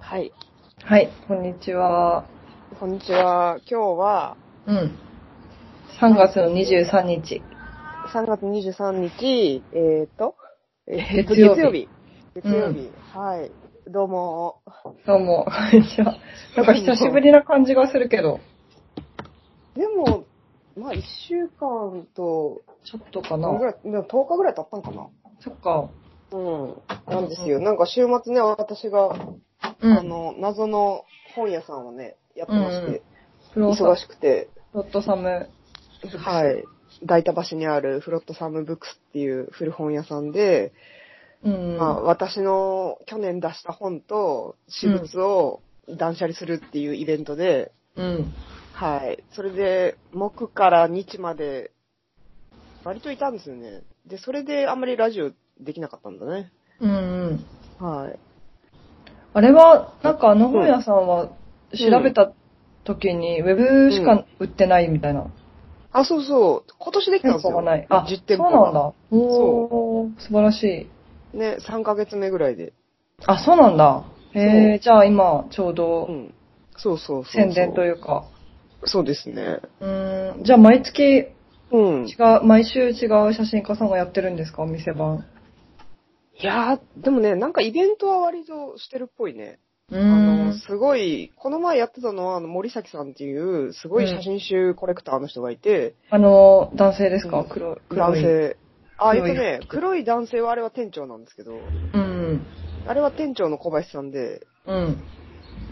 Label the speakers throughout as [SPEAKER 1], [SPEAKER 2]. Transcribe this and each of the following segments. [SPEAKER 1] はい、こんにちは。
[SPEAKER 2] こんにちは。今日は
[SPEAKER 1] うん。3月の23日。
[SPEAKER 2] 3月23日、えー、と、えー、と、月
[SPEAKER 1] 月曜日
[SPEAKER 2] 曜日。月
[SPEAKER 1] うん
[SPEAKER 2] 曜日。はい。どうも。
[SPEAKER 1] どうも、 こんにちは。なんか久しぶりな感じがするけど、
[SPEAKER 2] でも、まあ1週間と、
[SPEAKER 1] ちょっとかな
[SPEAKER 2] 何ぐ。らい、でも10日ぐらい経ったんかな。
[SPEAKER 1] そっか。
[SPEAKER 2] うん。なんですよ。なんか週末ね、私が、
[SPEAKER 1] う
[SPEAKER 2] あ
[SPEAKER 1] ん。
[SPEAKER 2] の、謎の本屋さんをね、やってまして、
[SPEAKER 1] フローサ
[SPEAKER 2] 忙しくて、
[SPEAKER 1] ロットサム。
[SPEAKER 2] はい。 大田橋にあるフロットサムブックスっていう古本屋さんで、
[SPEAKER 1] うん。
[SPEAKER 2] まあ、私の去年出した本と私物を断捨離するっていうイベントで、
[SPEAKER 1] うん。
[SPEAKER 2] はい。それで、木から日まで、割といたんですよね。で、それであんまりラジオできなかったんだね。
[SPEAKER 1] うんうん。
[SPEAKER 2] はい。
[SPEAKER 1] あれは、なんかあの本屋さんは調べた時に、ウェブしか売ってないみたいな。
[SPEAKER 2] あ、そうそう。今年できたん
[SPEAKER 1] 店
[SPEAKER 2] ですよ。
[SPEAKER 1] 舗がない。あ、
[SPEAKER 2] 10
[SPEAKER 1] そう
[SPEAKER 2] 店舗
[SPEAKER 1] なん
[SPEAKER 2] が。
[SPEAKER 1] だ。おー、素晴らしい。
[SPEAKER 2] ね、3ヶ月目ぐらいで。
[SPEAKER 1] あ、そうなんだ。へ
[SPEAKER 2] そ
[SPEAKER 1] え、じゃあ今、ちょう
[SPEAKER 2] う
[SPEAKER 1] ど
[SPEAKER 2] ん。そうそうそうそう。
[SPEAKER 1] 宣伝というか。
[SPEAKER 2] そうですね。
[SPEAKER 1] うーんじゃあ毎月違、
[SPEAKER 2] うん。いう
[SPEAKER 1] 毎週違う写真家さんがやってるんですかお店番。
[SPEAKER 2] やー、でもね、なんかイベントは割としてるっぽいね。
[SPEAKER 1] うー
[SPEAKER 2] あの、
[SPEAKER 1] ん。
[SPEAKER 2] すごい、この前やってたのは、あの、森崎さんっていう、すごい写真集コレクターの人がいて、
[SPEAKER 1] あの、男性です
[SPEAKER 2] う
[SPEAKER 1] か
[SPEAKER 2] ん
[SPEAKER 1] 黒い。黒
[SPEAKER 2] 男
[SPEAKER 1] い。
[SPEAKER 2] 性。あ、えっ
[SPEAKER 1] 黒
[SPEAKER 2] と
[SPEAKER 1] い
[SPEAKER 2] ね、黒い男性はあれは店長なんですけど、
[SPEAKER 1] うん。
[SPEAKER 2] あれは店長の小林さんで、
[SPEAKER 1] うん。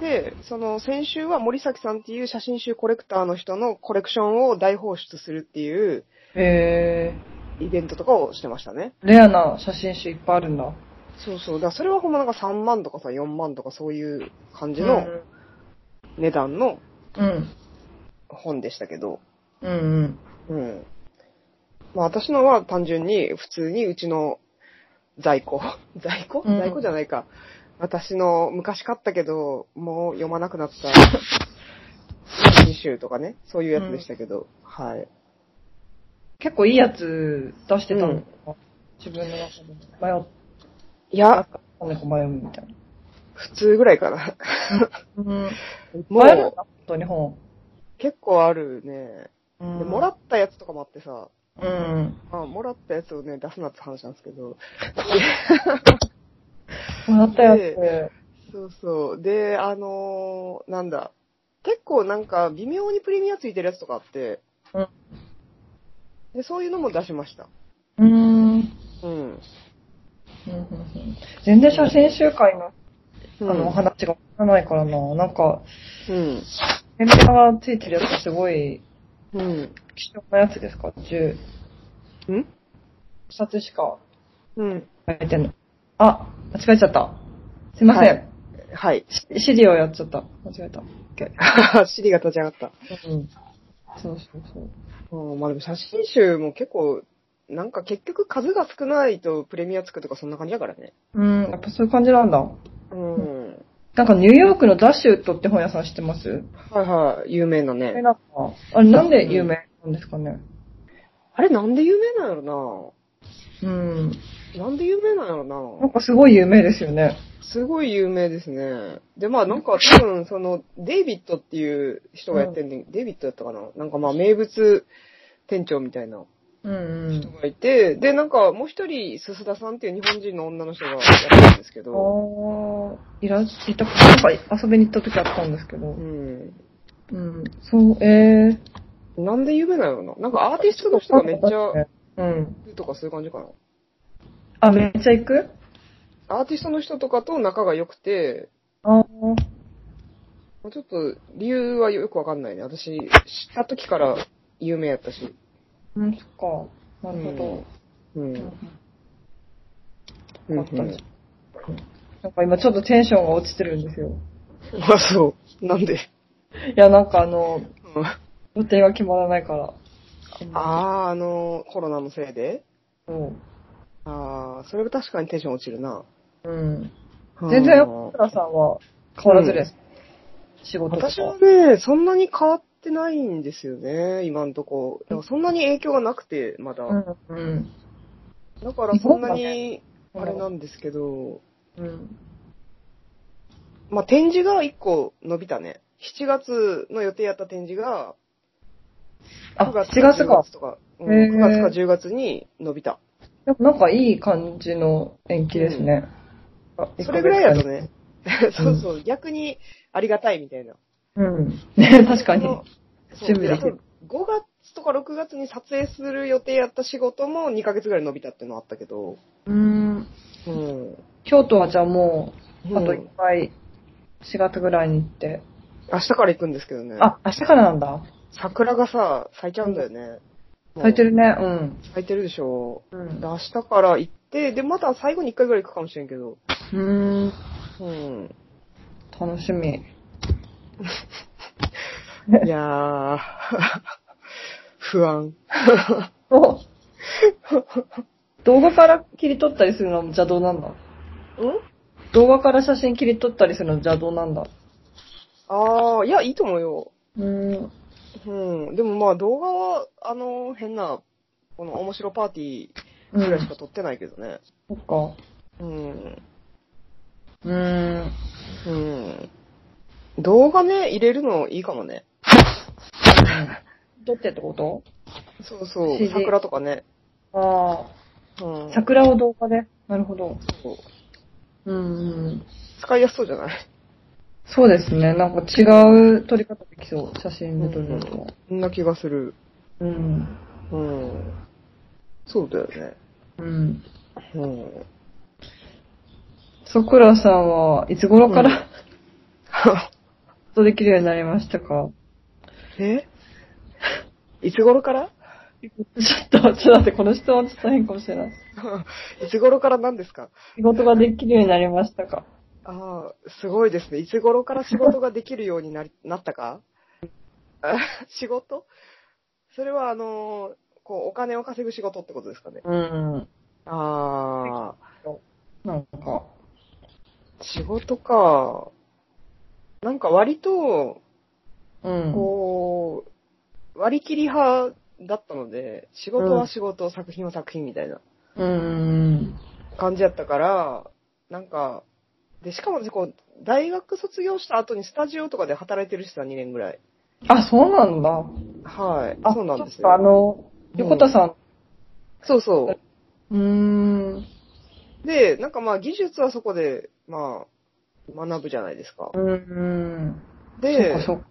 [SPEAKER 2] で、その先週は森崎さんっていう写真集コレクターの人のコレクションを大放出するっていう
[SPEAKER 1] へえ。
[SPEAKER 2] イベントとかをしてましたね。
[SPEAKER 1] レアな写真集いっぱいあるんだ。
[SPEAKER 2] そうそう。だからそれはほんまなんか3万とかさ、4万とかそういう感じ
[SPEAKER 1] う
[SPEAKER 2] の
[SPEAKER 1] ん。
[SPEAKER 2] 値段の
[SPEAKER 1] うん。
[SPEAKER 2] 本でしたけど、
[SPEAKER 1] うんう
[SPEAKER 2] う
[SPEAKER 1] ん。
[SPEAKER 2] ん。まあ私のは単純に普通にうちの在庫、 在庫
[SPEAKER 1] うん
[SPEAKER 2] 在庫じゃないか。私の昔買ったけど、もう読まなくなった写真集とかね、そういうやつでしたけど、はい。
[SPEAKER 1] 結構いいやつ出してたのか、自分の中で。迷っ
[SPEAKER 2] いや、
[SPEAKER 1] たのか迷うみたいな。
[SPEAKER 2] 普通ぐらいかな。
[SPEAKER 1] うん。
[SPEAKER 2] も
[SPEAKER 1] 迷った
[SPEAKER 2] う
[SPEAKER 1] 本当に本。
[SPEAKER 2] 結構あるね。
[SPEAKER 1] うん
[SPEAKER 2] でもらったやつとかもあってさ、
[SPEAKER 1] うん。
[SPEAKER 2] まあ、もらったやつをね、出すなって話なんですけど、
[SPEAKER 1] もらったやつ。
[SPEAKER 2] そうそう。で、あのーなんだ。結構なんか微妙にプレミアついてるやつとかあって、
[SPEAKER 1] うん
[SPEAKER 2] で、そういうのも出しました。
[SPEAKER 1] うーん。
[SPEAKER 2] うん。
[SPEAKER 1] うんうんうん全然写真集会の
[SPEAKER 2] あ
[SPEAKER 1] あの、お、話がわからないからな。なんか、
[SPEAKER 2] うん。
[SPEAKER 1] エンペラがついてるやつすごい
[SPEAKER 2] うん。
[SPEAKER 1] 貴重なやつですか ?10
[SPEAKER 2] うん
[SPEAKER 1] 冊しか
[SPEAKER 2] うん。
[SPEAKER 1] 書いてんの。あ、間違えちゃった。すいません。
[SPEAKER 2] はいはい。
[SPEAKER 1] しシリをやっちゃった。間違えた。
[SPEAKER 2] 尻が立ち上がった。
[SPEAKER 1] うん。そうそうそう。
[SPEAKER 2] うん、まあでも写真集も結構、なんか結局数が少ないとプレミアつくとかそんな感じだからね。
[SPEAKER 1] うん、やっぱそういう感じなんだ。
[SPEAKER 2] うん。
[SPEAKER 1] なんかニューヨークのザ・シュートって本屋さん知ってます
[SPEAKER 2] はいはい。有名な
[SPEAKER 1] え、
[SPEAKER 2] ね。
[SPEAKER 1] なんか、あれなんで有名なんですかね
[SPEAKER 2] あれなんで有名なんやろ
[SPEAKER 1] うん。
[SPEAKER 2] ななんで有名なんやろな
[SPEAKER 1] なんかすごい有名ですよね。
[SPEAKER 2] すごい有名ですね。で、まあなんか多分その、デイビッドっていう人がやってんね、ん、デイビッドだったかななんかまあ名物店長みたいな
[SPEAKER 1] うん
[SPEAKER 2] 人がいて、で、なんかもう一人、すすださんっていう日本人の女の人がやってるんですけ
[SPEAKER 1] う
[SPEAKER 2] ど、
[SPEAKER 1] ん。あー、いらっしゃった、なんか遊びに行った時あったんですけど。
[SPEAKER 2] うん。
[SPEAKER 1] うんそう、え
[SPEAKER 2] なんで有名なのななんかアーティスト
[SPEAKER 1] ー。
[SPEAKER 2] の人がめっちゃ、
[SPEAKER 1] うん。
[SPEAKER 2] とかそういう感じかな
[SPEAKER 1] あ、めっちゃ行く
[SPEAKER 2] アーティストの人とかと仲が良くて、
[SPEAKER 1] ああ。
[SPEAKER 2] まあちょっと理由はよくわかんないね。私、知った時から有名やったし。
[SPEAKER 1] うん、そっか。なるほ
[SPEAKER 2] うん。
[SPEAKER 1] ど。
[SPEAKER 2] うん。
[SPEAKER 1] わかったなんか今ちょっとテンションが落ちてるんですよ。
[SPEAKER 2] あ、 そう。なんで
[SPEAKER 1] いや、なんかあの、
[SPEAKER 2] うん
[SPEAKER 1] 予定が決まらないから。
[SPEAKER 2] ああ、あの、コロナのせいで
[SPEAKER 1] うん。
[SPEAKER 2] ああ、それは確かにテンション落ちるな。
[SPEAKER 1] うん。全然、
[SPEAKER 2] うん
[SPEAKER 1] 奥田さんは変わらずです。仕事とか。
[SPEAKER 2] 私はね、そんなに変わってないんですよね、今んとこ。だからそんなに影響がなくて、まだ。
[SPEAKER 1] うん。うん。
[SPEAKER 2] だからそんな
[SPEAKER 1] 日
[SPEAKER 2] に、あれなんですけど、
[SPEAKER 1] うん。
[SPEAKER 2] まあ、展示が1個伸びたね。7月の予定やった展示が、
[SPEAKER 1] あ、
[SPEAKER 2] 9月
[SPEAKER 1] 4月か。
[SPEAKER 2] とか、う
[SPEAKER 1] へー
[SPEAKER 2] ん、9月か10月に伸びた。
[SPEAKER 1] やっぱなんかいい感じの延期ですね。あ
[SPEAKER 2] それぐらいだと。
[SPEAKER 1] 1
[SPEAKER 2] ね、 そうそう、逆にありがたいみたいな。
[SPEAKER 1] ヶ月間うん。ね、 確かに。
[SPEAKER 2] そう
[SPEAKER 1] 準備できる
[SPEAKER 2] 5月とか6月に撮影する予定やった仕事も2ヶ月ぐらい伸びたっていうのはあったけど、
[SPEAKER 1] うん。
[SPEAKER 2] うん。
[SPEAKER 1] 京都はじゃあもう、あと
[SPEAKER 2] う
[SPEAKER 1] いっ
[SPEAKER 2] ん
[SPEAKER 1] ぱい、4月ぐらいに行って。
[SPEAKER 2] 明日から行くんですけどね。
[SPEAKER 1] あ、明日からなんだ。
[SPEAKER 2] 桜がさ、咲いちゃうんだよね。
[SPEAKER 1] 咲いて
[SPEAKER 2] る。
[SPEAKER 1] るね。うん。
[SPEAKER 2] 咲いてるでしょ。
[SPEAKER 1] う
[SPEAKER 2] で、明日から行って、で、また最後に1回ぐらい行くかもしれんけど。
[SPEAKER 1] ん。うん。
[SPEAKER 2] うん。
[SPEAKER 1] 楽しみ。
[SPEAKER 2] いやー、 不安。
[SPEAKER 1] お 動画から切り取ったりするのも邪道なんだ。
[SPEAKER 2] うん
[SPEAKER 1] 動画から写真切り取ったりするの邪道なんだ。
[SPEAKER 2] あー、いや、いいと思うよ。
[SPEAKER 1] うん。
[SPEAKER 2] うん。でもまあ動画は、あの、変な、この面白パーティー
[SPEAKER 1] う
[SPEAKER 2] ぐらい
[SPEAKER 1] ん
[SPEAKER 2] し。か撮ってないけどね。
[SPEAKER 1] そっか。
[SPEAKER 2] うん。
[SPEAKER 1] うん。
[SPEAKER 2] うん。動画ね、入れるのいいかもね。
[SPEAKER 1] 撮ってってこと
[SPEAKER 2] そうそう。
[SPEAKER 1] CD
[SPEAKER 2] 桜とかね。
[SPEAKER 1] あ
[SPEAKER 2] うん
[SPEAKER 1] あ。。桜を動画で。なるほど。
[SPEAKER 2] そう
[SPEAKER 1] うん、うん。
[SPEAKER 2] 使いやすそうじゃない
[SPEAKER 1] そうですね。なんか違う撮り方できそう。写真で撮るのとは。
[SPEAKER 2] そんな気がする。
[SPEAKER 1] うん。
[SPEAKER 2] うん。そうだよね。
[SPEAKER 1] うん。
[SPEAKER 2] うん。
[SPEAKER 1] さくらさんはいつ頃から、
[SPEAKER 2] うん
[SPEAKER 1] とできるようになりましたか
[SPEAKER 2] え いつ頃から
[SPEAKER 1] ちょっと、ちょっと待って、この質問ちょっと変かもしれない。
[SPEAKER 2] いつ頃から何ですか
[SPEAKER 1] 仕事ができるようになりましたか
[SPEAKER 2] ああ、すごいですね。いつ頃から仕事ができるようになり なったかあ仕事それは、あのーこう、お金を稼ぐ仕事ってことですかね。
[SPEAKER 1] うん。
[SPEAKER 2] ああ、
[SPEAKER 1] なんか。
[SPEAKER 2] 仕事か。なんか割と、
[SPEAKER 1] うん。
[SPEAKER 2] こう、割り切り派だったので、仕事は仕事、作品は作品みたいな
[SPEAKER 1] うん。
[SPEAKER 2] 感じやったから、なんか、で、しかもね、こう、大学卒業した後にスタジオとかで働いてるしさ、2年ぐらい。
[SPEAKER 1] あ、そうなんだ。
[SPEAKER 2] はい。
[SPEAKER 1] あ、
[SPEAKER 2] そうなんです
[SPEAKER 1] そっかあ
[SPEAKER 2] よ。
[SPEAKER 1] の、横田さ
[SPEAKER 2] そうそ
[SPEAKER 1] ん。うん。
[SPEAKER 2] う。で、なんかまあ技術はそこで、まあ、学ぶじゃないですか。
[SPEAKER 1] うん。
[SPEAKER 2] で、
[SPEAKER 1] そっか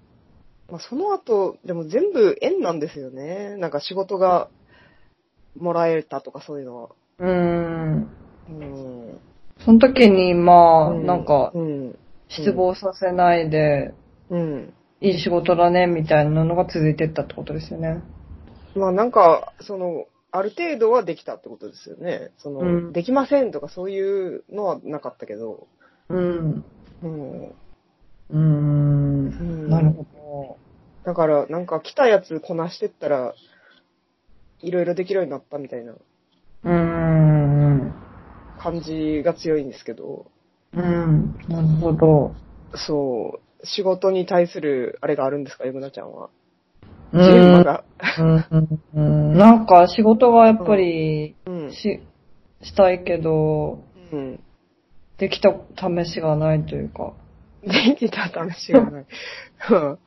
[SPEAKER 2] まあ、その後、でも全部縁なんですよね。なんか仕事がもらえたとかそういうのは。
[SPEAKER 1] そっか。うん。
[SPEAKER 2] うん。
[SPEAKER 1] その時に、まあ、
[SPEAKER 2] う
[SPEAKER 1] なんか、
[SPEAKER 2] うん。
[SPEAKER 1] 失望させないで、
[SPEAKER 2] うん。
[SPEAKER 1] いい仕事だね、みたいなのが続いてったってことですよね。
[SPEAKER 2] まあなんか、その、ある程度はできたってことですよね。その、
[SPEAKER 1] うん
[SPEAKER 2] できませんとかそういうのはなかったけど。
[SPEAKER 1] うん。
[SPEAKER 2] うん。
[SPEAKER 1] うん。
[SPEAKER 2] ん
[SPEAKER 1] なるほ
[SPEAKER 2] だから、なんか来たやつこなしてったら、いろいろできるようになったみたいな
[SPEAKER 1] ど。うん。
[SPEAKER 2] 感じが強いんですけど、
[SPEAKER 1] うん。なるほど。
[SPEAKER 2] そう、仕事に対するあれがあるんですか、ゆぐなちゃんは。
[SPEAKER 1] う
[SPEAKER 2] ジレンマ
[SPEAKER 1] ん
[SPEAKER 2] が。
[SPEAKER 1] うん。なんか仕事はやっぱり
[SPEAKER 2] うん。
[SPEAKER 1] し、したいけど、
[SPEAKER 2] うん。
[SPEAKER 1] できた試しがないというか、
[SPEAKER 2] できた話が ない。うん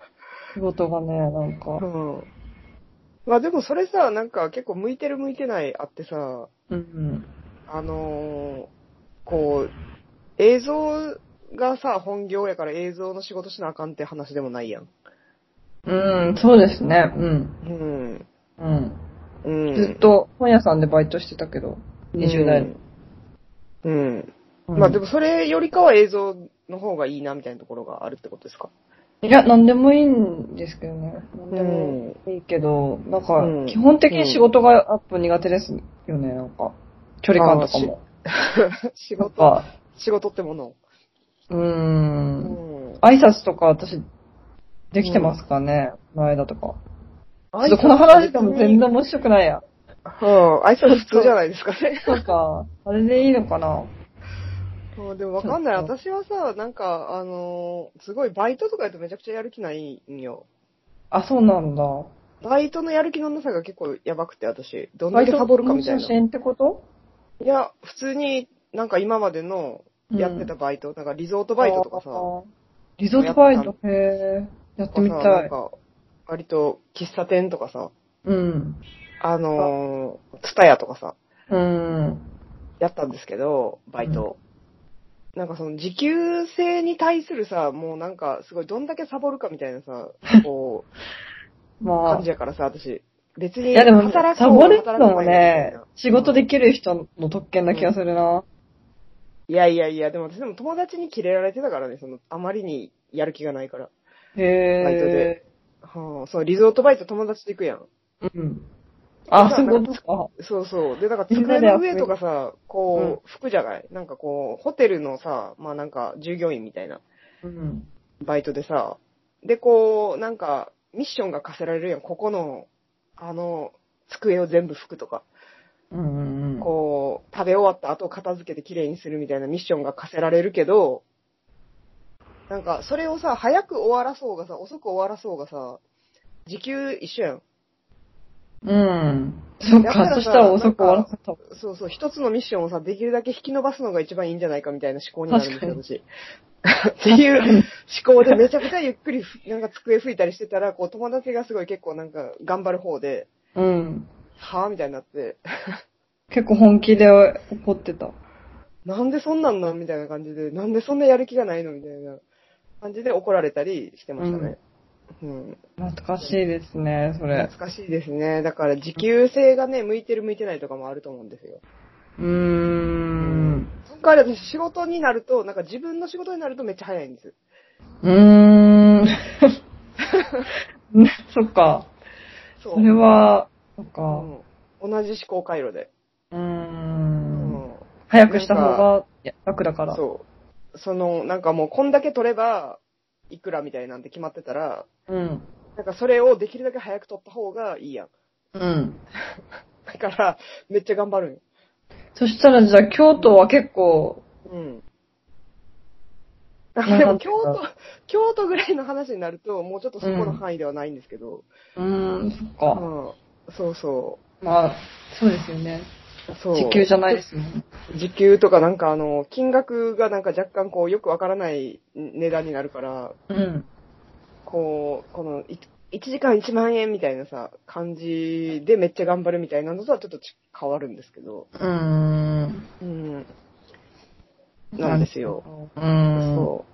[SPEAKER 1] 仕事がね、なんか
[SPEAKER 2] う、ん。まあでもそれさ、なんか結構向いてる向いてないあってさ、
[SPEAKER 1] うん。
[SPEAKER 2] あのーこう、映像がさ、本業やから映像の仕事しなあかんって話でもないやん。
[SPEAKER 1] うん、そうですね、うん。
[SPEAKER 2] うん。
[SPEAKER 1] うん。
[SPEAKER 2] うん。
[SPEAKER 1] ずっと本屋さんでバイトしてたけど、20代。
[SPEAKER 2] うん。
[SPEAKER 1] うん
[SPEAKER 2] まあでもそれよりかは映像の方がいいなみたいなところがあるってことですか
[SPEAKER 1] いや、なんでもいいんですけどね。なんでもいいけど、なんか
[SPEAKER 2] うん、
[SPEAKER 1] 基本的に仕事がやっぱ苦手ですよね、なんか。距離感とかも。
[SPEAKER 2] 仕
[SPEAKER 1] なん
[SPEAKER 2] 事、
[SPEAKER 1] か、
[SPEAKER 2] 仕事ってもの。
[SPEAKER 1] うー。
[SPEAKER 2] うんん。
[SPEAKER 1] 挨拶とか私、できてますかね、この間とか。ちょっとこの
[SPEAKER 2] 挨拶
[SPEAKER 1] 話でも全然面白くないや。
[SPEAKER 2] うん、挨拶普通じゃないですか ね。
[SPEAKER 1] なんか、あれでいいのかな
[SPEAKER 2] うんでもわかんない。
[SPEAKER 1] そう
[SPEAKER 2] 私はさ、なんか、あのーすごいバイトとかやとめちゃくちゃやる気ないんよ。
[SPEAKER 1] あ、そうなんだ。
[SPEAKER 2] バイトのやる気のなさが結構やばくて、私。どんだけサボるかみたいな。
[SPEAKER 1] 写真ってこと
[SPEAKER 2] いや、普通になんか今までのやってたバイト、なんかリゾートバイトとかさ、
[SPEAKER 1] リゾートバイト、へえ、やってみ
[SPEAKER 2] とかさ
[SPEAKER 1] た
[SPEAKER 2] なん
[SPEAKER 1] い。
[SPEAKER 2] か、割と喫茶店とかさ、
[SPEAKER 1] うん。
[SPEAKER 2] あのー、ツタヤとかさ、
[SPEAKER 1] うん。
[SPEAKER 2] やったんですけど、バイト。なんかその時給制に対するさ、もうなんかすごいどんだけサボるかみたいなさ、こう、
[SPEAKER 1] まあ
[SPEAKER 2] 感じ、やからさ、私。別に、
[SPEAKER 1] いやでも、
[SPEAKER 2] 働
[SPEAKER 1] サ
[SPEAKER 2] こう
[SPEAKER 1] ボる
[SPEAKER 2] 働
[SPEAKER 1] の
[SPEAKER 2] こ
[SPEAKER 1] も
[SPEAKER 2] うがいいみたい
[SPEAKER 1] ね
[SPEAKER 2] な、
[SPEAKER 1] 仕事できる人の特権な気がするな。
[SPEAKER 2] いやいやいや、でも私でも友達にキレられてたからね、その、あまりにやる気がないから。バイト
[SPEAKER 1] へ
[SPEAKER 2] ではあ、そう、リゾートバイト友達と行くやん。
[SPEAKER 1] え。うん。あ、そういうことですか。
[SPEAKER 2] そうそう。で、なんか
[SPEAKER 1] みんな
[SPEAKER 2] 机
[SPEAKER 1] で
[SPEAKER 2] の
[SPEAKER 1] 遊び
[SPEAKER 2] 上とかさ、こう、服じゃないなんかこう、ホテルのさ、まあなんか従業員みたいな
[SPEAKER 1] うん。
[SPEAKER 2] バイトでさ、で、こう、なんか、ミッションが課せられるやん。ここの、あの、机を全部拭くとか、
[SPEAKER 1] うんうんうん。
[SPEAKER 2] こう、食べ終わった後片付けてきれいにするみたいなミッションが課せられるけど、なんか、それをさ、早く終わらそうがさ、遅く終わらそうがさ、時給一緒やん。
[SPEAKER 1] うん。そっ
[SPEAKER 2] だからさ
[SPEAKER 1] か、そしたら遅く終わらせた。
[SPEAKER 2] そうそう、一つのミッションをさ、できるだけ引き伸ばすのが一番いいんじゃないかみたいな思考になるんですよ、私。 っていう思考でめちゃくちゃゆっくりふ、なんか机拭いたりしてたら、こう友達がすごい結構なんか頑張る方で、
[SPEAKER 1] うん。
[SPEAKER 2] はぁみたいになって、
[SPEAKER 1] 結構本気で怒ってた。
[SPEAKER 2] なんでそんなんなんみたいな感じで、なんでそんなやる気がないのみたいな感じで怒られたりしてましたね。うん。
[SPEAKER 1] 懐かしいですね、それ。
[SPEAKER 2] 懐かしいですね。だから時給制がね、向いてる向いてないとかもあると思うんですよ。
[SPEAKER 1] うーん。
[SPEAKER 2] そっから私仕事になると、なんか自分の仕事になるとめっちゃ早いんです。
[SPEAKER 1] う ーん。ねそっか。
[SPEAKER 2] そう。
[SPEAKER 1] それは、そっ
[SPEAKER 2] う
[SPEAKER 1] か。
[SPEAKER 2] ん同じ思考回路で。
[SPEAKER 1] うー。
[SPEAKER 2] うん
[SPEAKER 1] 早くした方がいや楽だから。
[SPEAKER 2] そう。その、なんかもう、こんだけ取れば、いくらみたいなんて決まってたら、
[SPEAKER 1] うん。
[SPEAKER 2] なんかそれをできるだけ早く取った方がいいやん。
[SPEAKER 1] うん。
[SPEAKER 2] だから、めっちゃ頑張るんよ
[SPEAKER 1] そしたらじゃあ京都は結構、
[SPEAKER 2] うん。
[SPEAKER 1] なんか
[SPEAKER 2] でも、京都、京都ぐらいの話になると、もうちょっとそこ
[SPEAKER 1] う
[SPEAKER 2] の
[SPEAKER 1] ん
[SPEAKER 2] 範囲ではないんですけど、
[SPEAKER 1] うーん、そっ
[SPEAKER 2] う
[SPEAKER 1] か。
[SPEAKER 2] ん。そうそ
[SPEAKER 1] まあ、そうですよね。
[SPEAKER 2] う。そう。
[SPEAKER 1] 時給じゃないですもん。
[SPEAKER 2] 時給とかなんかあの、金額がなんか若干こう、よくわからない値段になるから、
[SPEAKER 1] うん。
[SPEAKER 2] こう、この、い1時間1万円みたいなさ、感じでめっちゃ頑張るみたいなのとはちょっとち変わるんですけど。
[SPEAKER 1] うーん。
[SPEAKER 2] うん。なんですよ。。
[SPEAKER 1] うーん。
[SPEAKER 2] そ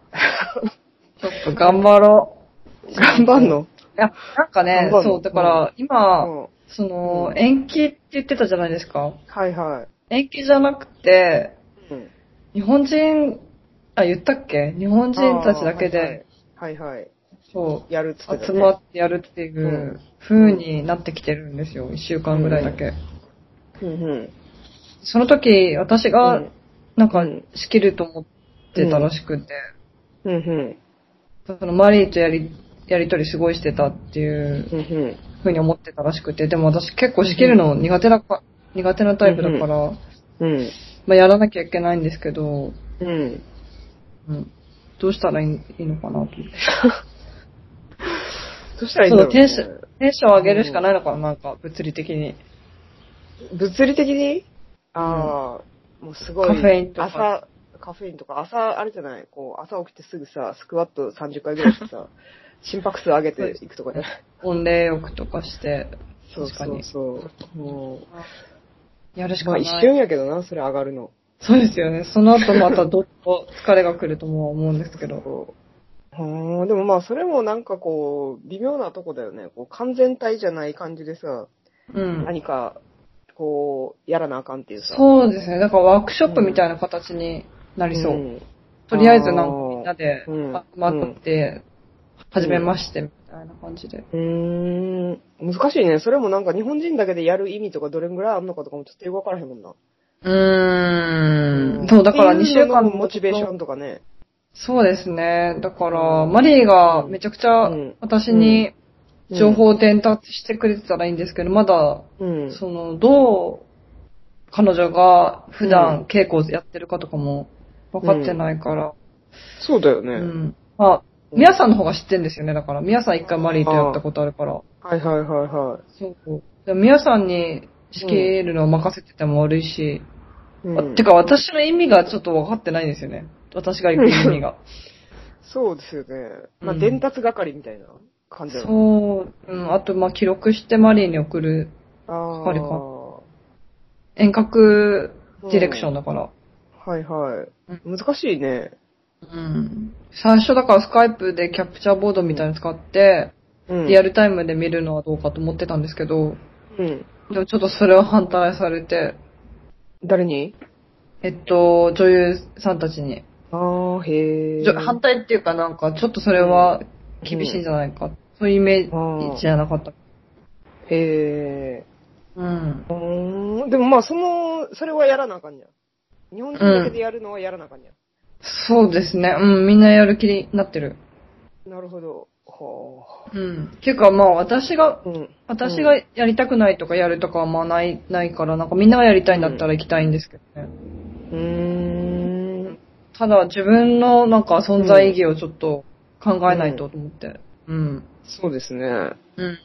[SPEAKER 1] ちょっと頑張ろ
[SPEAKER 2] う。頑張んの
[SPEAKER 1] う。いや、なんかね
[SPEAKER 2] 頑張、るの
[SPEAKER 1] そう、だから、今、
[SPEAKER 2] うん。
[SPEAKER 1] その
[SPEAKER 2] う、ん
[SPEAKER 1] 延期って言ってたじゃないですか。
[SPEAKER 2] はいは
[SPEAKER 1] 延期じゃなくて、
[SPEAKER 2] い。うん。
[SPEAKER 1] 日本人、あ、言ったっけ日本人たちだけで、
[SPEAKER 2] あー。はいはいはいはい。
[SPEAKER 1] そ
[SPEAKER 2] やるっつって
[SPEAKER 1] う、
[SPEAKER 2] た
[SPEAKER 1] 集
[SPEAKER 2] ね、
[SPEAKER 1] まってやるっていうう風になってきてるんですよ。一週間ぐらいだけ。
[SPEAKER 2] うんうん。
[SPEAKER 1] その時、私が
[SPEAKER 2] う、ん
[SPEAKER 1] なんか、仕切ると思ってたらしくて、
[SPEAKER 2] うんうん。
[SPEAKER 1] そのマリーとやり、やりとりすごいしてたっていう
[SPEAKER 2] うんうん。
[SPEAKER 1] 風に思ってたらしくて、でも私結構仕切るの苦手だか、苦手なタイプだから、
[SPEAKER 2] うん。
[SPEAKER 1] まあやらなきゃいけないんですけど、
[SPEAKER 2] うん。
[SPEAKER 1] うん、どうしたらいいいいのかなと思って。
[SPEAKER 2] そしたらいいんだろう、
[SPEAKER 1] そうテ
[SPEAKER 2] ね
[SPEAKER 1] ンシ。ョテンション上げるしかないのかな、なんか物理的に。
[SPEAKER 2] 物理的にああ、もうすごい。
[SPEAKER 1] カフェインとか
[SPEAKER 2] 朝、カフェインとか、朝、あれじゃない、こう、朝起きてすぐさ、スクワット30回ぐらいして さ、心拍数上げていくとかね。
[SPEAKER 1] 音霊浴とかして、
[SPEAKER 2] そう
[SPEAKER 1] 確かに
[SPEAKER 2] そうそう。もう、
[SPEAKER 1] やるしか
[SPEAKER 2] まあ
[SPEAKER 1] ない。
[SPEAKER 2] 一瞬やけどな、それ上がるの。
[SPEAKER 1] そうですよね。その後またどっと疲れが来るとも思うんですけど。
[SPEAKER 2] そう。うん、でもまあそれもなんかこう、微妙なとこだよね。こう、完全体じゃない感じでさ、
[SPEAKER 1] うん。
[SPEAKER 2] 何か、こう、やらなあかんっていうさ。
[SPEAKER 1] そうですね。だからワークショップみたいな形になりそう。
[SPEAKER 2] ん
[SPEAKER 1] とりあえずな
[SPEAKER 2] あ
[SPEAKER 1] んか
[SPEAKER 2] ー
[SPEAKER 1] みんなで
[SPEAKER 2] うん
[SPEAKER 1] 集まって、初めましてみたいな感じで。
[SPEAKER 2] うーん。難しいね。それもなんか日本人だけでやる意味とかどれぐらいあるのかとかもちょっとよくわからへんもんな。
[SPEAKER 1] うーん。そう、だから2週間
[SPEAKER 2] のモチベーションとかね。
[SPEAKER 1] そうですね。だから、マリーがめちゃくちゃ
[SPEAKER 2] うん
[SPEAKER 1] 私に情報を伝達してくれてたらいいんですけど、まだ、
[SPEAKER 2] うん。
[SPEAKER 1] その、どう彼女が普段稽古をやってるかとかも分かってないから。
[SPEAKER 2] そうだよね。
[SPEAKER 1] うん。まあ、ミヤさんの方が知ってんですよね、だから。ミヤさん一回マリーとやったことあるから。
[SPEAKER 2] はいはいはいはい。
[SPEAKER 1] そう。でも皆さんに仕切るのを任せてても悪いし、あてか、私の意味がちょっと分かってないんですよね。私が行く意味が。
[SPEAKER 2] そうですよね。まあ、
[SPEAKER 1] うん
[SPEAKER 2] 伝達係みたいな感じなの。
[SPEAKER 1] そう、うん、あと、まあ、記録してマリーに送る
[SPEAKER 2] あ
[SPEAKER 1] あれ
[SPEAKER 2] あ。
[SPEAKER 1] 遠隔ディレクションだから。
[SPEAKER 2] はいはい。難しいね。
[SPEAKER 1] うん。最初だからスカイプでキャプチャーボードみたいなの使って、
[SPEAKER 2] うん。
[SPEAKER 1] リアルタイムで見るのはどうかと思ってたんですけど、
[SPEAKER 2] うん。
[SPEAKER 1] でもちょっとそれを反対されて、
[SPEAKER 2] 誰に
[SPEAKER 1] えっと、女優さんたちに。
[SPEAKER 2] ああ、へえ。
[SPEAKER 1] じょ反対っていうかなんか、ちょっとそれは厳しいんじゃないか。そういうイメージじゃなかった。
[SPEAKER 2] へえ。
[SPEAKER 1] うん
[SPEAKER 2] う。ーん。でもまあ、その、それはやらなあかんじゃん。日本人だけでやるのはやらなあかんじゃん。
[SPEAKER 1] そうですね。うん、みんなやる気になってる。
[SPEAKER 2] なるほど。は
[SPEAKER 1] うん。っていうかまあ、私が
[SPEAKER 2] あ。うん。
[SPEAKER 1] 私がやりたくないとかやるとかはまあない、ないから、なんかみんながやりたいんだったら行きたいんですけどね。
[SPEAKER 2] うーん。
[SPEAKER 1] ただ自分のなんか存在意義をちょっと考えないとと思って。うん。
[SPEAKER 2] そうですね。
[SPEAKER 1] うん。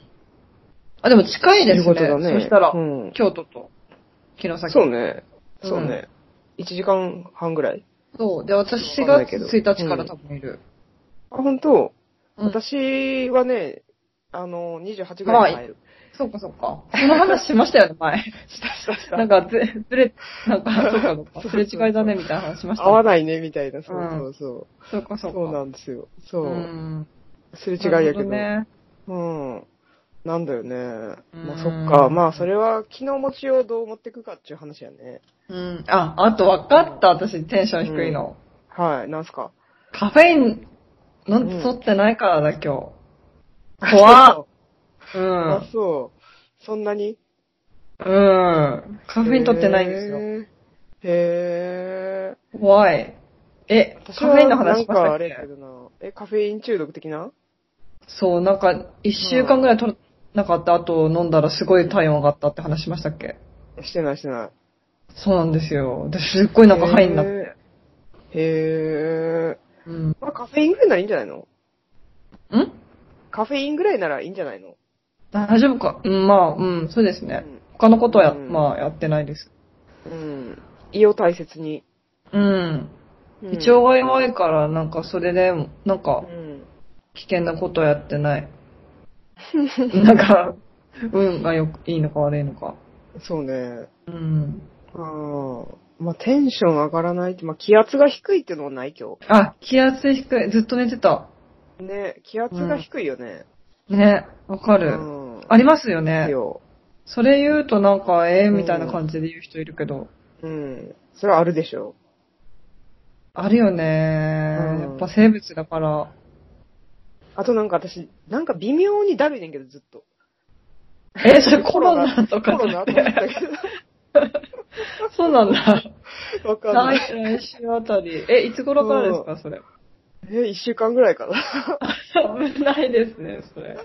[SPEAKER 1] あ、でも近いです
[SPEAKER 2] そう
[SPEAKER 1] ね。
[SPEAKER 2] いうことだね
[SPEAKER 1] そしたら、
[SPEAKER 2] うん
[SPEAKER 1] 京都と城崎。
[SPEAKER 2] そうね。
[SPEAKER 1] うん
[SPEAKER 2] そうね。1時間半ぐらい
[SPEAKER 1] そう。で、私
[SPEAKER 2] わかんな
[SPEAKER 1] 4
[SPEAKER 2] いけど
[SPEAKER 1] 月1日から多分いる。
[SPEAKER 2] あ、本当、
[SPEAKER 1] うん
[SPEAKER 2] 私はね、あの、28ぐらいに入る。
[SPEAKER 1] そうかそうか。その話しましたよ ね、前。
[SPEAKER 2] したしたした。
[SPEAKER 1] なんかず、ずれ、なん か、そうかそうか。すれ違いだね、みたいな話しました
[SPEAKER 2] 合
[SPEAKER 1] ね。
[SPEAKER 2] わないね、みたいな。そう
[SPEAKER 1] うん
[SPEAKER 2] そうそう。
[SPEAKER 1] そうかそうか。
[SPEAKER 2] そうなんですよ。そうう。
[SPEAKER 1] ん。
[SPEAKER 2] すれ違い
[SPEAKER 1] な
[SPEAKER 2] や
[SPEAKER 1] る
[SPEAKER 2] け
[SPEAKER 1] ほ
[SPEAKER 2] ど。
[SPEAKER 1] ね。
[SPEAKER 2] うん。なんだよね。
[SPEAKER 1] ん
[SPEAKER 2] まあそっか。まあそれは昨日持ちをどう持ってくかっていう話やね。
[SPEAKER 1] うん。あ、あと分かった、私、テンション低いの。
[SPEAKER 2] はい。なんすか
[SPEAKER 1] カフェイン、飲ん
[SPEAKER 2] うん
[SPEAKER 1] で、取ってないからだ、今日。怖 っ。う
[SPEAKER 2] あ
[SPEAKER 1] ん、。
[SPEAKER 2] そう。そんなに
[SPEAKER 1] うん。カフェイン取ってないんですよ。
[SPEAKER 2] よ。へー。
[SPEAKER 1] 怖い。え、カ
[SPEAKER 2] 私
[SPEAKER 1] フ
[SPEAKER 2] は
[SPEAKER 1] ェインの話しまし
[SPEAKER 2] なんか
[SPEAKER 1] た
[SPEAKER 2] あ
[SPEAKER 1] っ
[SPEAKER 2] れ
[SPEAKER 1] け
[SPEAKER 2] やけどな。え、カフェイン中毒的な
[SPEAKER 1] そう、なんか、一週間ぐらい取らなかった後飲んだらすごい体温上がったって話しましたっけ
[SPEAKER 2] してないしてない。
[SPEAKER 1] そうなんですよ。ですっごいなんかハイになって。
[SPEAKER 2] へー。へー
[SPEAKER 1] うん。ん
[SPEAKER 2] まあカフェインぐらいならいいんじゃないのカフェインぐらいならいいんじゃないの
[SPEAKER 1] 大丈夫かうん、まあ、うん、そうですね。他のことはや、まあ、やってないです。
[SPEAKER 2] うん。うん。胃を大切に。
[SPEAKER 1] うん。
[SPEAKER 2] うん
[SPEAKER 1] 胃腸が弱いから、なんかそれで、なん
[SPEAKER 2] う
[SPEAKER 1] か、
[SPEAKER 2] ん。
[SPEAKER 1] 危険なことはやってない。 なんか、運がよく、いいのか悪いのか。
[SPEAKER 2] そうね。
[SPEAKER 1] うん。
[SPEAKER 2] あーまあテンション上がらないって、まあ気圧が低いっていうのはない今
[SPEAKER 1] あ、気圧低い。ずっと寝てた。
[SPEAKER 2] 日。ね、気圧が低いよね。
[SPEAKER 1] ね、わか
[SPEAKER 2] う
[SPEAKER 1] る。
[SPEAKER 2] ん。
[SPEAKER 1] ありますよね
[SPEAKER 2] る。よ。
[SPEAKER 1] それ言うとなんか、ええ
[SPEAKER 2] うん
[SPEAKER 1] みたいな感じで言う人いるけど。
[SPEAKER 2] うん。それはあるでしょ
[SPEAKER 1] あるよね、
[SPEAKER 2] うん
[SPEAKER 1] やっぱ生物だから。
[SPEAKER 2] う。あとなんか私、なんか微妙にだるいねんけど、ずっと。
[SPEAKER 1] え、それコロナと
[SPEAKER 2] コ
[SPEAKER 1] か
[SPEAKER 2] ロ
[SPEAKER 1] じ
[SPEAKER 2] ナ
[SPEAKER 1] ゃなく
[SPEAKER 2] と
[SPEAKER 1] て
[SPEAKER 2] 思ったけ
[SPEAKER 1] そうなんだ。
[SPEAKER 2] ど。わかんない。
[SPEAKER 1] 来来週あたり。え、いつ頃からですか、それ。
[SPEAKER 2] え、一週間ぐらいかな。
[SPEAKER 1] 危ないですね、それ。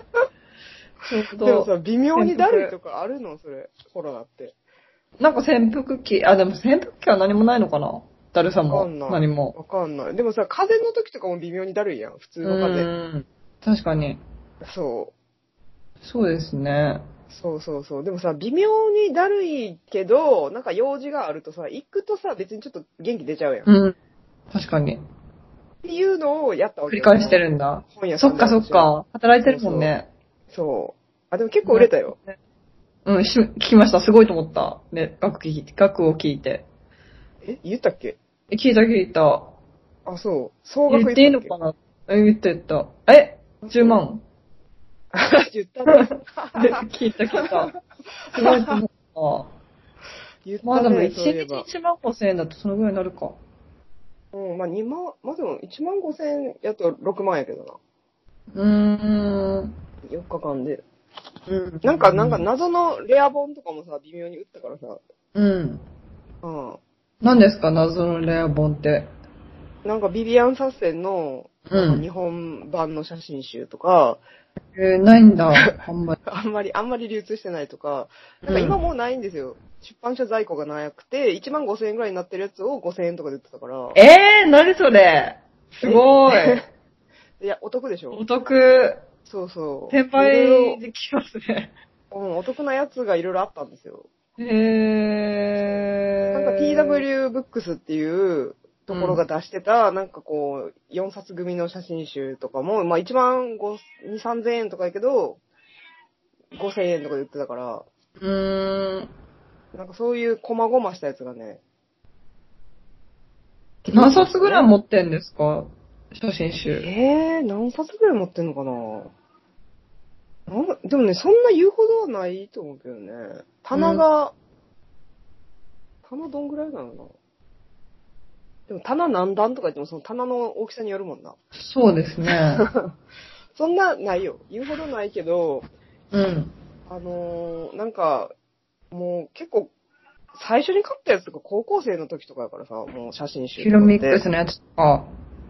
[SPEAKER 1] ちょっ
[SPEAKER 2] でも
[SPEAKER 1] と。
[SPEAKER 2] さ、微妙にだるいとかあるのそれ、コロナって。
[SPEAKER 1] なんか潜伏期、あ、でも潜伏期は何もないのかなだるさ
[SPEAKER 2] わ
[SPEAKER 1] も。
[SPEAKER 2] かんない。
[SPEAKER 1] 何も。
[SPEAKER 2] わかんない。でもさ、風邪の時とかも微妙にだるいやん、普通
[SPEAKER 1] う
[SPEAKER 2] の風邪。
[SPEAKER 1] ん。確かに。
[SPEAKER 2] そ
[SPEAKER 1] そうですね。
[SPEAKER 2] う。そうそうそう。でもさ、微妙にだるいけど、なんか用事があるとさ、行くとさ、別にちょっと元気出ちゃうやん。っ
[SPEAKER 1] うん。確かに。
[SPEAKER 2] ていうのをやったわ
[SPEAKER 1] 繰
[SPEAKER 2] け
[SPEAKER 1] り
[SPEAKER 2] よ
[SPEAKER 1] 返してるんだ。
[SPEAKER 2] 本屋さ
[SPEAKER 1] そ
[SPEAKER 2] ん
[SPEAKER 1] っ
[SPEAKER 2] で
[SPEAKER 1] かそっ。か。働いてるもんね。
[SPEAKER 2] 私そう。あ、でも結構売れたよ。
[SPEAKER 1] うん、し聞きました。すごいと思った。ね、学聞き、学を聞いて。
[SPEAKER 2] え、言ったっけ
[SPEAKER 1] え聞いた聞いた。
[SPEAKER 2] あ、そう。総額
[SPEAKER 1] 言っていい
[SPEAKER 2] た
[SPEAKER 1] の
[SPEAKER 2] っけ
[SPEAKER 1] かなえ言ってた。え ?10 万
[SPEAKER 2] 言ったね。
[SPEAKER 1] え聞いた聞いた。すごいと思った。
[SPEAKER 2] 言ったね。
[SPEAKER 1] まあでも1
[SPEAKER 2] そういえば
[SPEAKER 1] 日1万5千円だとそのぐらいになるか。
[SPEAKER 2] うん、まあ2万、まあでも1万5千やと6万やけどな。
[SPEAKER 1] うーん。
[SPEAKER 2] 4日間で。
[SPEAKER 1] うん
[SPEAKER 2] なんか、なんか、謎のレア本とかもさ、微妙に打ったからさ。
[SPEAKER 1] うん。
[SPEAKER 2] うん。
[SPEAKER 1] 何ですか、謎のレア本って。
[SPEAKER 2] なんか、ビビアン・サッセンの、
[SPEAKER 1] うん
[SPEAKER 2] なんか日本版の写真集とか、
[SPEAKER 1] えー、ないんだ、あん まり。
[SPEAKER 2] あんまり、あんまり流通してないとか、なん
[SPEAKER 1] う
[SPEAKER 2] か
[SPEAKER 1] ん
[SPEAKER 2] 今もうないんですよ。出版社在庫がなくて、1万5千円ぐらいになってるやつを5千円とかで売ってたから。
[SPEAKER 1] えー、何それすごい。
[SPEAKER 2] いや、お得でしょ
[SPEAKER 1] お得。
[SPEAKER 2] そうそう。
[SPEAKER 1] 転
[SPEAKER 2] いろい
[SPEAKER 1] 売
[SPEAKER 2] ろ
[SPEAKER 1] できますね。
[SPEAKER 2] うん、お得なやつがいろいろあったんですよ。
[SPEAKER 1] へー。
[SPEAKER 2] なんか TW ブックスっていうところが出してた、なんかこう、4冊組の写真集とかも、まあ1万5、2、3000円とかやけど、5000円とかで売ってたから、
[SPEAKER 1] うーん。
[SPEAKER 2] なんかそういう細々したやつがね。
[SPEAKER 1] 何冊ぐらい持ってんですか写真集。
[SPEAKER 2] えー、何冊ぐらい持ってんのかななんでもね、そんな言うほどはないと思うけどね。棚が、棚どんぐらいなのかなでも棚何段とか言ってもその棚の大きさによるもんな。
[SPEAKER 1] そうです ね。
[SPEAKER 2] そんなないよ。言うほどないけど、
[SPEAKER 1] うん。
[SPEAKER 2] あのー、なんか、もう結構、最初に買ったやつとか高校生の時とかやからさ、もう写真集とかって。
[SPEAKER 1] ヒロミックスのやつとか。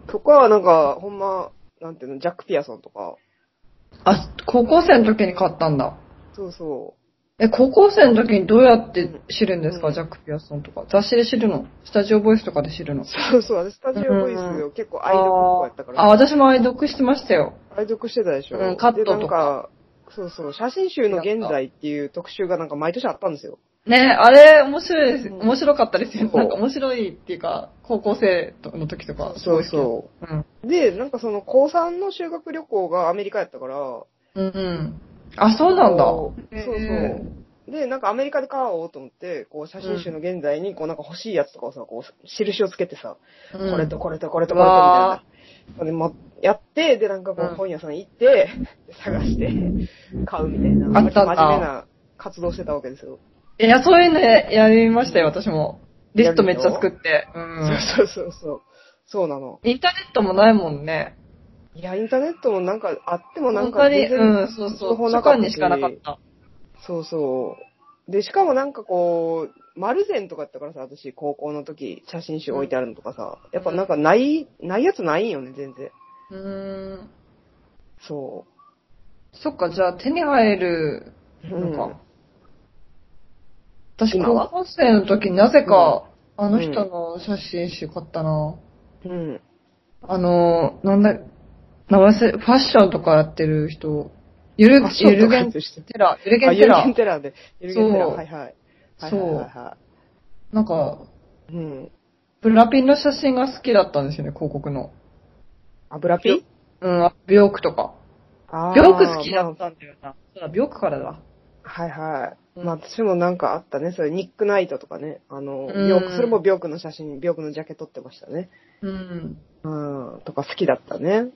[SPEAKER 2] とか、なんか、ほんま、なんていうの、ジャック・ピアソンとか。
[SPEAKER 1] あ、高校生の時に買ったんだ。
[SPEAKER 2] そうそ
[SPEAKER 1] え、高校生の時にどうやって知るんですか、
[SPEAKER 2] うん
[SPEAKER 1] ジャック・ピアソンとか。雑誌で知るのスタジオボイスとかで知るの
[SPEAKER 2] う。そうそう、私、スタジオボイス
[SPEAKER 1] うんう
[SPEAKER 2] を結構愛読っ子やったか
[SPEAKER 1] あ、
[SPEAKER 2] ら、
[SPEAKER 1] 私も愛読してましたよ。
[SPEAKER 2] 愛読してたでしょ。
[SPEAKER 1] うんカットとか
[SPEAKER 2] でなんか、そうそう、写真集の現在っていう特集がなんか毎年あったんですよ。
[SPEAKER 1] ねあれ、面白いです。
[SPEAKER 2] うん
[SPEAKER 1] 面白かったですよ。
[SPEAKER 2] そう
[SPEAKER 1] なんか面白いっていうか、高校生の時とか。
[SPEAKER 2] そう
[SPEAKER 1] う。
[SPEAKER 2] そ
[SPEAKER 1] うん。
[SPEAKER 2] う。で、なんかその、高3の修学旅行がアメリカやったから、
[SPEAKER 1] うんうん。あ、そうなんだ。
[SPEAKER 2] そうそうそう
[SPEAKER 1] へ
[SPEAKER 2] で、なんかアメリカで買おうと思って、こう写真集の現在に、こうなんか欲しいやつとかをさ、こう印をつけてさ、
[SPEAKER 1] ー
[SPEAKER 2] これとこれとこれと
[SPEAKER 1] う
[SPEAKER 2] これとみ
[SPEAKER 1] わ
[SPEAKER 2] たいな。で、ま、やって、で、なんかこ
[SPEAKER 1] うん
[SPEAKER 2] う本屋さん行って、で探して、買うみたいな。
[SPEAKER 1] あったんだ
[SPEAKER 2] 真面目な活動してたわけですよ。
[SPEAKER 1] いや、そういうのやりましたよ、私も。リストめっちゃ作って。う。
[SPEAKER 2] そうんそうそうそう。そうなの。
[SPEAKER 1] インターネットもないもんね。
[SPEAKER 2] いや、インターネットもなんかあってもな
[SPEAKER 1] 本
[SPEAKER 2] ん
[SPEAKER 1] 当
[SPEAKER 2] か
[SPEAKER 1] に、
[SPEAKER 2] 全然、
[SPEAKER 1] うん、そうそう。
[SPEAKER 2] 情報
[SPEAKER 1] 図書
[SPEAKER 2] なかった
[SPEAKER 1] 館
[SPEAKER 2] し
[SPEAKER 1] にしかなかった。
[SPEAKER 2] そうそう。で、しかもなんかこう、丸善とかやったからさ、私、高校の時、写真集置いてあるのとかさ、やっぱなんかない、ないやつないんよね、全然。
[SPEAKER 1] うーん。
[SPEAKER 2] そ
[SPEAKER 1] そっか、じゃあ手に入る
[SPEAKER 2] う。
[SPEAKER 1] のか。
[SPEAKER 2] うん
[SPEAKER 1] 私、
[SPEAKER 2] 今
[SPEAKER 1] 高
[SPEAKER 2] は
[SPEAKER 1] 校生の時になぜか、あの人の写真集買ったな。
[SPEAKER 2] うん。
[SPEAKER 1] あの、なんだ、名前忘れファッションとかやってる人、ゆる
[SPEAKER 2] ファッ、ショ
[SPEAKER 1] ゆ
[SPEAKER 2] ンとか
[SPEAKER 1] るげ
[SPEAKER 2] やっ
[SPEAKER 1] ん
[SPEAKER 2] てる人
[SPEAKER 1] テラ、ゆるげ
[SPEAKER 2] あ、
[SPEAKER 1] ん
[SPEAKER 2] ゆ
[SPEAKER 1] テ
[SPEAKER 2] るゲン
[SPEAKER 1] ラ、
[SPEAKER 2] テラーで。ゆるゲンテラー、
[SPEAKER 1] そう
[SPEAKER 2] はいはい。はい
[SPEAKER 1] そう
[SPEAKER 2] はいはいは
[SPEAKER 1] なんか、
[SPEAKER 2] い。うん。
[SPEAKER 1] ブラピンの写真が好きだったんですよね、広告の。
[SPEAKER 2] 油ピ
[SPEAKER 1] うん、あビョークとか。
[SPEAKER 2] あ
[SPEAKER 1] ビョーク好きだ
[SPEAKER 2] な
[SPEAKER 1] ったんだよな。そうだ、ビョークからだ。
[SPEAKER 2] はいは
[SPEAKER 1] う
[SPEAKER 2] い。
[SPEAKER 1] ん
[SPEAKER 2] まあ私もなんかあったね。それ、ニックナイトとかね。あの、
[SPEAKER 1] ん
[SPEAKER 2] ビョーク、それもビョークの写真、ビョークのジャケ撮ってましたね。
[SPEAKER 1] うん。
[SPEAKER 2] うん。とか好きだったね。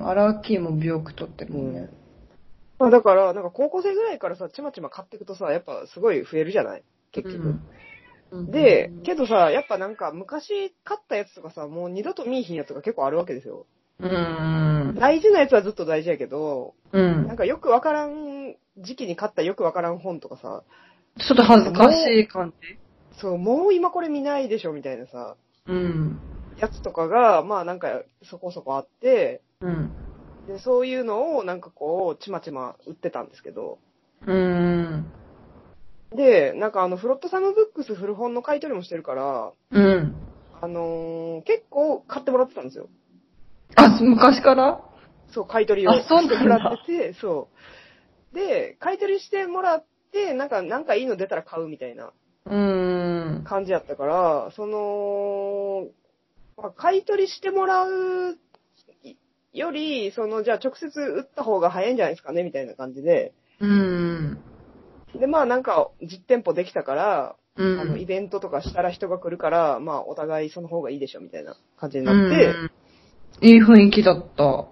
[SPEAKER 1] アラーキーもビョーク撮ってるもんね。
[SPEAKER 2] まあだから、なんか高校生ぐらいからさ、ちまちま買っていくとさ、やっぱすごい増えるじゃない結局。
[SPEAKER 1] うん
[SPEAKER 2] で、
[SPEAKER 1] うん
[SPEAKER 2] けどさ、やっぱなんか昔買ったやつとかさ、もう二度と見いひんやつが結構あるわけですよ。
[SPEAKER 1] うん。
[SPEAKER 2] 大事なやつはずっと大事やけど、
[SPEAKER 1] う
[SPEAKER 2] なん
[SPEAKER 1] ん。
[SPEAKER 2] かよくわからん、時期に買ったよくわからん本とかさ、
[SPEAKER 1] ちょっと恥ずかしい感じ。
[SPEAKER 2] そう、もう今これ見ないでしょみたいなさ、
[SPEAKER 1] うん。
[SPEAKER 2] やつとかが、まあなんかそこそこあって、
[SPEAKER 1] うん。
[SPEAKER 2] で、そういうのをなんかこう、ちまちま売ってたんですけど、
[SPEAKER 1] うん。
[SPEAKER 2] で、なんかあの、フロットサムブックス古本の買い取りもしてるから、
[SPEAKER 1] うん。
[SPEAKER 2] あのー結構買ってもらってたんですよ。
[SPEAKER 1] あ、昔から
[SPEAKER 2] そう、買い取りを
[SPEAKER 1] あそうなん
[SPEAKER 2] し
[SPEAKER 1] だ
[SPEAKER 2] てもらってて、そう。で、買い取りしてもらって、なんか、なんかいいの出たら買うみたいな
[SPEAKER 1] うん。
[SPEAKER 2] 感じやったから、その、まあ、買い取りしてもらうより、その、じゃあ直接売った方が早いんじゃないですかね、みたいな感じで。
[SPEAKER 1] うん。
[SPEAKER 2] で、まあなんか、実店舗できたから、
[SPEAKER 1] う
[SPEAKER 2] あの、イ
[SPEAKER 1] ん。
[SPEAKER 2] ベントとかしたら人が来るから、まあお互いその方がいいでしょ、みたいな感じになって、
[SPEAKER 1] うん、いい雰囲気だった。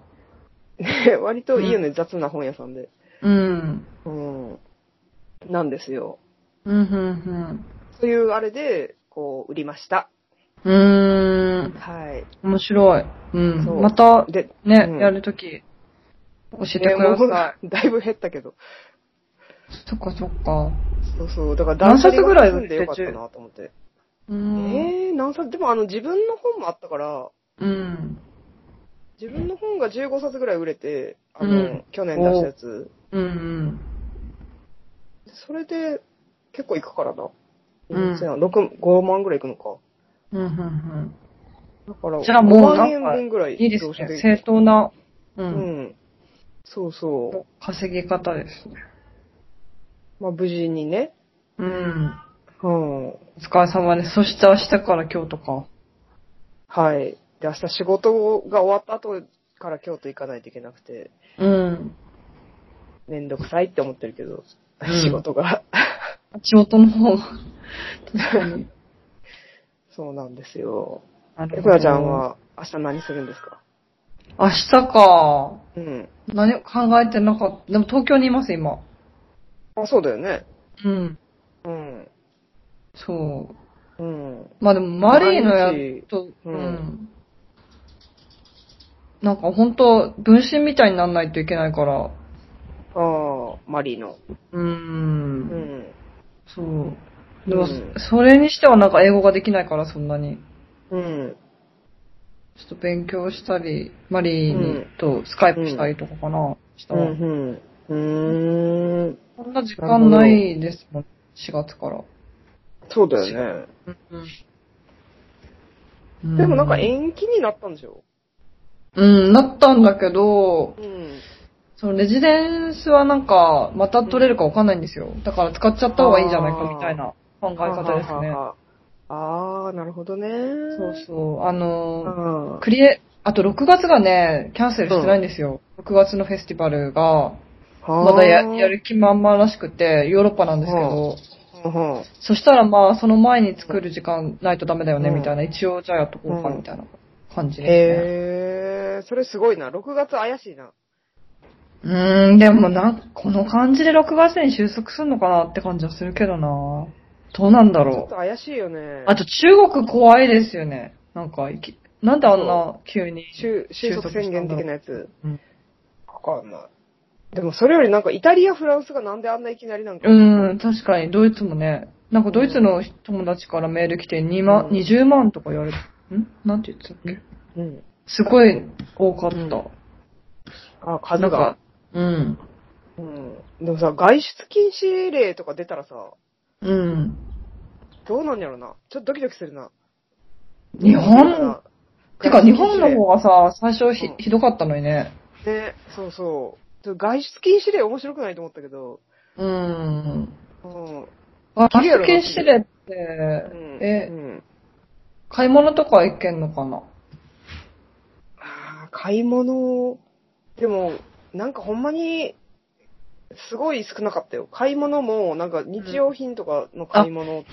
[SPEAKER 2] で 割といいよね、雑な本屋さんで。
[SPEAKER 1] うん。
[SPEAKER 2] うん。なんですよ。
[SPEAKER 1] うん、うん、
[SPEAKER 2] そういうあれで、こう、売りました。
[SPEAKER 1] うん。うーん。
[SPEAKER 2] はい。
[SPEAKER 1] 面白い。うん
[SPEAKER 2] そ。う
[SPEAKER 1] また、
[SPEAKER 2] で、
[SPEAKER 1] ね、
[SPEAKER 2] うん
[SPEAKER 1] やるとき、教えて
[SPEAKER 2] ね
[SPEAKER 1] くだ
[SPEAKER 2] もう
[SPEAKER 1] さい。
[SPEAKER 2] だいぶ減ったけど。
[SPEAKER 1] そっかそっか。
[SPEAKER 2] そうそう。だから
[SPEAKER 1] 何冊ぐらい
[SPEAKER 2] 断捨離が進んでよかったなと思って。
[SPEAKER 1] う
[SPEAKER 2] え
[SPEAKER 1] ん。
[SPEAKER 2] ー、何冊でもあの、自分の本もあったから、
[SPEAKER 1] うん。
[SPEAKER 2] 自分の本が15冊ぐらい売れて、あの、
[SPEAKER 1] うん
[SPEAKER 2] 去年出したやつ。
[SPEAKER 1] うん。
[SPEAKER 2] それで、結構いくからな。
[SPEAKER 1] うん
[SPEAKER 2] そうやな6 5万ぐらいいくのか。
[SPEAKER 1] うん。うん。うん。
[SPEAKER 2] だから、
[SPEAKER 1] じゃあもう
[SPEAKER 2] 5
[SPEAKER 1] な
[SPEAKER 2] 万
[SPEAKER 1] んか
[SPEAKER 2] 円分ぐらい
[SPEAKER 1] いいです
[SPEAKER 2] どうして
[SPEAKER 1] ね。正当な、う。
[SPEAKER 2] うんん。そうそう。
[SPEAKER 1] 稼ぎ方ですね。
[SPEAKER 2] まあ、無事にね、
[SPEAKER 1] うん。
[SPEAKER 2] うん。
[SPEAKER 1] お疲れ様です。そして明日から今日とか。
[SPEAKER 2] はい。で、明日仕事が終わった後から京都行かないといけなくて、
[SPEAKER 1] うん。
[SPEAKER 2] めんどくさいって思ってるけど、
[SPEAKER 1] うん
[SPEAKER 2] 仕事 が。
[SPEAKER 1] 仕事の方が。確 かに。
[SPEAKER 2] そうなんですよ。
[SPEAKER 1] なる
[SPEAKER 2] え
[SPEAKER 1] ほ
[SPEAKER 2] く
[SPEAKER 1] ど
[SPEAKER 2] らちゃんは明日何するんですか
[SPEAKER 1] 明日か。
[SPEAKER 2] うん。
[SPEAKER 1] 何も考えてなかった。でも東京にいます、今。
[SPEAKER 2] あ、そうだよね。
[SPEAKER 1] うん。
[SPEAKER 2] うん。
[SPEAKER 1] そう。
[SPEAKER 2] うん。
[SPEAKER 1] まあでも、マリーのやっと、
[SPEAKER 2] う
[SPEAKER 1] うんん。なんか本当分身みたいになんないといけないから。
[SPEAKER 2] ああ、マリーの。
[SPEAKER 1] うー。
[SPEAKER 2] うんん。
[SPEAKER 1] そう。でも、
[SPEAKER 2] うん
[SPEAKER 1] それにしてはなんか英語ができないから、そんなに。
[SPEAKER 2] うん。
[SPEAKER 1] ちょっと勉強したり、マリー
[SPEAKER 2] う
[SPEAKER 1] に
[SPEAKER 2] ん
[SPEAKER 1] とスカイプしたりとかかな。した
[SPEAKER 2] う
[SPEAKER 1] わ
[SPEAKER 2] ん。うん。うーん。
[SPEAKER 1] そんな時間ないですもん、4月から。
[SPEAKER 2] そうだよね。
[SPEAKER 1] うん
[SPEAKER 2] でもなんか延期になったんでしょ
[SPEAKER 1] うん、なったんだけど、
[SPEAKER 2] うん。
[SPEAKER 1] そのレジデンスはなんか、また取れるかわかんないんですよ。だから使っちゃった方がいいんじゃないかみたいな考え方ですね。
[SPEAKER 2] ああ、なるほどね。
[SPEAKER 1] そうそう。あの
[SPEAKER 2] うん
[SPEAKER 1] ー、クリエ、あと6月がね、キャンセルしてないんですよ。6月のフェスティバルが、まだやや。る気満々らしくて、ヨーロッパなんですけど、
[SPEAKER 2] はあうんうん
[SPEAKER 1] そしたらまあ、その前に作る時間ないとダメだよね、
[SPEAKER 2] うん
[SPEAKER 1] みたいな。一応、じゃあやっとこうか、みたいな感じですね。
[SPEAKER 2] へえ、それすごいな。6月怪しいな。
[SPEAKER 1] うーん、でもなん、この感じで6月に収束するのかなって感じはするけどなどうなんだ
[SPEAKER 2] ちょっ
[SPEAKER 1] ろ
[SPEAKER 2] と
[SPEAKER 1] う。
[SPEAKER 2] 怪しいよね。
[SPEAKER 1] あと中国怖いですよね。なんか、いきなんであんな急に。
[SPEAKER 2] 収収束宣言的なやつ
[SPEAKER 1] うん。
[SPEAKER 2] わかんない。でもそれよりなんかイタリア、フランスがなんであんないきなりなんか。
[SPEAKER 1] うーん、確かに、ドイツもね。なんかドイツの友達からメール来て2万、
[SPEAKER 2] うん
[SPEAKER 1] 20万とか言われて、んなんて言ってたっけ
[SPEAKER 2] うん。
[SPEAKER 1] すごい多かった。
[SPEAKER 2] あ、
[SPEAKER 1] な
[SPEAKER 2] 数
[SPEAKER 1] んか
[SPEAKER 2] が。、
[SPEAKER 1] うん。
[SPEAKER 2] うん。でもさ、外出禁止令とか出たらさ、
[SPEAKER 1] うん。
[SPEAKER 2] どうなんやろな。ちょっとドキドキするな。
[SPEAKER 1] 日本、てか日本の
[SPEAKER 2] 方
[SPEAKER 1] 方がさ、最初ひ,、
[SPEAKER 2] うん
[SPEAKER 1] ひどかったのにね。
[SPEAKER 2] ね、そうそう。ちょっと外出禁止令面白くないと思ったけど、
[SPEAKER 1] う
[SPEAKER 2] う
[SPEAKER 1] ん。
[SPEAKER 2] ん。うん。
[SPEAKER 1] あ、
[SPEAKER 2] 綺麗だな
[SPEAKER 1] 禁止令って、え
[SPEAKER 2] うん、
[SPEAKER 1] 買い物とか行けんのかな
[SPEAKER 2] あー買い物、でも、なんかほんまに、すごい少なかったよ。買い物も、なんか日用品とかの買い物、
[SPEAKER 1] うん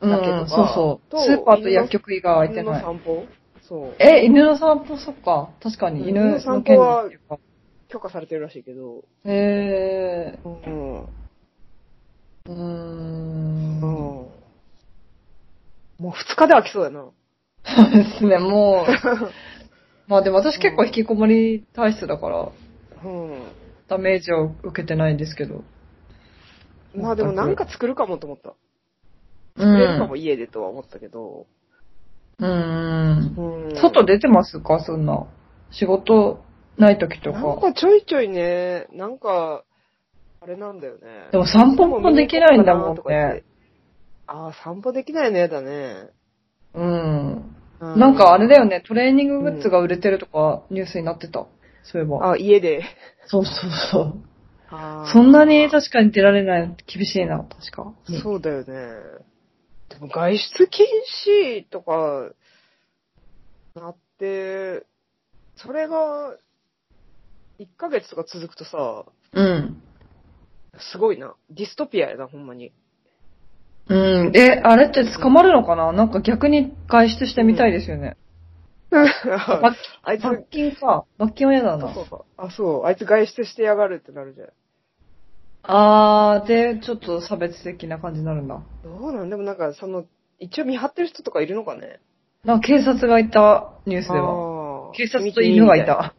[SPEAKER 2] だけど、
[SPEAKER 1] そうそう。
[SPEAKER 2] と
[SPEAKER 1] スーパーと薬局以外は行いて
[SPEAKER 2] 犬の
[SPEAKER 1] ない。
[SPEAKER 2] 散歩そう。
[SPEAKER 1] え、犬の散歩、そっか。確か
[SPEAKER 2] うん
[SPEAKER 1] に、
[SPEAKER 2] 犬
[SPEAKER 1] 犬
[SPEAKER 2] の散
[SPEAKER 1] の
[SPEAKER 2] 歩
[SPEAKER 1] 件
[SPEAKER 2] は
[SPEAKER 1] っていうか。
[SPEAKER 2] 許可されてるらしいけど、
[SPEAKER 1] へ
[SPEAKER 2] うん。
[SPEAKER 1] ー。うー。
[SPEAKER 2] うんん。もう二日で飽きそうだな。
[SPEAKER 1] そうですね、 もう。まあでも私結構引きこもり体質だから、
[SPEAKER 2] うん。
[SPEAKER 1] ダメージを受けてないんですけど。
[SPEAKER 2] まあでもなんか作るかもと思った。
[SPEAKER 1] う
[SPEAKER 2] 作れるかも
[SPEAKER 1] ん。
[SPEAKER 2] 家でとは思ったけど。
[SPEAKER 1] うん。
[SPEAKER 2] うん
[SPEAKER 1] 外出てますかそんな。仕事ない時と
[SPEAKER 2] なんか
[SPEAKER 1] か。
[SPEAKER 2] ちょいちょいね、なんか、あれなんだよね。
[SPEAKER 1] でも散歩もできないんだもん
[SPEAKER 2] とか言っ
[SPEAKER 1] ね
[SPEAKER 2] て。。ああ、散歩できないね、だね。
[SPEAKER 1] うん。
[SPEAKER 2] う
[SPEAKER 1] なんかあれだよね、トレーニンググッズが売れてるとかニュースになってた。そういえば。
[SPEAKER 2] あ、家で。
[SPEAKER 1] そうそうそう。
[SPEAKER 2] あー
[SPEAKER 1] そんなに確かに出られないの厳しいな、確か。
[SPEAKER 2] そうだよね。でも外出禁止とか、なって、それが、1ヶ月とか続くとさ、
[SPEAKER 1] うん。
[SPEAKER 2] すごいな。ディストピアやな、ほんまに。
[SPEAKER 1] うん。え、あれって捕まるのかななんか逆に外出してみたいですよね。
[SPEAKER 2] あ
[SPEAKER 1] 罰
[SPEAKER 2] いつ、
[SPEAKER 1] 罰金か。罰金は嫌だな。
[SPEAKER 2] そうかあ、そう。あいつ外出してやがるってなるじゃん。
[SPEAKER 1] あー、で、ちょっと差別的な感じになるんだ。
[SPEAKER 2] どうなんでもなんか、その、一応見張ってる人とかいるのかね
[SPEAKER 1] なんか警察がいたニュースでは。
[SPEAKER 2] あー
[SPEAKER 1] 警察と犬がい。た。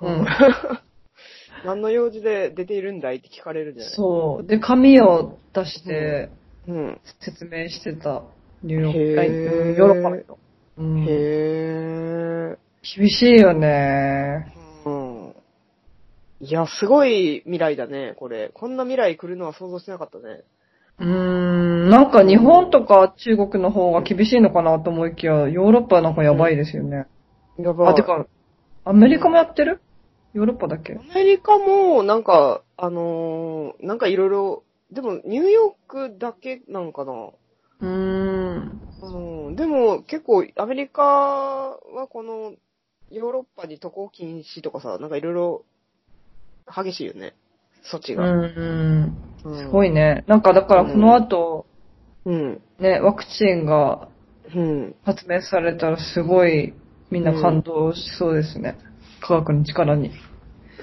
[SPEAKER 2] う
[SPEAKER 1] うんん。
[SPEAKER 2] 何の用事で出ているんだいって聞かれるじゃない
[SPEAKER 1] そう。で、紙を出して
[SPEAKER 2] うん。
[SPEAKER 1] 説明してた。ニューヨ
[SPEAKER 2] へ
[SPEAKER 1] ー
[SPEAKER 2] ー
[SPEAKER 1] ク、あヨーロッパの人。うん
[SPEAKER 2] へえ。
[SPEAKER 1] 厳しいよね。
[SPEAKER 2] うん。いや、すごい未来だね、これ。こんな未来来るのは想像してなかったね。
[SPEAKER 1] うーん、なんか日本とか中国の方が厳しいのかなと思いきや、ヨーロッパはなんかやばいですよね。
[SPEAKER 2] やばい。
[SPEAKER 1] あ、てか、アメリカもやってるヨーロッパだっけ
[SPEAKER 2] アメリカも、なんか、あのーなんかいろいろでも、ニューヨークだけなんかな。
[SPEAKER 3] うーん。
[SPEAKER 2] うん、でも結構アメリカはこのヨーロッパに渡航禁止とかさ、なんかいろいろ激しいよね。措置
[SPEAKER 1] う
[SPEAKER 2] が。
[SPEAKER 1] ん。
[SPEAKER 2] うん、
[SPEAKER 1] すごいね。なんかだからこの後、
[SPEAKER 2] うん。
[SPEAKER 1] ね、ワクチンが
[SPEAKER 2] うん。
[SPEAKER 1] 発明されたらすごいみんな感動しそうですね。科学の力に。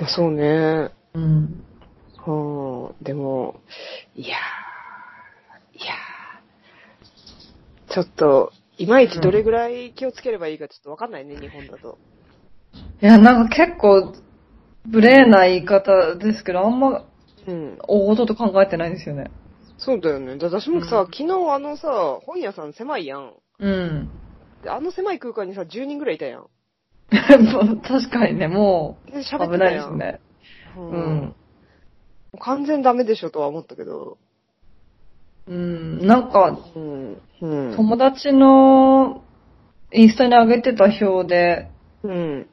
[SPEAKER 2] そうね。
[SPEAKER 1] うん。
[SPEAKER 2] うん。でも、いやー、いやー、ちょっと、いまいちどれぐらい気をつければいいかちょっとわかんないね、日本だと。
[SPEAKER 1] いや、なんか結構、無礼な言い方ですけど、あんま
[SPEAKER 2] うん。
[SPEAKER 1] 大事と考えてないですよね。
[SPEAKER 2] そうだよね。だ私もさ、
[SPEAKER 1] うん
[SPEAKER 2] 昨日あのさ、本屋さん狭いやん。
[SPEAKER 1] うん。
[SPEAKER 2] であの狭い空間にさ、10人ぐらいいたやん。
[SPEAKER 1] 確かにね、も
[SPEAKER 2] で、
[SPEAKER 1] う、
[SPEAKER 2] 喋って
[SPEAKER 1] 危
[SPEAKER 2] た
[SPEAKER 1] ないで
[SPEAKER 2] やん。
[SPEAKER 1] すね。
[SPEAKER 2] う
[SPEAKER 1] うんん。。
[SPEAKER 2] 完全ダメでしょとは思ったけど。
[SPEAKER 1] うん。なんか、
[SPEAKER 2] うん。うん。
[SPEAKER 1] 友達のインスタに上げてた表で、
[SPEAKER 2] うん。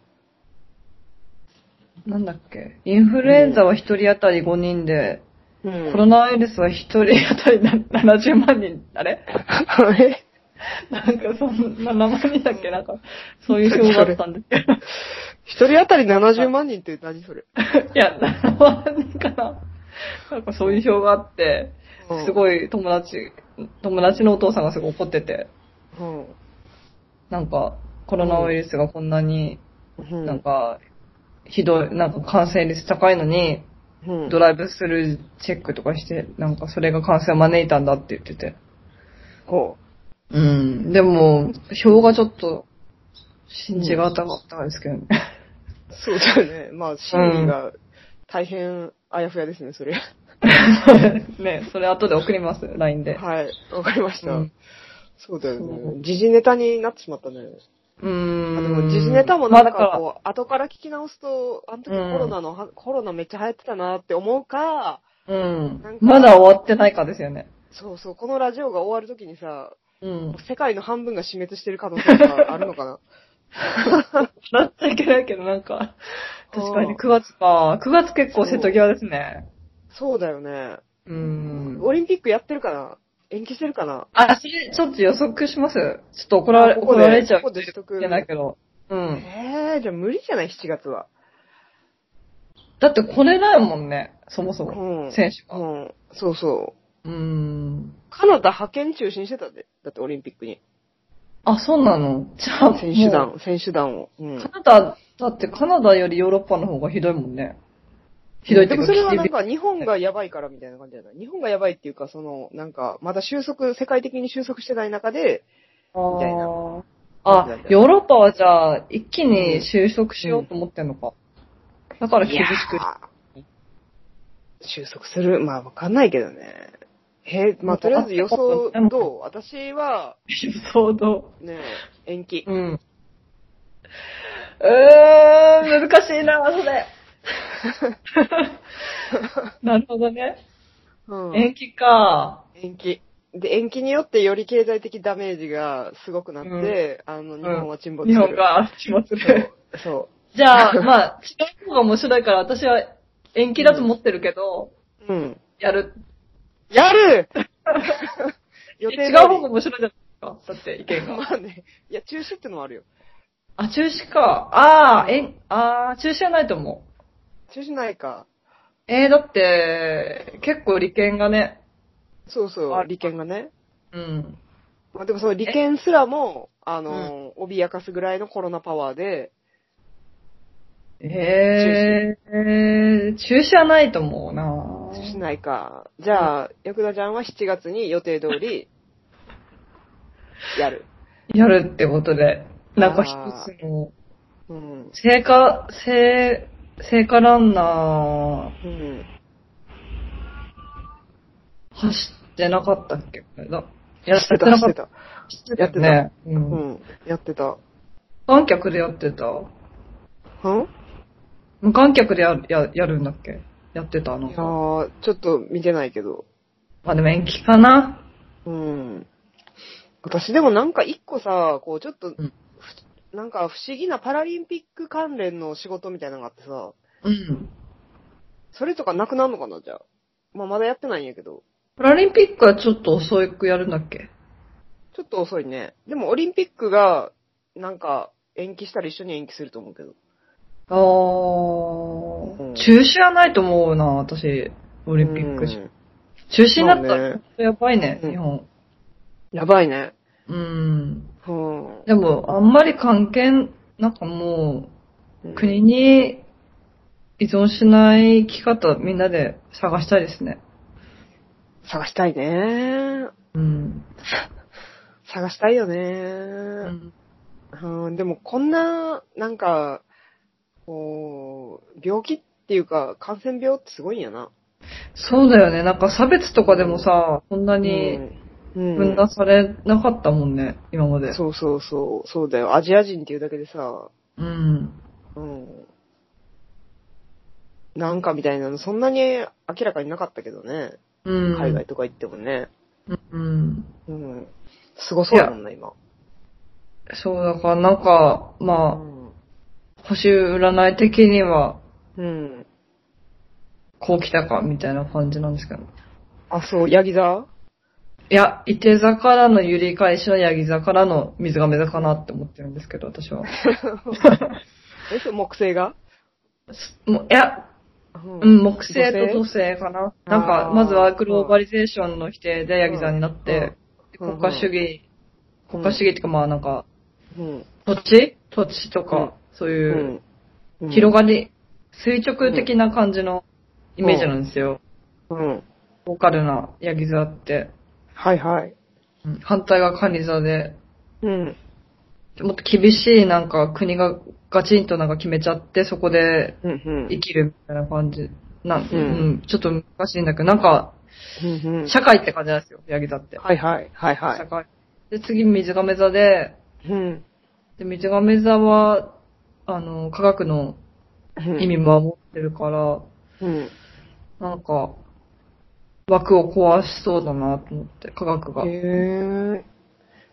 [SPEAKER 1] なんだっけ、インフルエンザは1人当たり5人で、
[SPEAKER 2] うん。
[SPEAKER 1] コロナウイルスは1人当たりな70万人、あれ
[SPEAKER 2] え
[SPEAKER 1] なんかそんな7万人だっけなんか、そういう表があったんですけど。
[SPEAKER 2] 一人当たり70万人って何 それ
[SPEAKER 1] いや、7万人かな。なんかそういう表があって、す
[SPEAKER 2] い。
[SPEAKER 1] ごい友達、友達のお父さんがすごい怒ってて、
[SPEAKER 2] うん。
[SPEAKER 1] なんかコロナウイルスがこんなに
[SPEAKER 2] うん
[SPEAKER 1] なんか、ひどい、なんか感染率高いのに、
[SPEAKER 2] うん
[SPEAKER 1] ドライブスルーチェックとかして、なんかそれが感染を招いたんだって言ってて。
[SPEAKER 2] ほ
[SPEAKER 1] うん。でも、表がちょっと、信じがたかったですけどね。
[SPEAKER 2] う。そうだよね。まあ、真理が大変あやふやですね、それ。
[SPEAKER 1] ね、それ後で送ります、LINE で。
[SPEAKER 2] はい。わかりました。
[SPEAKER 1] うん
[SPEAKER 2] そうだよ
[SPEAKER 1] そ
[SPEAKER 2] ね。時事ネタになってしまったね。
[SPEAKER 1] う
[SPEAKER 2] あ
[SPEAKER 1] ん。
[SPEAKER 2] でも時事ネタもなん
[SPEAKER 1] まあだ
[SPEAKER 2] からこう、後から聞き直すと、あの時コロナのは、コロナめっちゃ流行ってたなって思うか、
[SPEAKER 1] うん
[SPEAKER 2] なんか
[SPEAKER 1] まだ終わってないかですよね。
[SPEAKER 2] そうそう、このラジオが終わるときにさ、
[SPEAKER 1] うん。
[SPEAKER 2] 世界の半分が死滅してる可能性とかあるのかな
[SPEAKER 1] なっちゃいけないけど、なんか、確か
[SPEAKER 2] う
[SPEAKER 1] に
[SPEAKER 2] ん
[SPEAKER 1] 9月か。9月結構瀬戸際ですね。
[SPEAKER 2] そうだよね。
[SPEAKER 1] うん。
[SPEAKER 2] オリンピックやってるかな延期してるかな
[SPEAKER 1] あ、それ、ちょっと予測しますちょっと怒られ、
[SPEAKER 2] あこ
[SPEAKER 1] 怒
[SPEAKER 2] こで
[SPEAKER 1] られちゃう。
[SPEAKER 2] ここでしとく
[SPEAKER 1] いけないけど。うん。
[SPEAKER 2] ええー、じゃあ無理じゃない ?7 月は。
[SPEAKER 1] だってこれだもんね、そもそうも。
[SPEAKER 2] ん。
[SPEAKER 1] 選手が。
[SPEAKER 2] うん。そうそう。
[SPEAKER 1] うん。
[SPEAKER 2] カナダ派遣中心してたで。だってオリンピックに。
[SPEAKER 1] あ、そうなのじゃあ、
[SPEAKER 2] 選手
[SPEAKER 1] も
[SPEAKER 2] 団、選手団を。う
[SPEAKER 1] う。カ
[SPEAKER 2] ん。
[SPEAKER 1] ナダ、だってカナダよりヨーロッパの方がひどいもんね。ひどいって
[SPEAKER 2] で
[SPEAKER 1] い
[SPEAKER 2] も
[SPEAKER 1] う
[SPEAKER 2] そ
[SPEAKER 1] か
[SPEAKER 2] れはなん
[SPEAKER 1] き
[SPEAKER 2] か日本がやばいからみたいな感じじゃない日本がやばいっていうか、その、なんか、まだ収束、世界的に収束してない中で、みたいな
[SPEAKER 1] あーあ、ヨーロッパはじゃあ、一気に収束しようと思ってんのか。だから厳し
[SPEAKER 2] い
[SPEAKER 1] く。
[SPEAKER 2] やー収束するまあ、わかんないけどね。えまあ、とりあえず予想
[SPEAKER 1] でも
[SPEAKER 2] どう私は、
[SPEAKER 1] そうど
[SPEAKER 2] ね、延期。
[SPEAKER 1] う。うん。うーん、難しいな、そ れ。なるほどね。
[SPEAKER 2] うん
[SPEAKER 1] 延期か。
[SPEAKER 2] 延期。で、延期によってより経済的ダメージがすごくなって、あの、日本は沈没
[SPEAKER 1] 日
[SPEAKER 2] する。
[SPEAKER 1] 本が始末する。
[SPEAKER 2] そ
[SPEAKER 1] じゃあ、まあ、違う方が面白いから、私は延期だと思ってるけど、
[SPEAKER 2] う。うん。
[SPEAKER 1] やる。
[SPEAKER 2] や る予
[SPEAKER 1] 違う
[SPEAKER 2] 通り
[SPEAKER 1] 方が面白いじゃないですか。だって、意見 が。
[SPEAKER 2] まあね。いや、中止ってのもあるよ。
[SPEAKER 1] あ、中止か。ああ、えん、ああ、中止はないと思う。
[SPEAKER 2] 中止ないか。
[SPEAKER 1] えー、だって、結構利権がね、
[SPEAKER 2] そうそ
[SPEAKER 1] あ
[SPEAKER 2] う、利権がね。
[SPEAKER 1] うん。
[SPEAKER 2] まあでもその利権すらも、あのー、脅かすぐらいのコロナパワーで、
[SPEAKER 1] えー、中止はないと思うな
[SPEAKER 2] 中止ないか。じゃあ、役田ちゃんは7月に予定通 り、やる。
[SPEAKER 1] やるってことで、なんか一つの、
[SPEAKER 2] うん。
[SPEAKER 1] 聖火、聖、聖火ランナー、
[SPEAKER 2] うん。
[SPEAKER 1] 走ってなかったっけこれだ。や
[SPEAKER 2] や
[SPEAKER 1] ってなかった。
[SPEAKER 2] た。
[SPEAKER 1] や
[SPEAKER 2] や
[SPEAKER 1] っ
[SPEAKER 2] っててた
[SPEAKER 1] たね。う。
[SPEAKER 2] うんん。やってた。
[SPEAKER 1] 観客でやってた。
[SPEAKER 2] うん
[SPEAKER 1] 無観客でやややるんだっけやってたの
[SPEAKER 2] いやー、ちょっと見てないけど。
[SPEAKER 1] まあでも延期かな。
[SPEAKER 2] うん。私でもなんか一個さ、こうちょっと、
[SPEAKER 1] うん
[SPEAKER 2] ふなんか不思議なパラリンピック関連の仕事みたいなのがあってさ、
[SPEAKER 1] うん。
[SPEAKER 2] それとかなくなるのかな、じゃあ。まあ、まだやってないんやけど、
[SPEAKER 1] パラリンピックはちょっと遅くやるんだっけ
[SPEAKER 2] ちょっと遅いね。でもオリンピックが、なんか、延期したら一緒に延期すると思うけど。
[SPEAKER 1] あー、
[SPEAKER 2] うん
[SPEAKER 1] 中止はないと思うな、私、オリンピック、
[SPEAKER 2] うん
[SPEAKER 1] 中止になった
[SPEAKER 2] そう
[SPEAKER 1] ら、
[SPEAKER 2] ね
[SPEAKER 1] やばいね、
[SPEAKER 2] うん
[SPEAKER 1] 日本。
[SPEAKER 2] やばいね。
[SPEAKER 1] うん。
[SPEAKER 2] うん。
[SPEAKER 1] でも、あんまり関係、なんかも
[SPEAKER 2] うん
[SPEAKER 1] う、国に依存しない生き方、みんなで探したいですね。
[SPEAKER 2] 探したいね。
[SPEAKER 1] うん。
[SPEAKER 2] 探したいよ
[SPEAKER 1] う
[SPEAKER 2] ね。
[SPEAKER 1] ん、
[SPEAKER 2] うん。でもこんな、なんか、こう、病気っていうか、感染病ってすごいんやな。
[SPEAKER 1] そうだよね、なんか差別とかでもさ、こんなに
[SPEAKER 2] うん、う
[SPEAKER 1] 分
[SPEAKER 2] ん。
[SPEAKER 1] 断されなかったもんね、今まで。
[SPEAKER 2] そうそうそう。そうだよ。アジア人っていうだけでさ、
[SPEAKER 1] うん。
[SPEAKER 2] うん。なんかみたいなの、そんなに明らかになかったけどね。
[SPEAKER 1] うん。
[SPEAKER 2] 海外とか行ってもね。
[SPEAKER 1] うん。
[SPEAKER 2] うん。すごそうだもんな、今。
[SPEAKER 1] そう、だからなんか、
[SPEAKER 2] う
[SPEAKER 1] ま
[SPEAKER 2] ん。
[SPEAKER 1] あ、星占い的には、
[SPEAKER 2] うん。
[SPEAKER 1] こう来たか、みたいな感じなんですけど。
[SPEAKER 2] あ、そう、ヤギ座
[SPEAKER 1] いや、伊手座からのゆり返しのヤギ座からの水亀座かなって思ってるんですけど、私は。
[SPEAKER 2] え、そう、木星が
[SPEAKER 1] もういや、
[SPEAKER 2] うん
[SPEAKER 1] うん、木星
[SPEAKER 2] 土
[SPEAKER 1] と土星かな。
[SPEAKER 2] あー
[SPEAKER 1] なんか、まずはグローバリゼーションの否定でヤギ座になって、
[SPEAKER 2] うんうん
[SPEAKER 1] 国家主義、国家主義っていうかまあなんか、
[SPEAKER 2] うん。
[SPEAKER 1] 土地土地と
[SPEAKER 2] うん
[SPEAKER 1] か、そう
[SPEAKER 2] う
[SPEAKER 1] いう、
[SPEAKER 2] ん。うん
[SPEAKER 1] 広がり、垂直的な感じのイメージなんですよ。
[SPEAKER 2] うん。
[SPEAKER 1] ボーカルなヤギ座って。
[SPEAKER 2] はいはい。
[SPEAKER 1] 反対がカニ座で、
[SPEAKER 2] うん。
[SPEAKER 1] もっと厳しいなんか国がガチンとなんか決めちゃって、そこで
[SPEAKER 2] うんうん。
[SPEAKER 1] 生きるみたいな感じ。なん、
[SPEAKER 2] う
[SPEAKER 1] うんん、ちょっと難しいんだけど、なんか、
[SPEAKER 2] うんうん
[SPEAKER 1] 社会って感じなんですよ、ヤギ座って。
[SPEAKER 2] はいはい。はいは
[SPEAKER 1] 社会。で、次、水亀座で、
[SPEAKER 2] い。うん。
[SPEAKER 1] で、水亀座は、あの、科学の
[SPEAKER 2] うん
[SPEAKER 1] 意味も守ってるから、
[SPEAKER 2] うん。
[SPEAKER 1] なんか、枠を壊しそうだなと思って、科学が。
[SPEAKER 2] へえ。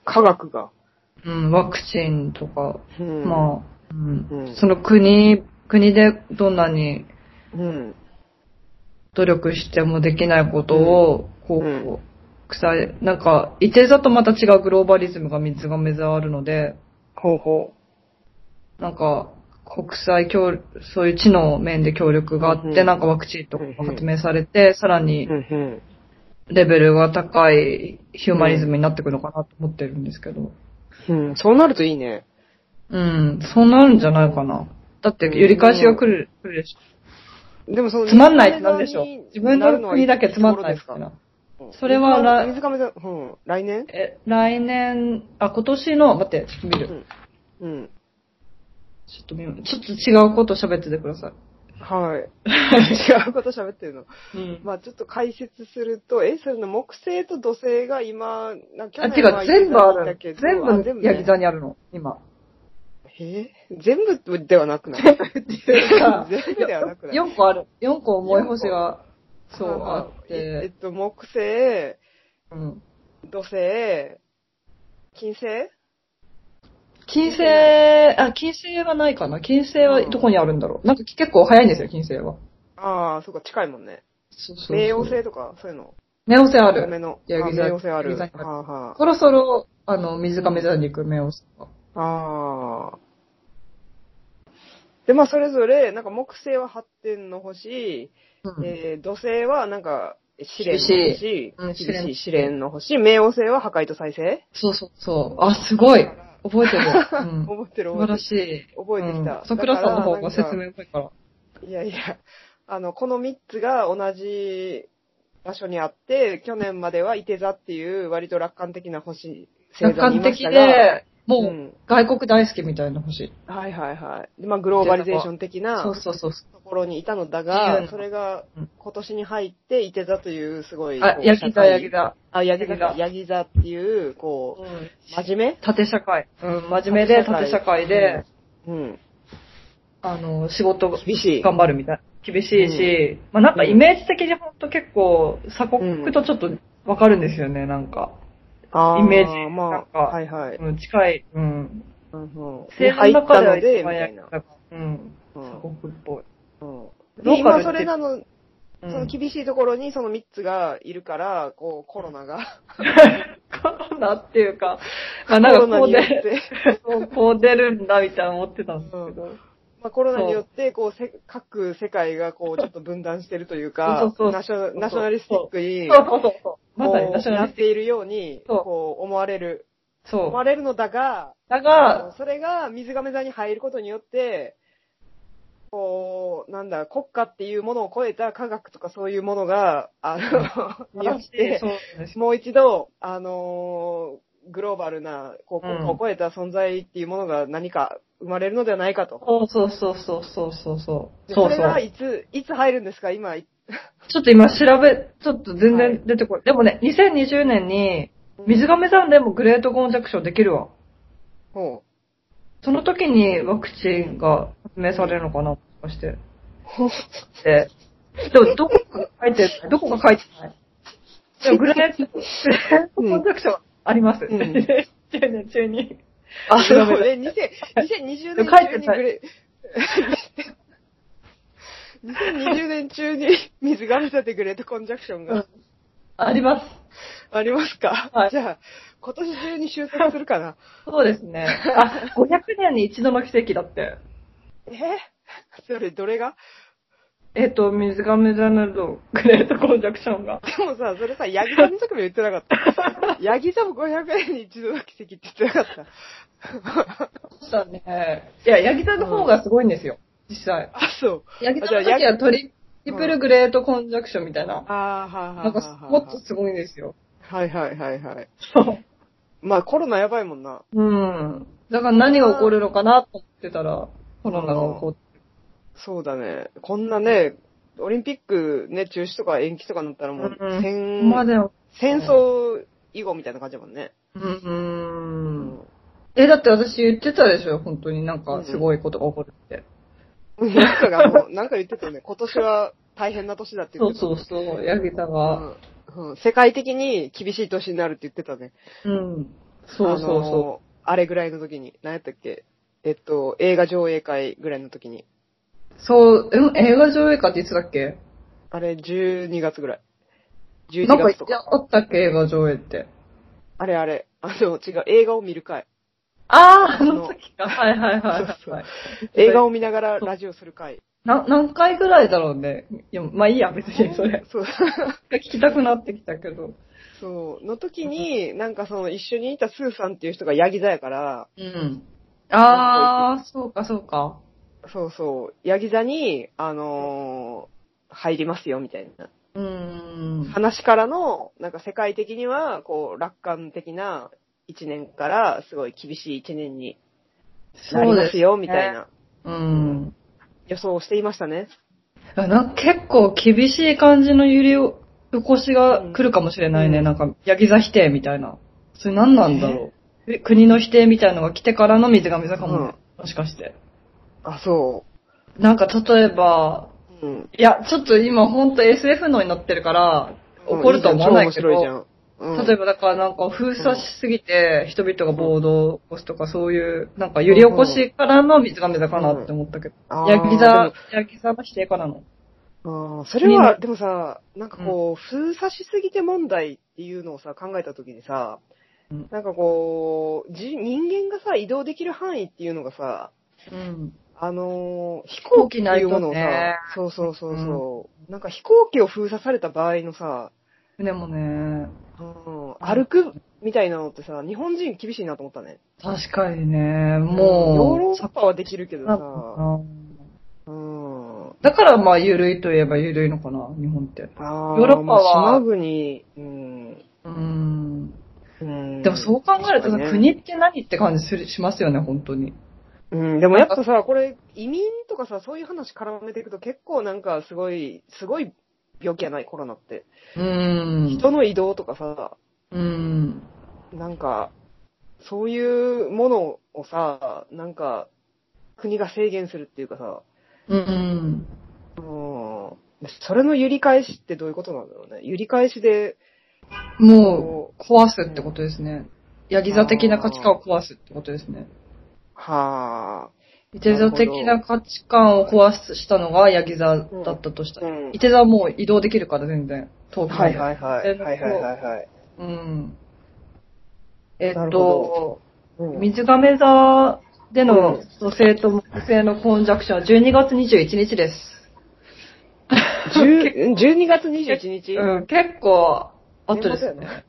[SPEAKER 2] 科学が。
[SPEAKER 1] うん、ワクチンとか、
[SPEAKER 2] うん。
[SPEAKER 1] まあ、うん
[SPEAKER 2] うん
[SPEAKER 1] その国、国でどんなに
[SPEAKER 2] うん。
[SPEAKER 1] 努力してもできないことを、こう、
[SPEAKER 2] う
[SPEAKER 1] 臭い、なんか、一定座とまた違うグローバリズムが水が目ざあるので、
[SPEAKER 2] ほうほ
[SPEAKER 1] なんか、国際協力、そういう知の面で協力があって、
[SPEAKER 2] うん
[SPEAKER 1] なんかワクチンとか
[SPEAKER 2] うん
[SPEAKER 1] が発明されて、さら
[SPEAKER 2] う。
[SPEAKER 1] に
[SPEAKER 2] うんうん。
[SPEAKER 1] レベルが高いヒューマニズムになってくのかなと思ってるんですけど。
[SPEAKER 2] うん、そうなるといいね。
[SPEAKER 1] うん、そうなるんじゃないかな。だって、揺り返しが来る、来るでしょ。
[SPEAKER 2] でもその、
[SPEAKER 1] つまんないってなんでしょ
[SPEAKER 2] 水。
[SPEAKER 1] 自
[SPEAKER 2] 亀
[SPEAKER 1] 分
[SPEAKER 2] 座になる
[SPEAKER 1] の国だけつまんない
[SPEAKER 2] いつ
[SPEAKER 1] です
[SPEAKER 2] 頃
[SPEAKER 1] か
[SPEAKER 2] で
[SPEAKER 1] ら。
[SPEAKER 2] すか
[SPEAKER 1] それはら
[SPEAKER 2] 水亀座、うん、来年
[SPEAKER 1] え、来年、あ、今年の、待って、ちょっと見る。
[SPEAKER 2] うん。
[SPEAKER 1] ちょっと見る。ちょっと違うこと喋っててくださ
[SPEAKER 2] はい。違うこと喋ってるの。
[SPEAKER 1] い。うん。
[SPEAKER 2] まあちょっと解説すると、え、それの木星と土星が今、な去
[SPEAKER 1] あ、て
[SPEAKER 2] 年は
[SPEAKER 1] か、全部あ
[SPEAKER 2] だ
[SPEAKER 1] る
[SPEAKER 2] け。ど
[SPEAKER 1] 全
[SPEAKER 2] あ
[SPEAKER 1] 部、ヤギ
[SPEAKER 2] ね
[SPEAKER 1] 座にあるの、 今。
[SPEAKER 2] え全部ではな くない全部ではなくない
[SPEAKER 1] 4個ある。4個重い星が、そ
[SPEAKER 2] なん
[SPEAKER 1] う、
[SPEAKER 2] か
[SPEAKER 1] あっ。
[SPEAKER 2] ええってと、木星、
[SPEAKER 1] うん。
[SPEAKER 2] 土星、金星
[SPEAKER 1] 金星、あ、金星はないかな。金星はどこにあるんだろう。なんか結構早いんですよ、金星は。
[SPEAKER 2] ああ、そうか、近いもんね。
[SPEAKER 1] そうそうそう。
[SPEAKER 2] 冥王星とか、そういうの。
[SPEAKER 1] 冥王星あ
[SPEAKER 2] 多め
[SPEAKER 1] る。
[SPEAKER 2] の。あ
[SPEAKER 1] ヤギ座
[SPEAKER 2] 冥王星ある。
[SPEAKER 1] ヤギ座
[SPEAKER 2] は
[SPEAKER 1] にある
[SPEAKER 2] あ、は
[SPEAKER 1] そろそろ、あの、水亀座に行く冥王星が。
[SPEAKER 2] あ、ああ。で、まあ、それぞれ、なんか木星は発展の星、
[SPEAKER 1] うん。
[SPEAKER 2] えー土星はなんか試練の星、
[SPEAKER 1] うん試練
[SPEAKER 2] 厳しい試練の星、冥王星は破壊と再生。
[SPEAKER 1] そうそうそう。あ、すごい。覚えてる。 うん。
[SPEAKER 2] 覚えてる
[SPEAKER 1] 素晴
[SPEAKER 2] 覚え
[SPEAKER 1] ら
[SPEAKER 2] て
[SPEAKER 1] しい。
[SPEAKER 2] る。覚えてきた。
[SPEAKER 1] 桜さんの方
[SPEAKER 2] だ
[SPEAKER 1] が
[SPEAKER 2] から
[SPEAKER 1] 説明うまいから。
[SPEAKER 2] いやいや、あの、この3つが同じ場所にあって、去年までは伊手座っていう割と楽観的な星、星
[SPEAKER 1] 楽
[SPEAKER 2] 座にい
[SPEAKER 1] 観
[SPEAKER 2] まし
[SPEAKER 1] 的
[SPEAKER 2] たが、
[SPEAKER 1] で、もう、
[SPEAKER 2] うん、
[SPEAKER 1] 外国大好きみたいな星。
[SPEAKER 2] はいはいはい。でまあ、グローバリゼーション的な
[SPEAKER 1] そうそうそうそ
[SPEAKER 2] ところにいたのだ
[SPEAKER 1] 自由
[SPEAKER 2] が、
[SPEAKER 1] な
[SPEAKER 2] それが
[SPEAKER 1] うん。
[SPEAKER 2] 今年に入って、伊手座というすごいうこう。
[SPEAKER 1] あ、ヤギ座、ヤギ
[SPEAKER 2] 座。
[SPEAKER 1] 座。
[SPEAKER 2] あ、ヤギ座
[SPEAKER 1] ヤ
[SPEAKER 2] か
[SPEAKER 1] ギ。座
[SPEAKER 2] ヤギ座っていう、こう、真面
[SPEAKER 1] 縦社会。うん、真面目で縦社会で、
[SPEAKER 2] 目うん。
[SPEAKER 1] あの、仕事
[SPEAKER 2] 厳しい。
[SPEAKER 1] 頑張るみたいな。厳しいし、まあなんかイメージ的にほんと結構鎖国とちょっとわかるんですよね、なんか。
[SPEAKER 2] あ
[SPEAKER 1] イメージな
[SPEAKER 2] ま
[SPEAKER 1] ん
[SPEAKER 2] あ、
[SPEAKER 1] か
[SPEAKER 2] はいはい。
[SPEAKER 1] うん、近い。うん。
[SPEAKER 2] うんうん
[SPEAKER 1] 政治の中では一
[SPEAKER 2] 入ったので、み
[SPEAKER 1] 番
[SPEAKER 2] た
[SPEAKER 1] や
[SPEAKER 2] いな。
[SPEAKER 1] うん。
[SPEAKER 2] うん
[SPEAKER 1] 鎖国っぽい。
[SPEAKER 2] うん
[SPEAKER 1] ロ
[SPEAKER 2] で
[SPEAKER 1] ーカル
[SPEAKER 2] 今
[SPEAKER 1] って
[SPEAKER 2] それなの、
[SPEAKER 1] う
[SPEAKER 2] その
[SPEAKER 1] ん、
[SPEAKER 2] 厳しいところにその3つがいるから、こう、コロナが、
[SPEAKER 1] コロナっていうか、まあ
[SPEAKER 2] コ
[SPEAKER 1] な
[SPEAKER 2] ロ
[SPEAKER 1] んか
[SPEAKER 2] ナ
[SPEAKER 1] こう
[SPEAKER 2] によっ
[SPEAKER 1] で、
[SPEAKER 2] て、
[SPEAKER 1] そうこう出るんだみたいな思ってたんですけど。
[SPEAKER 2] まあ、コロナによって、こうせ、各世界が、こう、ちょっと分断してるというか、
[SPEAKER 1] そうそうそう
[SPEAKER 2] ナショナショナリスティックに、
[SPEAKER 1] そうそうそうそう。まさに
[SPEAKER 2] こう
[SPEAKER 1] ナショナ
[SPEAKER 2] な
[SPEAKER 1] リ
[SPEAKER 2] っ
[SPEAKER 1] テ
[SPEAKER 2] ているように、
[SPEAKER 1] そう
[SPEAKER 2] こう、思われる。
[SPEAKER 1] ィそ
[SPEAKER 2] 思わ
[SPEAKER 1] う。
[SPEAKER 2] れるのだが、
[SPEAKER 1] だが、
[SPEAKER 2] それが水亀座に入ることによって、こう、なんだ、国家っていうものを超えた科学とかそういうものが、あの、によって
[SPEAKER 1] そ、うなんですよ。
[SPEAKER 2] もう一度、あのーグローバルな、こう、
[SPEAKER 1] うん
[SPEAKER 2] 国家を超えた存在っていうものが何か生まれるのではないかと。
[SPEAKER 1] そうそうそうそうそうそう。
[SPEAKER 2] で
[SPEAKER 1] そ
[SPEAKER 2] そう
[SPEAKER 1] そ
[SPEAKER 2] れが
[SPEAKER 1] う。
[SPEAKER 2] いつ、いつ入るんですか今、
[SPEAKER 1] ちょっと今調べ、ちょっと全
[SPEAKER 2] は
[SPEAKER 1] 然
[SPEAKER 2] い
[SPEAKER 1] 出てこない。でもね、2020年に、水
[SPEAKER 2] が、
[SPEAKER 1] 亀山でもグレートコンジャクションできるわ。
[SPEAKER 2] ほ
[SPEAKER 1] その時にワクチンが発明されるのかなもしかして。 で、でもどこか書いてる、どこか書いてない。でもグレート、グレートコンジャクションあります。
[SPEAKER 2] うん
[SPEAKER 1] 2020年中に。
[SPEAKER 2] うあ、そう
[SPEAKER 1] 水亀
[SPEAKER 2] ね。2000 2020
[SPEAKER 1] で
[SPEAKER 2] 年
[SPEAKER 1] も書い
[SPEAKER 2] 中
[SPEAKER 1] てない
[SPEAKER 2] にグレ、2020年 中に水が座ってグレートコンジャクション
[SPEAKER 1] う
[SPEAKER 2] が
[SPEAKER 1] んあります。
[SPEAKER 2] ありますか、
[SPEAKER 1] はい
[SPEAKER 2] じゃあ、今年中に収束するかな
[SPEAKER 1] そうですね。あ、500年に一度の奇跡だって。
[SPEAKER 2] えそれ、どれが
[SPEAKER 1] えっ、と、水亀座など、グレートコンジャクションが。
[SPEAKER 2] でもさ、それさ、ヤギ座の時も言ってなか った。ヤギ座も500円に一度の奇跡って言ってなかった。
[SPEAKER 1] そうだね。いや、ヤギ座の方がすごいんですよ。実際。
[SPEAKER 2] あ、そう。
[SPEAKER 1] ヤギ座の
[SPEAKER 2] あじゃあ
[SPEAKER 1] 時
[SPEAKER 2] ヤ
[SPEAKER 1] はトリトリプルグレートコンジャクションみたいな。
[SPEAKER 2] あーはあ、はあ、はあ。
[SPEAKER 1] なんか、もっとすごいんですよ。
[SPEAKER 2] はいはいはいはい。
[SPEAKER 1] そう。
[SPEAKER 2] まあコロナやばいもんな。
[SPEAKER 1] うん。だから何が起こるのかなと思ってたら、コロナが起こって。
[SPEAKER 2] そうだね。こんなね、オリンピックね、中止とか延期とかになったらもう、
[SPEAKER 1] うん
[SPEAKER 2] 戦
[SPEAKER 1] まあでも、
[SPEAKER 2] 戦争以後みたいな感じだもんね。
[SPEAKER 1] うん。え、だって私言ってたでしょ、本当になんかすごいことが起こるって。
[SPEAKER 2] なんかがもう、なんか言ってたよね。今年は大変な年だって
[SPEAKER 1] そ
[SPEAKER 2] 言っ
[SPEAKER 1] う
[SPEAKER 2] てた。
[SPEAKER 1] そうそう、ヤギ座
[SPEAKER 2] う
[SPEAKER 1] が。
[SPEAKER 2] んうん世界的に厳しい年になるって言ってたね。
[SPEAKER 1] うん。そうそう
[SPEAKER 2] あ
[SPEAKER 1] そ
[SPEAKER 2] のーあれぐらいの時に、何やったっけえっと、映画上映会ぐらいの時に。
[SPEAKER 1] う。そう、うん映画上映会っていつだっけ
[SPEAKER 2] あれ、12月ぐらい。11
[SPEAKER 1] なんか
[SPEAKER 2] 月とか。
[SPEAKER 1] あったっけ映画上映って。
[SPEAKER 2] あれあれ。あの、違う、映画を見る会。
[SPEAKER 1] ああ、あ
[SPEAKER 2] あ
[SPEAKER 1] の
[SPEAKER 2] の
[SPEAKER 1] 時か。はいはいはい
[SPEAKER 2] そうそう
[SPEAKER 1] はい。
[SPEAKER 2] 映画を見ながらラジオする会。
[SPEAKER 1] な何回ぐらいだろうね。いや、まあいいや、別にそれ。
[SPEAKER 2] そう。
[SPEAKER 1] 聞きたくなってきたけど。
[SPEAKER 2] そう。の時に、なんかその、一緒にいたスーさんっていう人がヤギ座やから、
[SPEAKER 1] うん。ああ、そうかそうか。
[SPEAKER 2] そうそう、ヤギ座に、あのー入りますよ、みたいな。
[SPEAKER 1] うーん。
[SPEAKER 2] 話からの、なんか世界的には、こう、楽観的な一年から、すごい厳しい一年になりますよ、みたい。な
[SPEAKER 1] うん。
[SPEAKER 2] 予想をしていましたね。
[SPEAKER 1] あなんか結構厳しい感じの揺りを、起こしが来るかもしれないね。
[SPEAKER 2] うん
[SPEAKER 1] なんか、ヤギ座否定みたいな。それ何なんだろう。え国の否定みたいのが来てからの水亀座かもね。もしかして。
[SPEAKER 2] あ、そ
[SPEAKER 1] なんか例えば、
[SPEAKER 2] う。うん。
[SPEAKER 1] いや、ちょっと今ほんと SF のになってるから、怒るとは思わないけど、
[SPEAKER 2] 超面白いじゃん。うん、
[SPEAKER 1] 例えばだからなんか封鎖しすぎて人々が暴動を起こすとかそういう、なんか揺り起こしからの水亀座かなって思ったけど、
[SPEAKER 2] あー
[SPEAKER 1] ヤギ座、ヤギ座の否定からの。
[SPEAKER 2] でもあーそれは、でもさ、なんかこう、封鎖しすぎて問題っていうのをさ、考えたときにさ
[SPEAKER 1] うん、
[SPEAKER 2] なんかこう、じ人間がさ、移動できる範囲っていうのがさ、
[SPEAKER 1] うん。
[SPEAKER 2] あのー飛
[SPEAKER 1] 行
[SPEAKER 2] 行
[SPEAKER 1] 機
[SPEAKER 2] 機
[SPEAKER 1] な
[SPEAKER 2] ないい
[SPEAKER 1] とね
[SPEAKER 2] ものをさ、そうそうそうそう、なんか飛行機を封鎖された場合のさ、
[SPEAKER 1] でもね、
[SPEAKER 2] うん歩くみたいなのってさ、日本人厳しいなと思ったね。
[SPEAKER 1] 確かにね、
[SPEAKER 2] ヨー
[SPEAKER 1] もう、
[SPEAKER 2] ロッパはできるけど
[SPEAKER 1] な
[SPEAKER 2] さ
[SPEAKER 1] ん、かな
[SPEAKER 2] うん。
[SPEAKER 1] だからまあ緩いといえば緩いのかな、日本って。
[SPEAKER 2] あ
[SPEAKER 1] ヨーロッパは
[SPEAKER 2] まあ島国、うん。
[SPEAKER 1] うん。
[SPEAKER 2] うん
[SPEAKER 1] でもそう考えるとさ、
[SPEAKER 2] 確かにね
[SPEAKER 1] 国って何って感じするしますよね、本当に。
[SPEAKER 2] うん、でもやっぱさ、これ、移民とかさ、そういう話絡めていくと結構なんかすごい、すごい病気やない、コロナって。
[SPEAKER 1] うん。
[SPEAKER 2] 人の移動とかさ、
[SPEAKER 1] うん。
[SPEAKER 2] なんか、そういうものをさ、なんか、国が制限するっていうかさ、
[SPEAKER 1] うん。
[SPEAKER 2] うん、それの揺り返しってどういうことなんだろうね。揺り返しで、
[SPEAKER 1] も
[SPEAKER 2] こ
[SPEAKER 1] う、壊すってことですね。ヤギ座的な価値観を壊すってことですね。
[SPEAKER 2] う、はあ、
[SPEAKER 1] 伊手座的な価値観を壊したのがヤギ座だったとしたら、
[SPEAKER 2] うんうん
[SPEAKER 1] 伊手座はもう移動できるから全然、遠くま
[SPEAKER 2] は
[SPEAKER 1] で
[SPEAKER 2] いはいはい。はいはいはいはい。
[SPEAKER 1] うん。え
[SPEAKER 2] な
[SPEAKER 1] っ
[SPEAKER 2] るほ
[SPEAKER 1] と、
[SPEAKER 2] うん
[SPEAKER 1] 水亀座で
[SPEAKER 2] う
[SPEAKER 1] の
[SPEAKER 2] ん
[SPEAKER 1] 土星と木星のコンジャクションは12月21日です。
[SPEAKER 2] 10 12月21日
[SPEAKER 1] うん、結構、後で
[SPEAKER 2] 年
[SPEAKER 1] す
[SPEAKER 2] 末や
[SPEAKER 1] ね。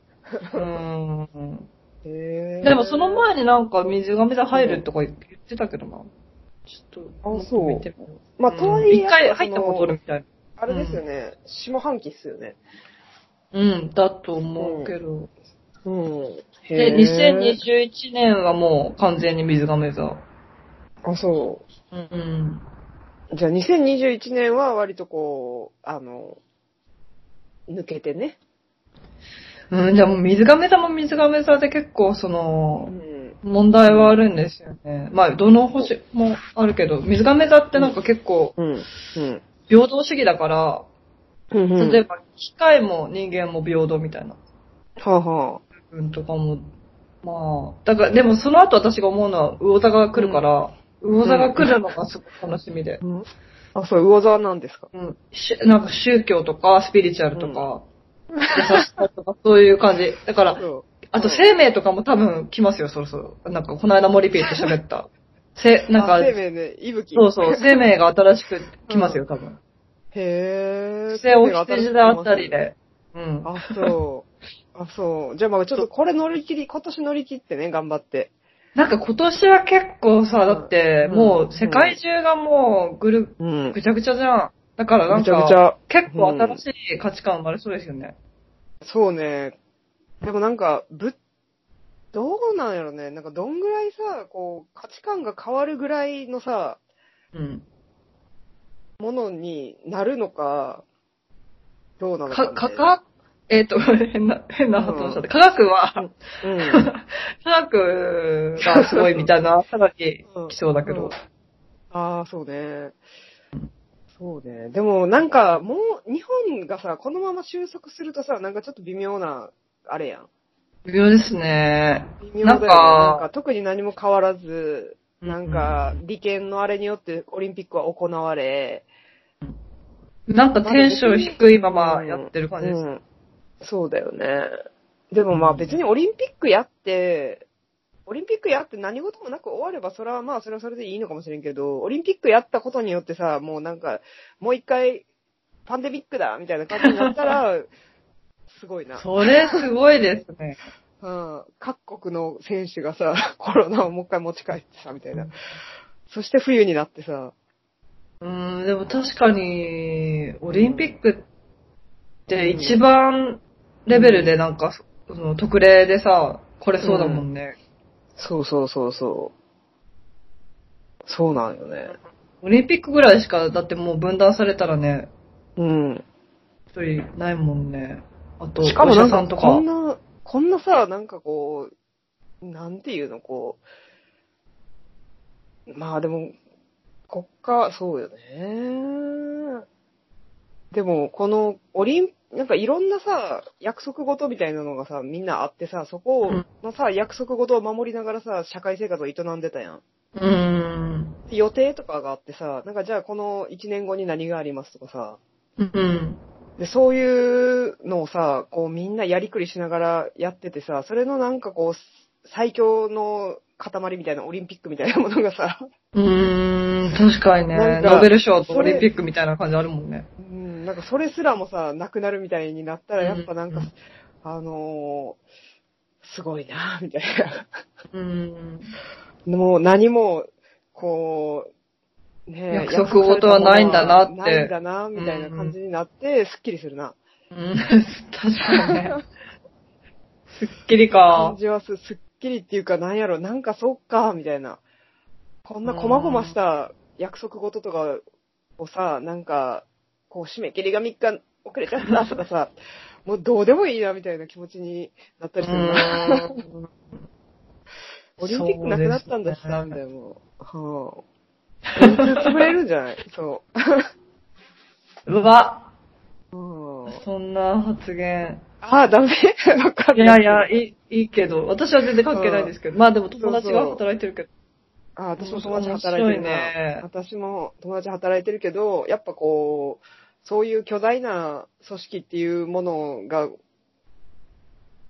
[SPEAKER 1] うん。
[SPEAKER 2] へー
[SPEAKER 1] でもその前になんか水亀座入るとか言ってたけどな。ちょっと、
[SPEAKER 2] あそう
[SPEAKER 1] もっと見てみよ
[SPEAKER 2] まあ、
[SPEAKER 1] う
[SPEAKER 2] とはいえ、
[SPEAKER 1] うん一回入ったことあるみたい。
[SPEAKER 2] あれですよね、下半期っすよね。
[SPEAKER 1] うん、だと思うけど。
[SPEAKER 2] うん。
[SPEAKER 1] で、
[SPEAKER 2] へー
[SPEAKER 1] 2021年はもう完全に水亀座。
[SPEAKER 2] あ、そ
[SPEAKER 1] うん。
[SPEAKER 2] う。じゃあ2021年は割とこう、あの、抜けてね。
[SPEAKER 1] うん、じゃあもう水亀座も水亀座で結構その、
[SPEAKER 2] ん。
[SPEAKER 1] 問題はあるんですよね。まあ、どの星もあるけど、水亀座ってなんか結構
[SPEAKER 2] うん。うん。
[SPEAKER 1] 平等主義だから、
[SPEAKER 2] うん
[SPEAKER 1] 例えば機械も人間も平等みたいな
[SPEAKER 2] はあ、は
[SPEAKER 1] 部分とかも、まあ、だからでもその後私が思うのは魚座が来るから、魚座が来るのがすごく楽しみで
[SPEAKER 2] あ。。うん、あ、そう、魚座なんですか
[SPEAKER 1] うん、しなんか宗教とかスピリチュアルとか、優しさとかそういう感じ。だから、
[SPEAKER 2] そ
[SPEAKER 1] あと
[SPEAKER 2] うん
[SPEAKER 1] 生命とかも多分来ますよ、そろそろ。なんか、この間もリピート喋った。せ、
[SPEAKER 2] う。
[SPEAKER 1] なんか
[SPEAKER 2] あ、生命ね、息吹。
[SPEAKER 1] そうそう、生命が新しく来ますよ、多分。
[SPEAKER 2] へぇー。
[SPEAKER 1] 生を羊座あたり。で。うん。
[SPEAKER 2] あ、そう。あ、そう。じゃあまあちょっとこれ乗り切り、今年乗り切ってね、頑張って。
[SPEAKER 1] なんか今年は結構さ、だって、
[SPEAKER 2] うん
[SPEAKER 1] もう世界中がもうぐる、
[SPEAKER 2] うん。
[SPEAKER 1] ぐちゃぐちゃじゃん。だからなん
[SPEAKER 2] ぐちゃぐち
[SPEAKER 1] か、
[SPEAKER 2] ゃ。
[SPEAKER 1] 結構新しい価値観生まれそうですよね。
[SPEAKER 2] そうね。でもなんか、ぶ、どうなんやろね。なんかどんぐらいさ、こう、価値観が変わるぐらいのさ、
[SPEAKER 1] うん。
[SPEAKER 2] ものになるのか、どうなのか、
[SPEAKER 1] か、
[SPEAKER 2] ね。
[SPEAKER 1] 科学、えっと、 変な、変な発音しちゃった。科学は、
[SPEAKER 2] うん。
[SPEAKER 1] 科学がすごいみたい な、さらに来そうだけ
[SPEAKER 2] うん
[SPEAKER 1] ど。
[SPEAKER 2] ああ、そうね。そうね。でもなんか、もう、日本がさ、このまま収束するとさ、なんかちょっと微妙な、あれやん。
[SPEAKER 1] 微妙ですね。
[SPEAKER 2] 微妙だよね。
[SPEAKER 1] なんか
[SPEAKER 2] なんか特に何も変わらず、なんか、利権のあれによってオリンピックは行われ、
[SPEAKER 1] なんかテンション低いままやってる感じです。
[SPEAKER 2] うんそうだよね。でもまあ別にオリンピックやって、オリンピックやって何事もなく終われば、それはまあそれはそれでいいのかもしれんけど、オリンピックやったことによってさ、もうなんか、もう一回、パンデミックだみたいな感じになった ら、すごいな。
[SPEAKER 1] それすごいですね。
[SPEAKER 2] うん。各国の選手がさ、 コロナをもう一回持ち帰ってさ、みたいな。そして冬になってさ、
[SPEAKER 1] うん、でも確かに、オリンピックって一番レベルでなんか、その特例でさ、これそうだもんね。
[SPEAKER 2] そうそうそうそう。そうなんよね。
[SPEAKER 1] オリンピックぐらいしか、だってもう分断されたらね、
[SPEAKER 2] うん。
[SPEAKER 1] 一人ないもんね。あと、
[SPEAKER 2] しかも
[SPEAKER 1] お医
[SPEAKER 2] な
[SPEAKER 1] 者
[SPEAKER 2] ん
[SPEAKER 1] さ
[SPEAKER 2] か
[SPEAKER 1] んと
[SPEAKER 2] こ
[SPEAKER 1] か
[SPEAKER 2] ん。な、こんなさ、なんかこう、なんていうの、こう、まあでも、国家、そうよね。でも、この、オリン、なんかいろんなさ、約束事みたいなのがさ、みんなあってさ、そこ
[SPEAKER 1] うん
[SPEAKER 2] のさ、約束事を守りながらさ、社会生活を営んでたやん。
[SPEAKER 1] うん。
[SPEAKER 2] 予定とかがあってさ、なんかじゃあこの1年後に何がありますとかさ、
[SPEAKER 1] うん。
[SPEAKER 2] で、そういうのをさ、こうみんなやりくりしながらやっててさ、それのなんかこう、最強の塊みたいなオリンピックみたいなものが さ、
[SPEAKER 1] うん、確かにね。
[SPEAKER 2] なんか
[SPEAKER 1] ノーベル賞とオリンピックみたいな感じあるもんね。
[SPEAKER 2] うん、なんかそれすらもさ、なくなるみたいになったらやっぱなんか、
[SPEAKER 1] うん
[SPEAKER 2] あのーすごいなぁみたいな。
[SPEAKER 1] うん。
[SPEAKER 2] もう何も、こう、ね
[SPEAKER 1] 約束事はないんだなって
[SPEAKER 2] ないんだなみたいな感じになって、すっきりするな。
[SPEAKER 1] うん、確か にね。すっきり
[SPEAKER 2] 感
[SPEAKER 1] か。
[SPEAKER 2] じはすすっきりっていうか、なんやろ、なんかそっか、みたいな。こんな細々した約束事とかをさ、なんか、こう、締め切りが3日遅れちゃったとかさ、もうどうでもいいな、みたいな気持ちになったりするな。
[SPEAKER 1] うん
[SPEAKER 2] オリンピックなくなったんだしさ、
[SPEAKER 1] そう
[SPEAKER 2] みたい
[SPEAKER 1] ですね
[SPEAKER 2] な。もう。はぁ、あ。潰れるんじゃないそう
[SPEAKER 1] わ、
[SPEAKER 2] う。うん、
[SPEAKER 1] そんな発言。
[SPEAKER 2] ああ、ダメ わかん
[SPEAKER 1] いやいや、いい、いいけど、私は全然関係ないんですけど、まあでも友達が働いてるけど、
[SPEAKER 2] あ、私も友達働いてるな。
[SPEAKER 1] 面白いね
[SPEAKER 2] 私も友達働いてるけど、やっぱこう、そういう巨大な組織っていうものが、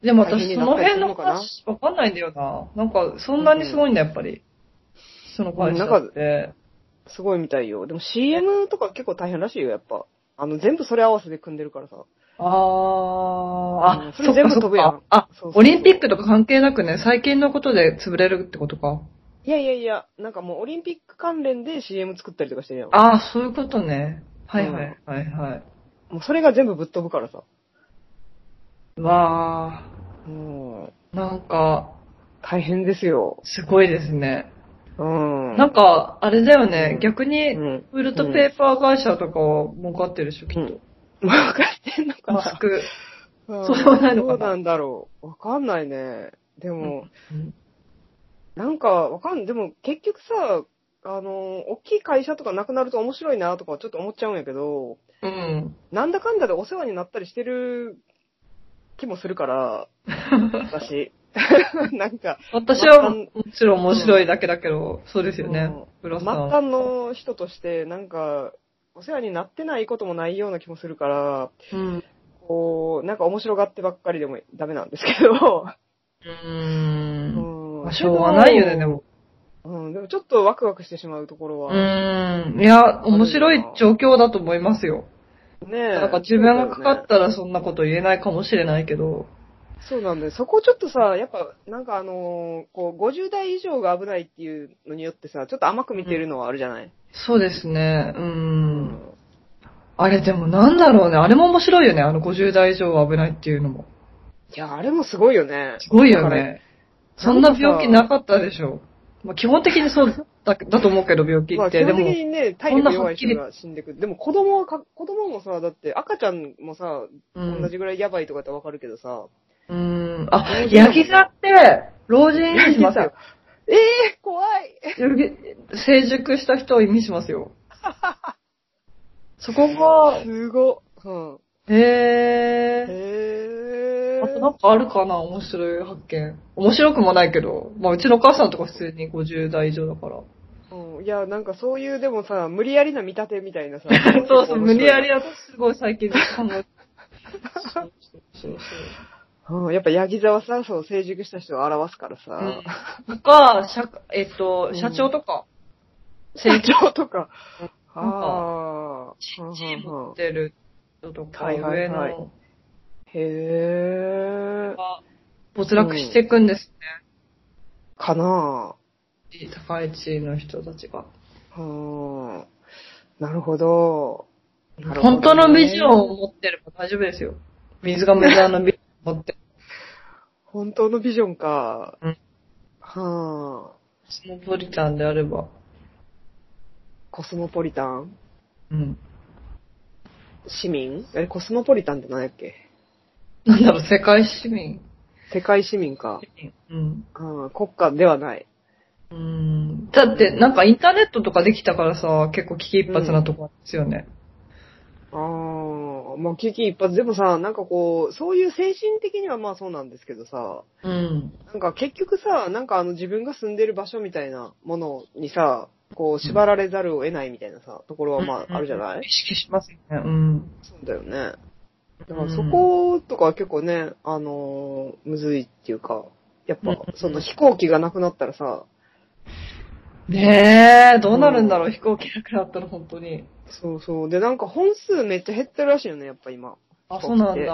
[SPEAKER 1] でも
[SPEAKER 2] 大変
[SPEAKER 1] 私
[SPEAKER 2] に
[SPEAKER 1] そ
[SPEAKER 2] な
[SPEAKER 1] の
[SPEAKER 2] ったりする
[SPEAKER 1] 辺
[SPEAKER 2] の
[SPEAKER 1] の
[SPEAKER 2] かな
[SPEAKER 1] 話わかんないんだよな。なんかそんなにすごいんだ、やっぱり。その会社って。
[SPEAKER 2] すごいみたいよ。でも CM とか結構大変らしいよ、やっぱ。あの、全部それ合わせて組んでるからさ。
[SPEAKER 1] あー、
[SPEAKER 2] う
[SPEAKER 1] あ
[SPEAKER 2] ん、それ全部
[SPEAKER 1] そっか
[SPEAKER 2] 飛ぶやん
[SPEAKER 1] そっかあ、
[SPEAKER 2] そうそう
[SPEAKER 1] オリンピックとか関係なくね、最近のことで潰れるってことか。
[SPEAKER 2] いやいやいや、なんかもうオリンピック関連で CM 作ったりとかしてるやん。
[SPEAKER 1] ああ、そういうことね。はいはいはいはい。
[SPEAKER 2] もうそれが全部ぶっ飛ぶからさ。
[SPEAKER 1] わ
[SPEAKER 2] うん。
[SPEAKER 1] あ、なんか、
[SPEAKER 2] 大変ですよ。
[SPEAKER 1] すごいですね。
[SPEAKER 2] うん。
[SPEAKER 1] なんか、あれだよね
[SPEAKER 2] う、ん
[SPEAKER 1] 逆
[SPEAKER 2] う
[SPEAKER 1] に、
[SPEAKER 2] ん。
[SPEAKER 1] ウールトペーパー会社とかは儲かってるでしょ、きっ
[SPEAKER 2] う
[SPEAKER 1] と。
[SPEAKER 2] ん。 わかってんのか
[SPEAKER 1] 薄
[SPEAKER 2] な
[SPEAKER 1] く。
[SPEAKER 2] うん
[SPEAKER 1] そうでもないのか
[SPEAKER 2] ど
[SPEAKER 1] な
[SPEAKER 2] うなんだろう。わかんないね。でも、
[SPEAKER 1] うん
[SPEAKER 2] なんかわかん、でも結局さ、あの、大きい会社とかなくなると面白いなとかちょっと思っちゃうんやけど、
[SPEAKER 1] うん。
[SPEAKER 2] なんだかんだでお世話になったりしてる気もするから、私。 なんか、
[SPEAKER 1] 私
[SPEAKER 2] 末
[SPEAKER 1] はもちろん面白いだけだけど、そうですよね。
[SPEAKER 2] 末
[SPEAKER 1] ブラスさんは。
[SPEAKER 2] 端の人として、なんか、お世話になってないこともないような気もするから、
[SPEAKER 1] うん。
[SPEAKER 2] こう、なんか面白がってばっかりでもダメなんですけど、
[SPEAKER 1] うん。
[SPEAKER 2] う
[SPEAKER 1] まあしょうがないよね、でも。
[SPEAKER 2] うん、でもちょっとワクワクしてしまうところ
[SPEAKER 1] う
[SPEAKER 2] は。
[SPEAKER 1] ーん。いや、面白い状況だと思いますよ。
[SPEAKER 2] ねえ。
[SPEAKER 1] なんか自分がかか
[SPEAKER 2] そうだよ
[SPEAKER 1] ったらそんなこと言えないかもしれないけど。
[SPEAKER 2] ねそうなんだよ。そこちょっとさ、やっぱ、なんかあのーこう、50代以上が危ないっていうのによってさ、ちょっと甘く見てるのはあるじゃない、
[SPEAKER 1] そうですね。う。。
[SPEAKER 2] うん
[SPEAKER 1] あれでもなんだろうね。あれも面白いよね。あの50代以上は危ないっていうのも。
[SPEAKER 2] いや、あれもすごいよね。
[SPEAKER 1] すごいよ
[SPEAKER 2] だから。
[SPEAKER 1] ね。そんな病気なかったでしょ。まあ、基本的にそうだだと思うけど、病気
[SPEAKER 2] ま
[SPEAKER 1] っ
[SPEAKER 2] あ、基
[SPEAKER 1] て。で
[SPEAKER 2] 本的
[SPEAKER 1] も、
[SPEAKER 2] にね、体力弱い人が死んでくる。でも子供はか、子供もさ、だって赤ちゃんもさ、
[SPEAKER 1] うん
[SPEAKER 2] 同じぐらいやばいとかってわかるけどさ。
[SPEAKER 1] うーん。あ、ヤギ座って、老人を意味しますよ。
[SPEAKER 2] ええー、怖い
[SPEAKER 1] ヤギ成熟した人を意味しま すよ。そこが、
[SPEAKER 2] すごっ。うん。
[SPEAKER 1] へー。
[SPEAKER 2] へえ。
[SPEAKER 1] あとなんかあるかな面白い発見。面白くもないけど。まあ、うちのお母さんとか普通に50代以上 だから。。
[SPEAKER 2] うんいや、なんかそういう、でもさ、無理やりな見立てみたいなさ
[SPEAKER 1] そうそう、無理やり
[SPEAKER 2] な。
[SPEAKER 1] だとすごい 最近考えて。そうそう
[SPEAKER 2] うん、やっぱ、ヤギ座はさ、そう、成熟した人を表すからさ。
[SPEAKER 1] そう。とか、社、えっと、社長とか、成
[SPEAKER 2] 成
[SPEAKER 1] 長
[SPEAKER 2] 長と か。
[SPEAKER 1] うん
[SPEAKER 2] ああ。
[SPEAKER 1] チ
[SPEAKER 2] うんう
[SPEAKER 1] ー
[SPEAKER 2] ん
[SPEAKER 1] ム
[SPEAKER 2] うん
[SPEAKER 1] ってる人とか、
[SPEAKER 2] はいはい
[SPEAKER 1] 上
[SPEAKER 2] はい
[SPEAKER 1] の
[SPEAKER 2] へえ。
[SPEAKER 1] が没落していくんです
[SPEAKER 2] かな
[SPEAKER 1] ね。高い地位の人たちが。
[SPEAKER 2] ぁ。うん。なるほど。なるほどね
[SPEAKER 1] 本当のビジョンを持ってれば大丈夫ですよ。水が無駄のビジョンを持って。
[SPEAKER 2] 本当のビジョンか。
[SPEAKER 1] うん
[SPEAKER 2] はあ。
[SPEAKER 1] コスモポリタンであれば。
[SPEAKER 2] コスモポリタン
[SPEAKER 1] うん。
[SPEAKER 2] 市民あれ、コスモポリタンって何やっけ
[SPEAKER 1] なんだろう、世界市民。
[SPEAKER 2] 世界市民か。
[SPEAKER 1] うん。
[SPEAKER 2] うん、国家ではない。
[SPEAKER 1] うん。だって、なんかインターネットとかできたからさ、結構危機一髪なとこですよね。
[SPEAKER 2] ああ、まあ、危機一発。でもさ、なんかこう、そういう精神的にはまあそうなんですけどさ、
[SPEAKER 1] うん。
[SPEAKER 2] なんか結局さ、なんかあの自分が住んでる場所みたいなものにさ、こう、縛られざるを得ないみたいなさ、ところはまああるじゃない
[SPEAKER 1] 意識しますよね。うん。
[SPEAKER 2] そうだよね。だからそことかは結構ね、あのーむずいっていうか、やっ
[SPEAKER 1] う
[SPEAKER 2] ぱ
[SPEAKER 1] ん、
[SPEAKER 2] その飛行機がなくなったらさ、
[SPEAKER 1] ねえ、どうなるんだろう、飛行機なくなったら本当に。
[SPEAKER 2] そうそう。で、なんか本数めっちゃ減ってるらしいよね、やっぱ今。
[SPEAKER 1] あ、
[SPEAKER 2] 飛行
[SPEAKER 1] そう
[SPEAKER 2] 機
[SPEAKER 1] な
[SPEAKER 2] っ
[SPEAKER 1] ん
[SPEAKER 2] て
[SPEAKER 1] だ。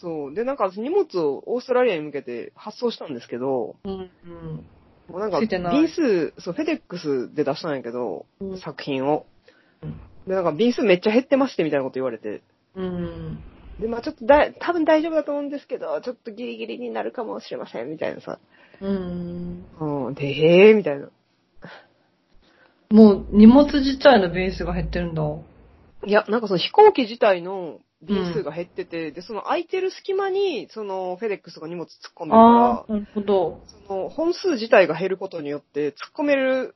[SPEAKER 2] そう。で、なんか荷物をオーストラリアに向けて発送したんですけど、
[SPEAKER 1] うん、うん。
[SPEAKER 2] もうなんか、
[SPEAKER 1] ついてない
[SPEAKER 2] 便数、そう、フェデックスで出したんやけど、
[SPEAKER 1] うん
[SPEAKER 2] 作品を
[SPEAKER 1] うん。
[SPEAKER 2] で、なんか、便数めっちゃ減ってまして、みたいなこと言われて。
[SPEAKER 1] うん。
[SPEAKER 2] で、まあちょっとだい、多分大丈夫だと思うんですけど、ちょっとギリギリになるかもしれません、みたいなさ。
[SPEAKER 1] うん。
[SPEAKER 2] うん、で、へえー、みたいな。
[SPEAKER 1] もう荷物自体のベースが減ってるんだ。
[SPEAKER 2] いや、なんかその飛行機自体の便数が減ってて、で、その空いてる隙間に、その、フェデックスが荷物突っ込んでるから
[SPEAKER 1] あ、ー、なるほど。
[SPEAKER 2] その、本数自体が減ることによって、突っ込める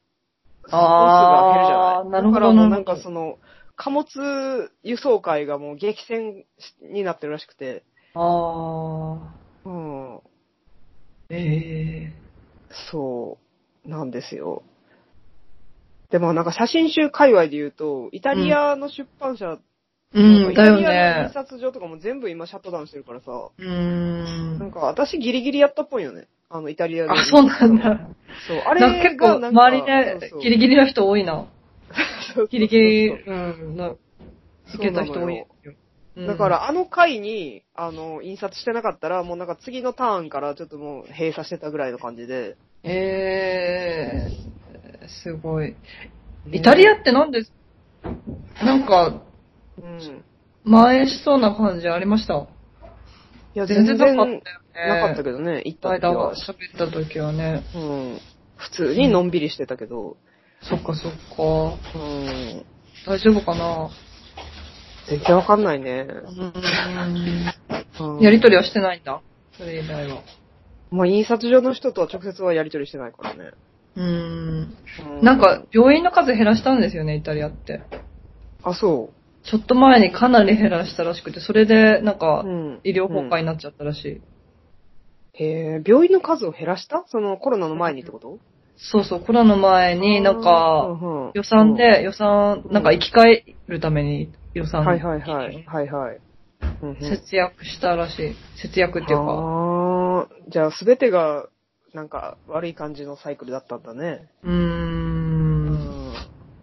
[SPEAKER 2] 本数が減るじゃ
[SPEAKER 1] あー
[SPEAKER 2] ない。
[SPEAKER 1] なる
[SPEAKER 2] だ
[SPEAKER 1] ほど
[SPEAKER 2] からもうなん
[SPEAKER 1] な
[SPEAKER 2] か
[SPEAKER 1] る
[SPEAKER 2] その、貨物輸送会がもう激戦しになってるらしくて、
[SPEAKER 1] あ
[SPEAKER 2] うん、
[SPEAKER 1] ー。ええ
[SPEAKER 2] そう、なんですよ。
[SPEAKER 1] ー。
[SPEAKER 2] でもなんか写真集界隈で言うと、イタリアの出版社、
[SPEAKER 3] うん、だよ
[SPEAKER 2] イタリアの印
[SPEAKER 3] ね。
[SPEAKER 2] 刷所とかも全部今シャットダウンしてるからさ、
[SPEAKER 3] うー
[SPEAKER 2] なん
[SPEAKER 3] ん。
[SPEAKER 2] か私ギリギリやったっぽいよね。あの、イタリアで。
[SPEAKER 3] あ、そうなんだ。
[SPEAKER 2] そう、あれ
[SPEAKER 1] なんか結構、周りでギ
[SPEAKER 2] ギ
[SPEAKER 1] リギリの人多いな。
[SPEAKER 2] リ
[SPEAKER 1] ギリギリ、うん、の、いけた人多いよ。うん
[SPEAKER 2] だか、ら、あの回に、あの、印刷してなかったら、もうなんか次のターンからちょっともう閉鎖してたぐらいの感じで。
[SPEAKER 1] えー、すごい。イタリアってなんで、なんか、
[SPEAKER 2] うん。い
[SPEAKER 1] 蔓延しそうな感じありました。
[SPEAKER 2] や、全然
[SPEAKER 1] 全然
[SPEAKER 2] な
[SPEAKER 1] な
[SPEAKER 2] かっ
[SPEAKER 1] かったた
[SPEAKER 2] よね。
[SPEAKER 1] よね。
[SPEAKER 2] なかったけどね、行った時
[SPEAKER 1] 間
[SPEAKER 2] は
[SPEAKER 1] は。喋った時はね。
[SPEAKER 2] うん。普通にのんびりしてたけど、
[SPEAKER 1] そっかそっか。
[SPEAKER 2] うん。
[SPEAKER 1] 大丈夫かな
[SPEAKER 2] 全然わかんないね。うん
[SPEAKER 1] やりとりはしてないんだ。それ以外は。
[SPEAKER 2] まあ、印刷所の人とは直接はやりとりしてないからね。
[SPEAKER 1] うーん。
[SPEAKER 2] う
[SPEAKER 1] なんか、、病院の数減らしたんですよね、イタリアって。
[SPEAKER 2] あ、そ
[SPEAKER 1] ちょっと前にかなり減らしたらしくて、それで、なん
[SPEAKER 2] う。
[SPEAKER 1] か
[SPEAKER 2] う、ん。
[SPEAKER 1] 医療崩壊になっちゃったらしい。
[SPEAKER 2] へえ、病院の数を減らしたそのコロナの前にってこと
[SPEAKER 1] そうそう、コロナの前に、なんか、
[SPEAKER 2] うんうん
[SPEAKER 1] 予算
[SPEAKER 2] うん
[SPEAKER 1] で、予算、なんか生き返るために予算
[SPEAKER 2] はいはいはい。はいはい。うんうん
[SPEAKER 1] 節約したらしい。節約っていうか。
[SPEAKER 2] あーじゃあ全てが、なんか悪い感じのサイクルだったんだね。
[SPEAKER 1] うー。
[SPEAKER 2] うんん。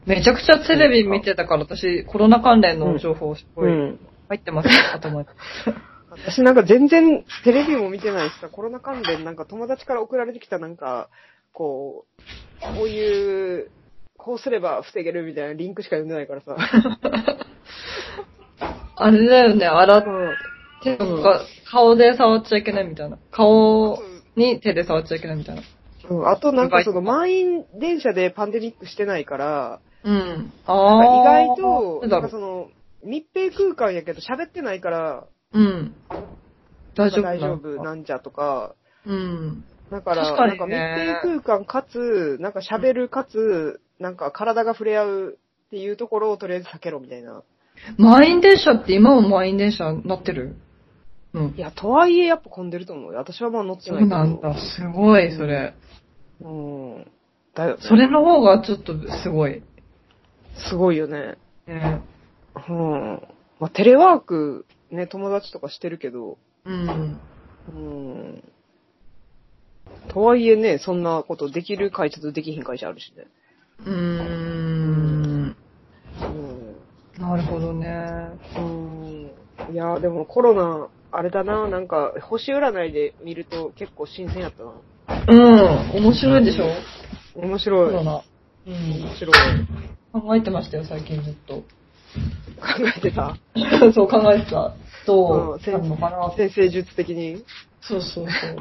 [SPEAKER 1] めちゃくちゃテレビ見てたから、私、コロナ関連の情報、すごい入ってます、頭に。
[SPEAKER 2] 私なんか全然テレビも見てないしさ、コロナ関連なんか友達から送られてきたなんか、こう、こういう、こうすれば防げるみたいなリンクしか読んでないからさ。
[SPEAKER 1] あれだよね、洗っ
[SPEAKER 2] うん
[SPEAKER 1] 手とか、顔で触っちゃいけないみたいな。顔に手で触っちゃいけないみたいな。
[SPEAKER 2] うんあとなんかその満員電車でパンデミックしてないから、
[SPEAKER 1] うん。
[SPEAKER 2] なんか
[SPEAKER 1] ああ。
[SPEAKER 2] 意外と、
[SPEAKER 1] な
[SPEAKER 2] なんん
[SPEAKER 1] だ
[SPEAKER 2] か
[SPEAKER 1] ろ
[SPEAKER 2] その、密閉空間やけど喋ってないから、
[SPEAKER 1] う。うん。大丈夫
[SPEAKER 2] 大丈夫なんじゃとか、
[SPEAKER 1] うん。
[SPEAKER 2] だから、
[SPEAKER 1] 確か
[SPEAKER 2] なん
[SPEAKER 1] に
[SPEAKER 2] か密
[SPEAKER 1] ね
[SPEAKER 2] 閉空間かつ、なんか喋るかつ、なんか体が触れ合うっていうところをとりあえず避けろみたいな。
[SPEAKER 1] 満員電車って今も満員電車になってるうん
[SPEAKER 2] い。や、とはいえやっぱ混んでると思うよ。私はまあ乗って
[SPEAKER 1] そ
[SPEAKER 2] ないうけど。
[SPEAKER 1] なんだ。すごい、それ。
[SPEAKER 2] うん。だよ、ね。
[SPEAKER 1] それの方がちょっとすごい。
[SPEAKER 2] すごいよね。
[SPEAKER 1] ね
[SPEAKER 2] うん。まあテレワーク、ね、友達とかしてるけど、
[SPEAKER 1] うん。
[SPEAKER 2] うん。とはいえね、そんなことできる会社とできひん会社あるしね。
[SPEAKER 1] うーん。
[SPEAKER 2] うん。
[SPEAKER 1] なるほどね。
[SPEAKER 2] うんいや、でもコロナ、あれだな、なんか、星占いで見ると結構新鮮やったな。
[SPEAKER 1] うん。面白いでしょ
[SPEAKER 2] 面
[SPEAKER 1] コ
[SPEAKER 2] 白い。
[SPEAKER 1] ロ
[SPEAKER 2] 面
[SPEAKER 1] ナ。うん。
[SPEAKER 2] 白い。
[SPEAKER 1] 考えてましたよ、最近ずっと。
[SPEAKER 2] 考えてた
[SPEAKER 1] そう考えてた。ど
[SPEAKER 2] う
[SPEAKER 1] うんなるのかなって。
[SPEAKER 2] 先生術的に。
[SPEAKER 1] そうそうそう。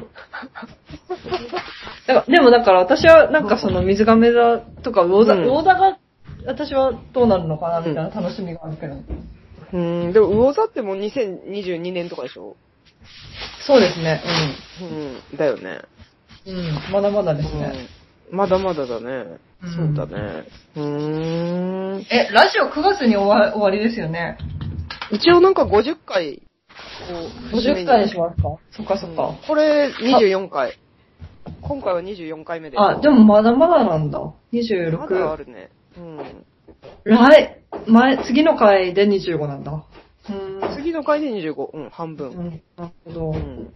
[SPEAKER 1] だからでもだから私はなんかその水亀座とか魚座、
[SPEAKER 2] うん
[SPEAKER 1] 魚座が私はどうなるのかなみたいな楽しみがあるけど。
[SPEAKER 2] うん、でも魚座ってもう2022年とかでしょ
[SPEAKER 1] そうですね。
[SPEAKER 2] うん。だよね。
[SPEAKER 1] うん。うん。まだまだ
[SPEAKER 2] う
[SPEAKER 1] ですね。
[SPEAKER 2] ん。まだまだだね。
[SPEAKER 1] うん
[SPEAKER 2] そうだね。うーん。
[SPEAKER 1] え、ラジオ9月に終わ終わりですよね。
[SPEAKER 2] 一応なんか50回、こう、
[SPEAKER 1] 50回にしますかそっかそっか。
[SPEAKER 2] これ24回。今回は24回目で。
[SPEAKER 1] あ、でもまだまだなんだ。
[SPEAKER 2] まだあ
[SPEAKER 1] 26。
[SPEAKER 2] るね。うん。
[SPEAKER 1] 来、前、次の回で25なんだ。うん。
[SPEAKER 2] 次の回で25、うん、半
[SPEAKER 1] う
[SPEAKER 2] 分。
[SPEAKER 1] ん。なるほど
[SPEAKER 2] う。ん、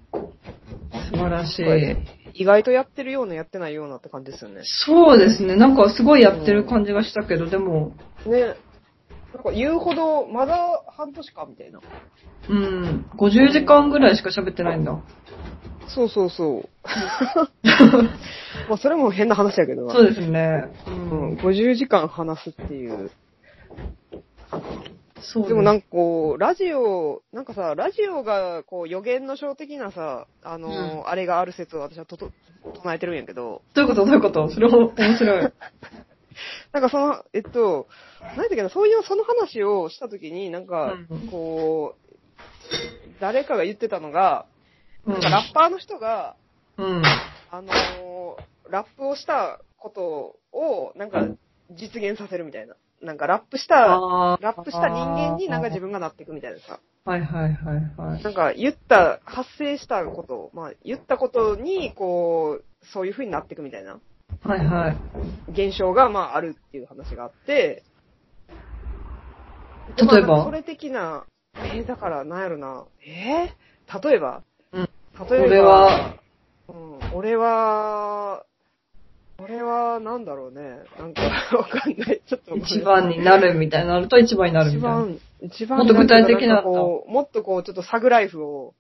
[SPEAKER 1] 素晴らし
[SPEAKER 2] はい
[SPEAKER 1] い。
[SPEAKER 2] 意外とやってるような、やってないようなって感じですよね。
[SPEAKER 1] そうですね。なんかすごいやってる感じがしたけど、でも、
[SPEAKER 2] ね。なんか言うほど、まだ半年か、みたいな。
[SPEAKER 1] うん、50時間ぐらいしか喋ってないん だ。
[SPEAKER 2] そうそうそう。 まあ、それも変な話やけどな。
[SPEAKER 1] そうですね。う
[SPEAKER 2] うん、
[SPEAKER 1] ん。
[SPEAKER 2] 50時間話すっていう。
[SPEAKER 1] そう
[SPEAKER 2] でもなんんかこう、ラジオ、なんかさ、ラジオが、こう、予言の書的なさ、あのーあれがある説を私はとと、唱えてるんやけど、
[SPEAKER 1] どういうことどういうことそれも面白い。
[SPEAKER 2] なんかその、えっと、なんだっけな、そういう、その話をしたときに、なんか、
[SPEAKER 1] うん
[SPEAKER 2] こう、誰かが言ってたのが、
[SPEAKER 1] う
[SPEAKER 2] なんかラッパーの人が、
[SPEAKER 1] ん。
[SPEAKER 2] あのーラップをしたことを、なんか、実現させるみたいな。なんか、ラップした、
[SPEAKER 1] あー
[SPEAKER 2] ラップした人間になんか自分がなっていくみたいなさ。
[SPEAKER 1] はいはいはいはい。
[SPEAKER 2] なんか、言った、発生したこと、まあ、言ったことに、こう、そういう風になっていくみたいな。
[SPEAKER 1] はいはい。
[SPEAKER 2] 現象が、まあ、あるっていう話があって、
[SPEAKER 1] 例えば
[SPEAKER 2] まあそれ的な、えーだから、なんやろな、えー例えば、
[SPEAKER 1] うん
[SPEAKER 2] 例えば、
[SPEAKER 1] 俺は、
[SPEAKER 2] うん、俺は、俺は、なんだろうね、なんか、 わかんない、ちょっとごめん
[SPEAKER 1] 一番になるみたいになると一番になる
[SPEAKER 2] 一
[SPEAKER 1] みたいな。
[SPEAKER 2] 番、一番、
[SPEAKER 1] もっと具体的な
[SPEAKER 2] なんかこう、もっとこう、ちょっとサグライフを、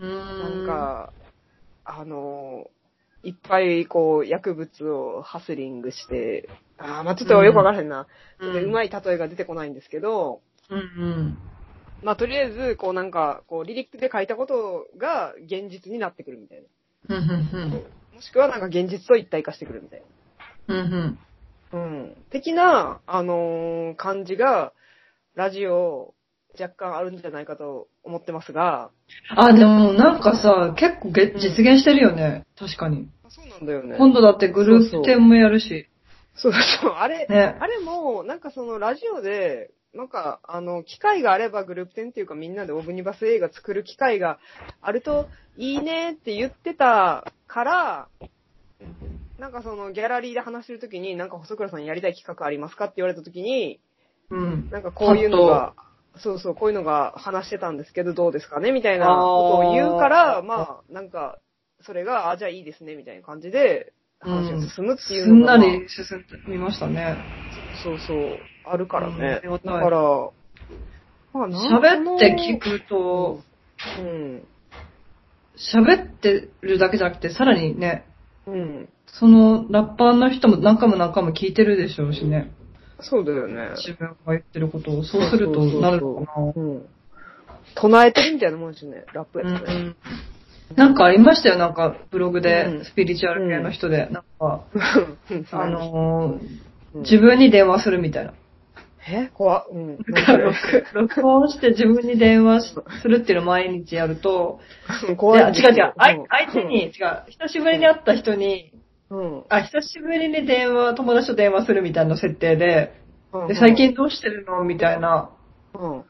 [SPEAKER 1] うー
[SPEAKER 2] なん
[SPEAKER 1] ん。
[SPEAKER 2] か、あの、いっぱいこう、薬物をハスリングして、あーまあちょっとよくわからへんな。
[SPEAKER 1] う
[SPEAKER 2] うんまい例えが出てこないんですけど、
[SPEAKER 1] うんうん。
[SPEAKER 2] まあとりあえず、こうなんか、こう、リリックで書いたことが現実になってくるみたいな。
[SPEAKER 1] うんうん
[SPEAKER 2] もしくはなんか現実と一体化してくるみたい
[SPEAKER 1] うん。うんうん。
[SPEAKER 2] な。うん。的な、あのー感じが、ラジオ、若干あるんじゃないかと思ってますが、
[SPEAKER 1] あ、でもなんかさ、結構げ実現してるよね。確かに。
[SPEAKER 2] そうなんだよね
[SPEAKER 1] 今度だってグループ展もやるし。
[SPEAKER 2] そうそう、あれ、
[SPEAKER 1] ね。
[SPEAKER 2] あれも、なんかそのラジオで、なんか、あの、機会があればグループ展っていうかみんなでオブニバス映画作る機会があるといいねって言ってたから、なんかそのギャラリーで話してるときに、なんか細倉さんやりたい企画ありますかって言われたときに、
[SPEAKER 1] うん。
[SPEAKER 2] なんかこういうのが、そうそう、こういうのが話してたんですけどどうですかねみたいなことを言うから、
[SPEAKER 1] あー
[SPEAKER 2] まあ、なんか、それが、あ、じゃあいいですねみたいな感じで、話が進むってい
[SPEAKER 1] す
[SPEAKER 2] うの
[SPEAKER 1] ん
[SPEAKER 2] が、
[SPEAKER 1] な
[SPEAKER 2] まあ
[SPEAKER 1] り進みましたね。
[SPEAKER 2] そうそう、あるからね。
[SPEAKER 1] うん
[SPEAKER 2] だから、まあ
[SPEAKER 1] 喋って聞。くと、
[SPEAKER 2] うん。
[SPEAKER 1] 喋ってるだけじゃなくて、さらにね、
[SPEAKER 2] うん。
[SPEAKER 1] そのラッパーの人も何回も何回も聞いてるでしょうしね。
[SPEAKER 2] そうだよね。
[SPEAKER 1] 自分が言ってることを。そうするとなるのかな。
[SPEAKER 2] うん。唱えてるみたいなもんですね、ラップや
[SPEAKER 1] う
[SPEAKER 2] ったらね。
[SPEAKER 1] んなんかありましたよ、なんかブログ
[SPEAKER 2] う
[SPEAKER 1] で、
[SPEAKER 2] ん
[SPEAKER 1] スピリチュアル系の人で、なんか、
[SPEAKER 2] うん
[SPEAKER 1] あ、のー
[SPEAKER 2] うん
[SPEAKER 1] 自、分に電話するみたいな。
[SPEAKER 2] え怖っうん。
[SPEAKER 1] だから録録音して自分に電話しするっていうのを毎日やると、い
[SPEAKER 2] 怖い
[SPEAKER 1] や違う違う、あい相手に、違う、久しぶりに会った人に、
[SPEAKER 2] うん、
[SPEAKER 1] あ、久しぶりに電話、友達と電話するみたいな設定で、
[SPEAKER 2] うん。
[SPEAKER 1] で最近どうしてるのみたいな。
[SPEAKER 2] うん、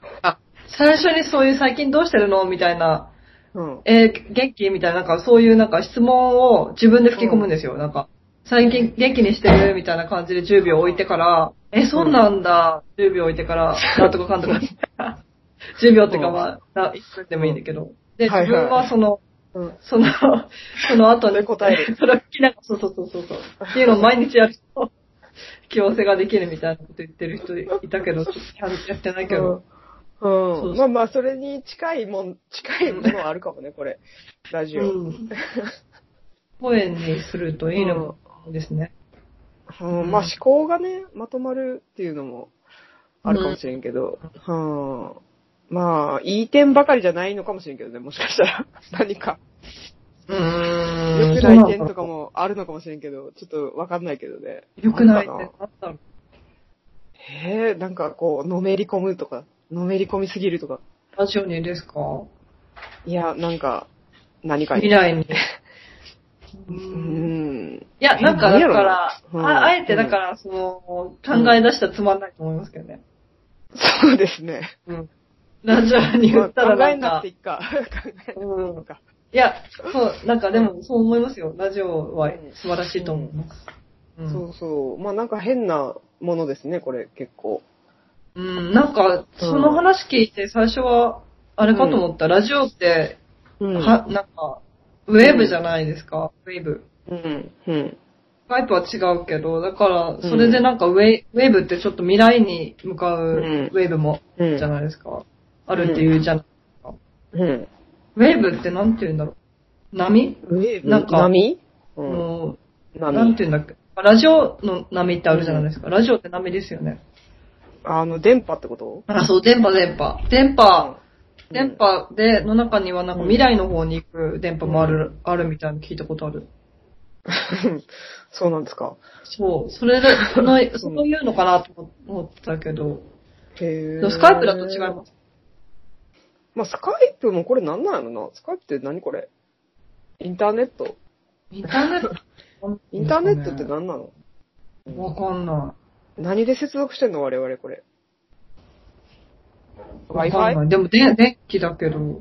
[SPEAKER 1] 最初にそういう最近どうしてるのみたいな。
[SPEAKER 2] うん。
[SPEAKER 1] えー元気みたいな、なんかそういうなんか質問を自分で吹き込むんですよ。なんか、最近元気にしてるみたいな感じで10秒置いてから、え、そうなんだ。10秒置いてから、なんとかかんとか。10秒って かは、な1分でもいいんだけど。で、
[SPEAKER 2] はいは
[SPEAKER 1] 自
[SPEAKER 2] い
[SPEAKER 1] 分はその、
[SPEAKER 2] うん。
[SPEAKER 1] その、その後
[SPEAKER 2] それ
[SPEAKER 1] に
[SPEAKER 2] 答える。
[SPEAKER 1] それを聞きながら、そうそうそうそうそう。っていうのを毎日やる と、強制ができるみたいなこと言ってる人いたけど、ちょっとやってないけど。
[SPEAKER 2] うん。
[SPEAKER 1] そう
[SPEAKER 2] まあまあ、それに近いもん、近いものはあるかもね、これ。ラジ
[SPEAKER 1] う
[SPEAKER 2] オ。
[SPEAKER 1] ん。声にするといいのもですね。
[SPEAKER 2] う、
[SPEAKER 1] うんん
[SPEAKER 2] まあ思考がね、まとまるっていうのもあるかもしれんけど、うんまあ、いい点ばかりじゃないのかもしれんけどね、もしかしたら。 何か、
[SPEAKER 1] う
[SPEAKER 2] 良
[SPEAKER 1] ん
[SPEAKER 2] くない点とか。もあるのかもしれんけど、ちょっとわかんないけどね。
[SPEAKER 1] 良くない点
[SPEAKER 2] なんか
[SPEAKER 1] あったの
[SPEAKER 2] へえ、なんかこう、のめり込むとか、のめり込みすぎるとか。
[SPEAKER 1] ラジオにですか
[SPEAKER 2] いや、なんか、何か
[SPEAKER 1] 未
[SPEAKER 2] に。
[SPEAKER 1] 来に。う
[SPEAKER 2] うんん。
[SPEAKER 1] いや、なんか、
[SPEAKER 2] 何
[SPEAKER 1] だ
[SPEAKER 2] やろ
[SPEAKER 1] から、
[SPEAKER 2] うん
[SPEAKER 1] ああえて、だから、その、考え出したらつまんないと思いますけどね。
[SPEAKER 2] そうですね。
[SPEAKER 1] うん。ラジオに言ったら
[SPEAKER 2] まあ考
[SPEAKER 1] な
[SPEAKER 2] え
[SPEAKER 1] ん
[SPEAKER 2] なく
[SPEAKER 1] か
[SPEAKER 2] てい、いか。考えなくていいか。
[SPEAKER 1] いや、そう、なんかでも、そう思いますよ。ラジオは素晴らしいと思います。うん
[SPEAKER 2] そうそう。まあなんか変なものですね、これ、結構。
[SPEAKER 1] うん、なんか、その話聞いて、最初は、あれかと思った、ラジオって、
[SPEAKER 2] うん
[SPEAKER 1] は、なんか、ウェーブじゃないですか、ウェーブ。
[SPEAKER 2] うん。うん。
[SPEAKER 1] スカイプは違うけど、だから、それでなんかウェ,、ウェーブってちょっと未来に向かううんウェーブも、
[SPEAKER 2] うん
[SPEAKER 1] じゃないですか。あるっていうじゃん。
[SPEAKER 2] うん。
[SPEAKER 1] ウェーブってなんて言うんだろう。波、
[SPEAKER 2] ウェーブ
[SPEAKER 1] なんか
[SPEAKER 2] 波う。
[SPEAKER 1] うんのなん
[SPEAKER 2] 波。
[SPEAKER 1] て言うんだっけ。ラジオの波ってあるじゃないですか。ラジオって波ですよね。
[SPEAKER 2] あの、電波ってこと
[SPEAKER 1] あ、そう、電波、電波。電波、
[SPEAKER 2] うん
[SPEAKER 1] 電波で、の中にはなんか
[SPEAKER 2] うん
[SPEAKER 1] 未来の方に行く電波もある、あるみたいなの聞いたことある。
[SPEAKER 2] そうなんですか。
[SPEAKER 1] そう、そ れで、その、そういうのかなと思ったけど。
[SPEAKER 2] へ
[SPEAKER 1] でもスカイプだと違います
[SPEAKER 2] す。。まあ、スカイプもこれなんなんやろな。スカイプって何これインターネット
[SPEAKER 1] インターネット
[SPEAKER 2] インターネットって何なの
[SPEAKER 1] わかんな
[SPEAKER 2] 何で接続してんの我々これ。
[SPEAKER 1] い。わか
[SPEAKER 2] Wi-Fi?
[SPEAKER 1] んない。でも、で電気だけど、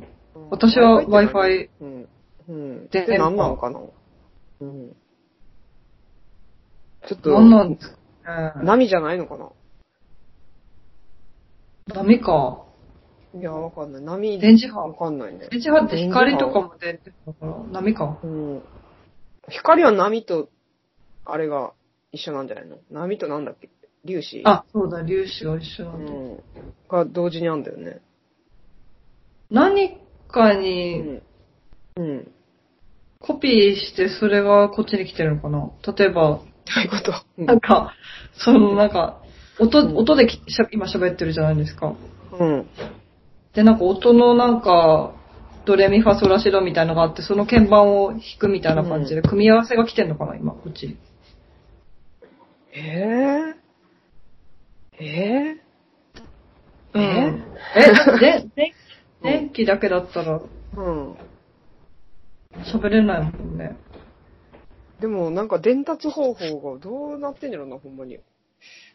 [SPEAKER 1] 私は Wi-Fi
[SPEAKER 2] って何うん。うん。
[SPEAKER 1] 電波
[SPEAKER 2] で、何なのかなうん。ちょっ
[SPEAKER 1] なんなん
[SPEAKER 2] と、
[SPEAKER 1] ですかね。
[SPEAKER 2] 波じゃないのかな
[SPEAKER 1] ダメか。
[SPEAKER 2] いや、わかんない。波、
[SPEAKER 1] 電磁波
[SPEAKER 2] わ。かんないね。
[SPEAKER 1] 電磁波って光とかも出てるから、波か。
[SPEAKER 2] うん。光は波と、あれが一緒なんじゃないの波となんだっけ粒子
[SPEAKER 1] あ、そうだ、粒子が一緒な
[SPEAKER 2] うん
[SPEAKER 1] だ。
[SPEAKER 2] ん。が同時にあんだよね。
[SPEAKER 1] 何か
[SPEAKER 2] う
[SPEAKER 1] に
[SPEAKER 2] ん。うん。ど
[SPEAKER 1] コピーして、それがこっちに来てるのかな例えば、
[SPEAKER 2] ういうことう
[SPEAKER 1] なん
[SPEAKER 2] ん
[SPEAKER 1] か、そのなんか、音、
[SPEAKER 2] うん
[SPEAKER 1] 音できしゃ今喋ってるじゃないですか。
[SPEAKER 2] うん。
[SPEAKER 1] で、なんか音のなんか、ドレミファソラシドみたいなのがあって、その鍵盤を弾くみたいな感じで、組み合わせが来てんのかな、今、こっちに。
[SPEAKER 2] えぇ、えう
[SPEAKER 1] う
[SPEAKER 2] んん
[SPEAKER 1] え、で、で、電気だけだったら
[SPEAKER 2] ぇ、うん。
[SPEAKER 1] 喋れないもんね。
[SPEAKER 2] でもなんか伝達方法がどうなってんじゃろうな、ほんまに。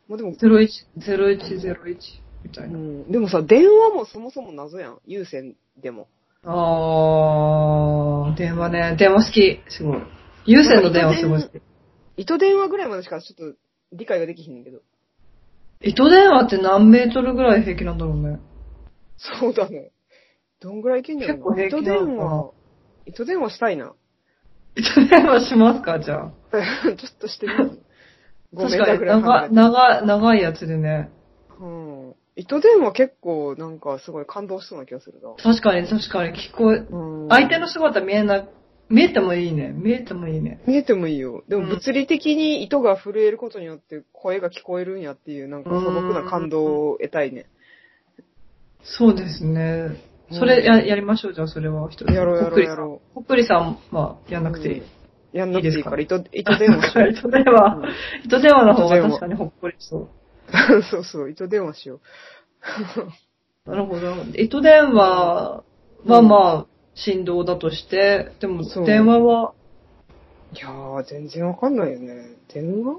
[SPEAKER 2] まあ、でも、
[SPEAKER 1] 01、0101みたいうな。
[SPEAKER 2] ん。でもさ、電話もそもそも謎やん。有線でも。
[SPEAKER 1] あー、電話ね。電話好き。すごい。有線の電話すごい好き。
[SPEAKER 2] 糸電話ぐらいまでしかちょっと理解ができひんねんけど。
[SPEAKER 1] 糸電話って何メートルぐらい平気なんだろうね。
[SPEAKER 2] そうだね。どんぐらいいけんじゃない
[SPEAKER 1] 結構平気
[SPEAKER 2] 糸
[SPEAKER 1] なのかな
[SPEAKER 2] 電話、糸電話したいな。
[SPEAKER 1] 糸電話しますかじゃあ。
[SPEAKER 2] ちょっとして みる。ごめ
[SPEAKER 1] 確
[SPEAKER 2] ん
[SPEAKER 1] か
[SPEAKER 2] な
[SPEAKER 1] に
[SPEAKER 2] ぐらい離
[SPEAKER 1] 長
[SPEAKER 2] れて
[SPEAKER 1] 長い、長いやつでね。
[SPEAKER 2] うん。糸電話結構なんかすごい感動しそうな気がするな。
[SPEAKER 1] 確かに確かに聞こえ、
[SPEAKER 2] うん。
[SPEAKER 1] 相手の姿見えな、見えてもいいね。見えてもいいね。
[SPEAKER 2] 見えてもいいよ。でも
[SPEAKER 1] うん
[SPEAKER 2] 物理的に糸が震えることによって声が聞こえるんやっていうなんか素朴な感動を得たいね。
[SPEAKER 1] そうですね。
[SPEAKER 2] うん
[SPEAKER 1] それややりましょう、じゃあそれは一つ。
[SPEAKER 2] やろうやろうやろ
[SPEAKER 1] ほっくりさん、はやんなくていい。
[SPEAKER 2] う。やんなくていいから糸、糸電話しよう。
[SPEAKER 1] 糸電話、糸電話の方が確かにほっこりしそう。
[SPEAKER 2] うん そうそう、糸電話しよ
[SPEAKER 1] なるほど。糸電話はまあ、振動だとして、でも
[SPEAKER 2] そう
[SPEAKER 1] 電話は、
[SPEAKER 2] う。いやー、全然わかんないよね。電話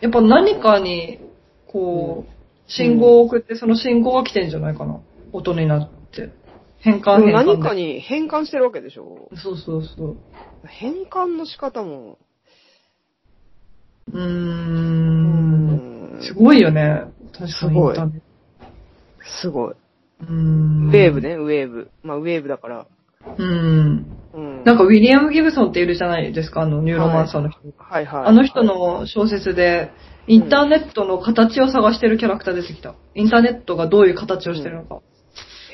[SPEAKER 1] やっぱ何かに、こう、信号を送って、その信号が来てんじゃないかな。音になって。変換
[SPEAKER 2] でも
[SPEAKER 1] 変換で。
[SPEAKER 2] 何かに変換してるわけでしょ
[SPEAKER 1] そうそうそう。
[SPEAKER 2] 変換の仕方も。
[SPEAKER 1] うー。
[SPEAKER 2] うんん
[SPEAKER 1] すごいよね。確かに。
[SPEAKER 2] すごいすごい。
[SPEAKER 1] うー
[SPEAKER 2] ウ
[SPEAKER 1] ん。
[SPEAKER 2] ェーブ。ね、ウェーブ。まあ、ウェーブだから。
[SPEAKER 1] うん。
[SPEAKER 2] うん。
[SPEAKER 1] なんかウィリアム・ギブソンっているじゃないですか、あの、ニューロマンサーの人。
[SPEAKER 2] はいはい。
[SPEAKER 1] あの人の小説で、インターネットの形を探してるキャラクター出てきた。インターネットがどういう形をしてるのか。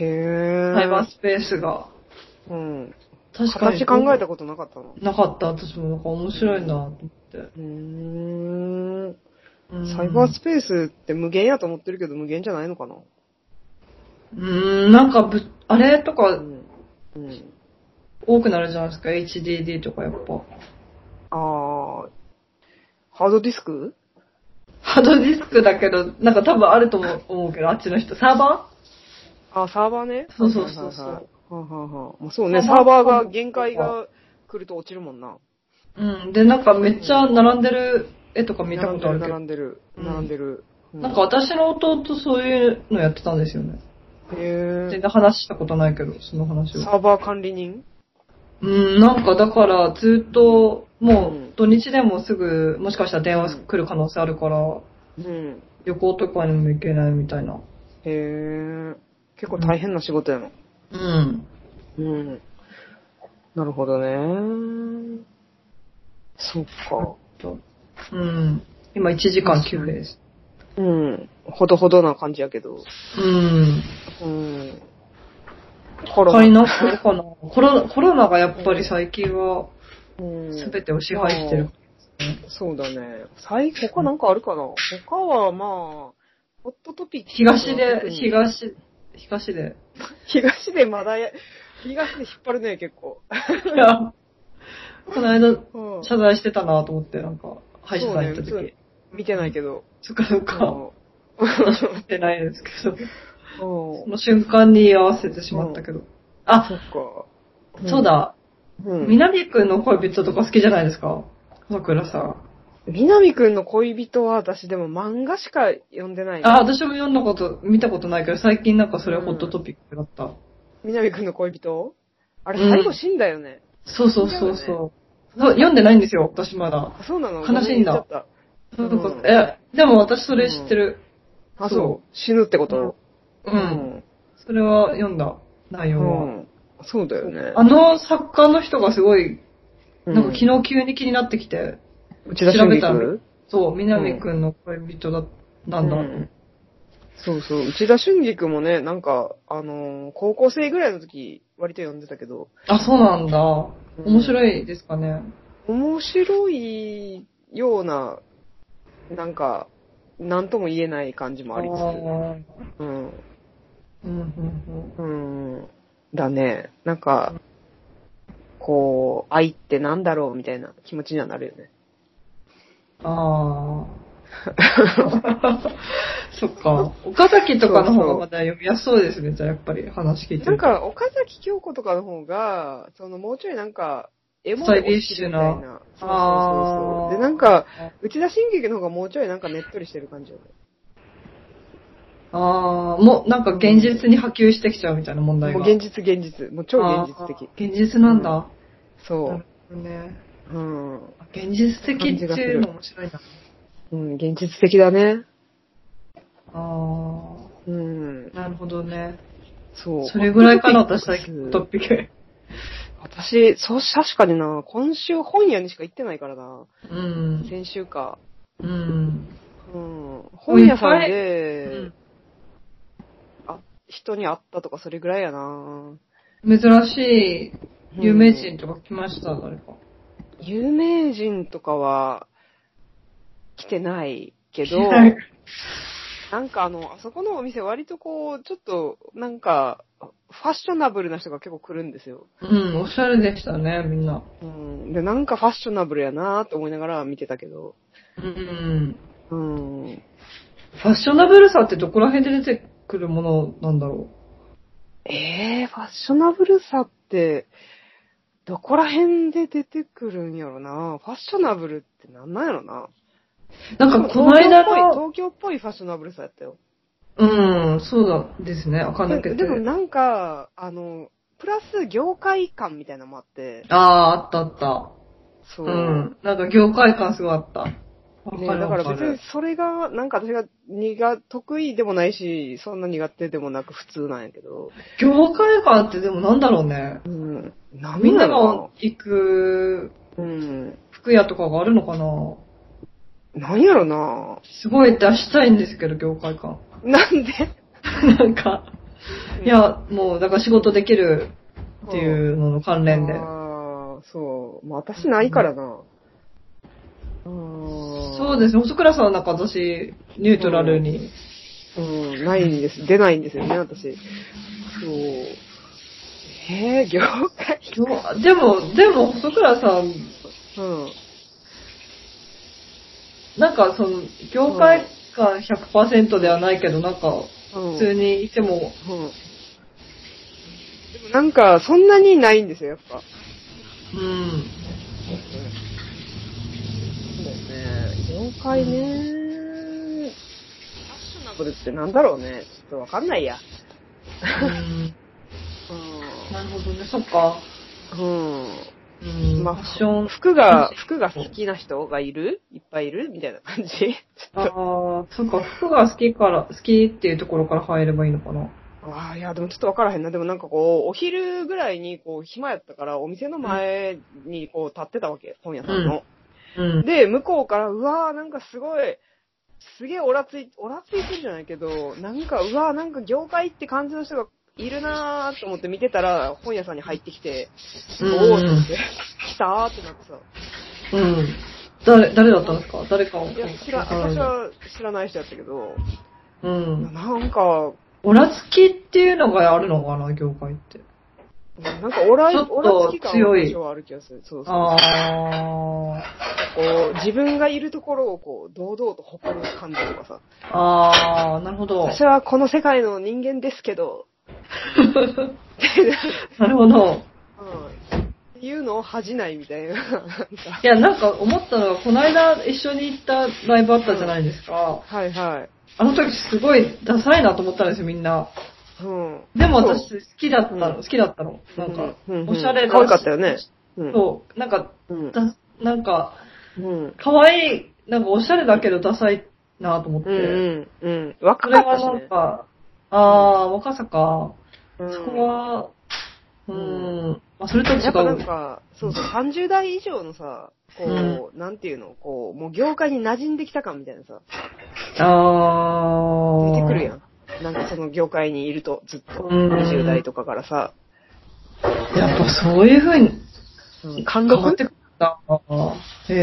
[SPEAKER 2] へぇー。
[SPEAKER 1] サイバースペースが。
[SPEAKER 2] うん。
[SPEAKER 1] 確かに。
[SPEAKER 2] 形考えたことなかったな。
[SPEAKER 1] なかった。私もなんか面白いなと思って。
[SPEAKER 2] うーん。
[SPEAKER 1] うん
[SPEAKER 2] サイバースペースって無限やと思ってるけど無限じゃないのかな
[SPEAKER 1] うーん、なんかぶ、あれと
[SPEAKER 2] う
[SPEAKER 1] か
[SPEAKER 2] ん。うん。
[SPEAKER 1] 多くなるじゃないですか、HDD とかやっぱ。
[SPEAKER 2] あー。ハードディスク
[SPEAKER 1] ハードディスクだけど、なんか多分あると思思うけど、あっちの人。サーバ
[SPEAKER 2] あ、サーバーね。
[SPEAKER 1] そうそうそうそう
[SPEAKER 2] はいはいはい。はあはあはあまあそうね、
[SPEAKER 1] サ
[SPEAKER 2] サ
[SPEAKER 1] ー
[SPEAKER 2] ー
[SPEAKER 1] バ
[SPEAKER 2] バ
[SPEAKER 1] ー
[SPEAKER 2] ー
[SPEAKER 1] が
[SPEAKER 2] が限界が来ると落ちるもんな。
[SPEAKER 1] ーうん。で、なんかめっちゃ並んでる絵とか見たことあるけど
[SPEAKER 2] 並。んでる、
[SPEAKER 1] うん
[SPEAKER 2] 並んでる。な
[SPEAKER 1] なんか、私の弟そういうのやってたんですよね。
[SPEAKER 2] へ
[SPEAKER 1] 全
[SPEAKER 2] ー
[SPEAKER 1] 然話したことないけど、その話を。
[SPEAKER 2] サーバー管理人
[SPEAKER 1] うん、なんかだからずっと、も
[SPEAKER 2] う
[SPEAKER 1] うん土日でもすぐ、もしかしたら電話来る可能性あるから、
[SPEAKER 2] うん。
[SPEAKER 1] 旅行とかにも行けないみたいな。
[SPEAKER 2] へー結構大変な仕事やな。
[SPEAKER 1] うん。
[SPEAKER 2] うん。なるほどね。そっか。
[SPEAKER 1] とうん。今1時間9分です。
[SPEAKER 2] うん。ほどほどな感じやけど。
[SPEAKER 1] うん。
[SPEAKER 2] うん。コロ
[SPEAKER 1] 他
[SPEAKER 2] ナ。
[SPEAKER 1] になんかあるかなコロコロナがやっぱり最近は
[SPEAKER 2] うん、
[SPEAKER 1] 全てを支配してる。
[SPEAKER 2] そうだね。最後、他なんかあるかな他はまあ、ホットトピック。
[SPEAKER 1] 東で、
[SPEAKER 2] うん
[SPEAKER 1] 東、東 で。
[SPEAKER 2] 東でまだや、東で引っ張るね、結構。
[SPEAKER 1] いや、この間、
[SPEAKER 2] うん
[SPEAKER 1] 謝罪してたなと思って、なんか、歯医者さん行った
[SPEAKER 2] そう
[SPEAKER 1] 時
[SPEAKER 2] ね。見てないけど。
[SPEAKER 1] そっかそっ
[SPEAKER 2] う
[SPEAKER 1] か、
[SPEAKER 2] ん
[SPEAKER 1] 見てないですけど、
[SPEAKER 2] うん
[SPEAKER 1] その瞬間に居合わせてしまったけど。あ、
[SPEAKER 2] そっか。
[SPEAKER 1] そう。だ、
[SPEAKER 2] うん。みな
[SPEAKER 1] 南くんの恋人とか好きじゃないですか桜さん。
[SPEAKER 2] みなみくんの恋人は私でも漫画しか読んでない。
[SPEAKER 1] あ、私も読んだこと、見たことないけど、最近なんかそれホットトピックだった。
[SPEAKER 2] みなみくんの恋人あれ
[SPEAKER 1] うん
[SPEAKER 2] 最後死んだよね。
[SPEAKER 1] そうそうそうそうそう。読んでないんですよ、私まだ。
[SPEAKER 2] あそうなの
[SPEAKER 1] 悲しいんだ
[SPEAKER 2] ごめ言っちゃった
[SPEAKER 1] そういうこと
[SPEAKER 2] うん
[SPEAKER 1] え、でも私それ知ってる。
[SPEAKER 2] あ、
[SPEAKER 1] そう
[SPEAKER 2] そう。死ぬってこと
[SPEAKER 1] う。。
[SPEAKER 2] うん
[SPEAKER 1] それは読んだ、内
[SPEAKER 2] う
[SPEAKER 1] 容は。
[SPEAKER 2] ん。そうだよね。
[SPEAKER 1] あの作家の人がすごい、
[SPEAKER 2] う
[SPEAKER 1] なんか昨日急に気になってきて、
[SPEAKER 2] 内田俊
[SPEAKER 1] 調べ
[SPEAKER 2] 樹
[SPEAKER 1] たそう、南くんの恋人だ、なんだ。
[SPEAKER 2] うんそうそう。内田俊樹くんもね、なんか、あのー高校生ぐらいの時、割と読んでたけど。
[SPEAKER 1] あ、そうなんだ。面白いですかね。
[SPEAKER 2] 面白いような、なんか、なんとも言えない感じもありつ
[SPEAKER 1] ー
[SPEAKER 2] つ。うん。
[SPEAKER 1] うんう
[SPEAKER 2] う
[SPEAKER 1] ん
[SPEAKER 2] ん。だね。なんか、こう、愛ってなんだろうみたいな気持ちにはなるよね。
[SPEAKER 1] うん。あ あ。そっか。岡崎とかの方がまだ読みやすそうですね。じゃあやっぱり話聞いて
[SPEAKER 2] なん
[SPEAKER 1] ると。
[SPEAKER 2] か、岡崎京子とかの方が、その、もうちょいなんか、エモで落ちてるみたいな。そうそうそうそ
[SPEAKER 1] あー
[SPEAKER 2] う。で、なんか、内田新劇の方がもうちょいなんかねっとりしてる感じよね。
[SPEAKER 1] ああ、もうなんか現実に波及してきちゃうみたいな問題
[SPEAKER 2] も
[SPEAKER 1] が。
[SPEAKER 2] う現実現実。もう超現実的。
[SPEAKER 1] あー。現実なんだ。な
[SPEAKER 2] そ
[SPEAKER 1] るほどね。
[SPEAKER 2] う。うん。
[SPEAKER 1] 現実的っていうの面白いな。
[SPEAKER 2] うん、現実的だね。
[SPEAKER 1] あ
[SPEAKER 2] うん
[SPEAKER 1] あ、。なるほどね。
[SPEAKER 2] そう。
[SPEAKER 1] それぐらいかな、私
[SPEAKER 2] ト
[SPEAKER 1] 最
[SPEAKER 2] ピッ
[SPEAKER 1] 近
[SPEAKER 2] クス
[SPEAKER 1] トピック。
[SPEAKER 2] 私、そう、確かにな、今週本屋にしか行ってないからな。
[SPEAKER 1] うん。
[SPEAKER 2] 先週か。
[SPEAKER 1] うん。
[SPEAKER 2] うん。本屋さん
[SPEAKER 1] う
[SPEAKER 2] で
[SPEAKER 1] ん、
[SPEAKER 2] 人に会ったとかそれぐらいやな。
[SPEAKER 1] 珍しい有名人とか来ました、誰か。
[SPEAKER 2] 有名人とかは来てないけど、
[SPEAKER 1] はい
[SPEAKER 2] なんかあの、あそこのお店割とこう、ちょっとなんか、ファッショナブルな人が結構来るんですよ。
[SPEAKER 1] うん、おしゃれでしたね、みんな。
[SPEAKER 2] うん。で、なんかファッショナブルやなーって思いながら見てたけど。
[SPEAKER 1] うん。
[SPEAKER 2] うん。
[SPEAKER 1] ファッショナブルさってどこら辺で出てくるものなんだろ
[SPEAKER 2] えー、ファッショナブルさって、どこら辺で出てくるんやろなファッショナブルってなんなんやろな
[SPEAKER 1] う。なんか、この間の、
[SPEAKER 2] 東京っぽい東京っぽいファッショナブルさやったよ。
[SPEAKER 1] うん、そうだですね、あか抜け
[SPEAKER 2] で
[SPEAKER 1] て。
[SPEAKER 2] でもなんか、あの、プラス業界感みたいなのもあって、
[SPEAKER 1] ああー、あったあっ
[SPEAKER 2] そ
[SPEAKER 1] た。
[SPEAKER 2] う。
[SPEAKER 1] うん。なんか業界感すごいあった。
[SPEAKER 2] ね、
[SPEAKER 1] わる
[SPEAKER 2] だから別
[SPEAKER 1] わ
[SPEAKER 2] に
[SPEAKER 1] る
[SPEAKER 2] それが、なんか私が苦、得意でもないし、そんな苦手でもなく普通なんやけど、
[SPEAKER 1] 業界感ってでもなんだろうね。
[SPEAKER 2] うん。なん
[SPEAKER 1] みん
[SPEAKER 2] だ
[SPEAKER 1] な
[SPEAKER 2] ろ
[SPEAKER 1] が行く
[SPEAKER 2] うなうん。
[SPEAKER 1] 服屋とかがあるのかな
[SPEAKER 2] なんやろな
[SPEAKER 1] すごい出したいんですけど、業界感。
[SPEAKER 2] なんで
[SPEAKER 1] なんか、いや、もう、だから仕事できるっていうのの関連で。
[SPEAKER 2] ああ、そう。まあ私ないからな。
[SPEAKER 1] そう
[SPEAKER 2] そ
[SPEAKER 1] ですね、細倉さんはなんか私、ニュートラルに。
[SPEAKER 2] うん、ないんです。出ないんですよね、私。そう。えー、業界
[SPEAKER 1] 業でも、でも細倉さん、
[SPEAKER 2] うん。
[SPEAKER 1] なんかその、業界感100%ではないけど、なんか、
[SPEAKER 2] うん
[SPEAKER 1] 普通にいても、
[SPEAKER 2] うん。でもなんか、そんなにないんですよ、やっぱ。
[SPEAKER 1] うん。
[SPEAKER 2] そうですね。業界ね。ファッショナブルってなんだろうね。ちょっとわかんないや。
[SPEAKER 1] うんなるほどね、そっか。
[SPEAKER 2] うん。
[SPEAKER 1] うん。
[SPEAKER 2] まあ
[SPEAKER 1] ファッション、
[SPEAKER 2] 服が、服が好きな人がいるいっぱいいるみたいな感じ
[SPEAKER 1] ああ、そっか、服が好きから、好きっていうところから入ればいいのかな。
[SPEAKER 2] ああ、いや、でもちょっとわからへんな。でもなんかこう、お昼ぐらいにこう、暇やったから、お店の前にこう、立ってたわけ。本屋さんの。
[SPEAKER 1] うん。
[SPEAKER 2] で、向こうから、うわー、なんかすごい、すげえオラつい、オラついてるじゃないけど、なんか、うわー、なんか業界って感じの人がいるなーと思って見てたら、本屋さんに入ってきて、お
[SPEAKER 1] うん
[SPEAKER 2] ーって思って、来たーってなってさ。
[SPEAKER 1] うん。誰、誰だったんですか誰かを。
[SPEAKER 2] いや、知ら、私は知らない人やったけど、
[SPEAKER 1] うん。
[SPEAKER 2] なんか、
[SPEAKER 1] オラつきっていうのがあるのかな、業界って。
[SPEAKER 2] なんかオラ、
[SPEAKER 1] ちょっと
[SPEAKER 2] オラつき感
[SPEAKER 1] 強い
[SPEAKER 2] 私はある気がする。そうそう。
[SPEAKER 1] あ
[SPEAKER 2] こう、自分がいるところをこう、堂々と誇る感じとかさ。
[SPEAKER 1] あ。ああ、なるほど。
[SPEAKER 2] 私はこの世界の人間ですけど、
[SPEAKER 1] なるほ
[SPEAKER 2] う
[SPEAKER 1] ど。
[SPEAKER 2] ん。っていうのを恥じないみたいな。なんか
[SPEAKER 1] いや、なんか思ったのは、この間一緒に行ったライブあったじゃないですか。
[SPEAKER 2] はいはい。
[SPEAKER 1] あの時すごいダサいなと思ったんですよ、みんな。
[SPEAKER 2] うん。
[SPEAKER 1] でも私好きだった
[SPEAKER 2] う
[SPEAKER 1] の、好きだったの。なんか、
[SPEAKER 2] うんうん
[SPEAKER 1] おしゃれだし
[SPEAKER 2] 可愛かったよね。うん。
[SPEAKER 1] そう、なんか、
[SPEAKER 2] うん。
[SPEAKER 1] だなんか、
[SPEAKER 2] うん。
[SPEAKER 1] 可愛いなんかおしゃれだけどダサいなと思って。
[SPEAKER 2] うんうん。うん。若
[SPEAKER 1] そ
[SPEAKER 2] か
[SPEAKER 1] れ
[SPEAKER 2] った
[SPEAKER 1] は
[SPEAKER 2] し
[SPEAKER 1] なん
[SPEAKER 2] ね。
[SPEAKER 1] か、ああー、若さか。
[SPEAKER 2] うん
[SPEAKER 1] そこは、
[SPEAKER 2] う
[SPEAKER 1] う
[SPEAKER 2] ん
[SPEAKER 1] ん、まあ、それと違
[SPEAKER 2] やっぱなん
[SPEAKER 1] う。
[SPEAKER 2] か、そうそう、30代以上のさ、こう、なんていうの、こう、もう業界に馴染んできた感みたいなさ、
[SPEAKER 1] ああ。
[SPEAKER 2] 出てくるやん。なんかその業界にいると、ずっと、
[SPEAKER 1] うん
[SPEAKER 2] 20代とかからさ、
[SPEAKER 1] やっぱそういう風に
[SPEAKER 2] うん貫
[SPEAKER 1] 変わっ
[SPEAKER 2] 禄
[SPEAKER 1] てくるんだ。へ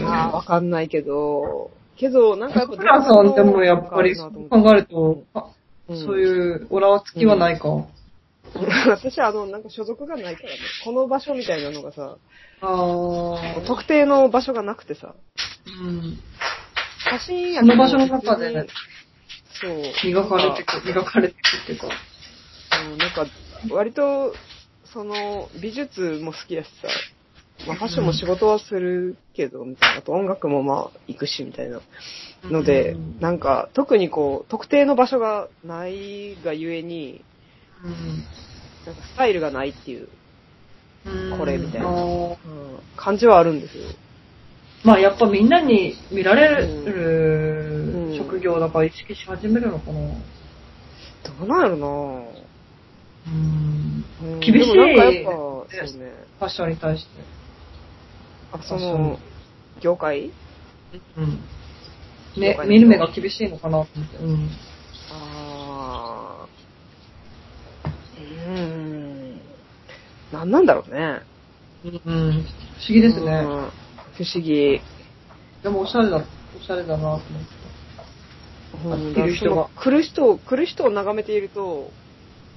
[SPEAKER 1] え。
[SPEAKER 2] ああ、わかんないけど、けど、なんかやっぱ、
[SPEAKER 1] 桜さんでもやっぱり
[SPEAKER 2] どうなのかなと思
[SPEAKER 1] 考えると、あ
[SPEAKER 2] って
[SPEAKER 1] そういうオラはつきはないか。
[SPEAKER 2] うん 私はあの、なんか所属がないからね、この場所みたいなのがさ、
[SPEAKER 1] ああ。
[SPEAKER 2] 特定の場所がなくてさ、
[SPEAKER 1] うん。
[SPEAKER 2] 写真や
[SPEAKER 1] その場所の中で
[SPEAKER 2] 別にそう。
[SPEAKER 1] 磨かれてく、磨かれてくっていうか。
[SPEAKER 2] うん、なんか、割と、その、美術も好きだしさ、まあ、ファッションも仕事はするけど、みたいな、あと音楽もまあ、行くし、みたいな。ので
[SPEAKER 1] うん、
[SPEAKER 2] なんか、特にこう、特定の場所がないがゆえに、なんかスタイルがないっていう、
[SPEAKER 1] うん
[SPEAKER 2] これみたいな
[SPEAKER 1] あー
[SPEAKER 2] うん感じはあるんですよ。
[SPEAKER 1] まあやっぱみんなに見られる職業だから意識し始めるのかな。
[SPEAKER 2] どうなんやろな
[SPEAKER 1] うん
[SPEAKER 2] うん
[SPEAKER 1] 厳しい
[SPEAKER 2] でもなんかやっぱ、そうね。
[SPEAKER 1] ファッションに対して。
[SPEAKER 2] あ、その、業界
[SPEAKER 1] うん。ね、見る目が厳しいのかなと思って。うん。
[SPEAKER 2] あーうーん。なんなんだろうね。
[SPEAKER 1] うん。不思議です
[SPEAKER 2] うん
[SPEAKER 1] ね。
[SPEAKER 2] 不思議。
[SPEAKER 1] でもおしゃれだ、おしゃれだなと思っ
[SPEAKER 2] う
[SPEAKER 1] て。
[SPEAKER 2] ん
[SPEAKER 1] 着る人が
[SPEAKER 2] その来る人を、来る人を眺めていると、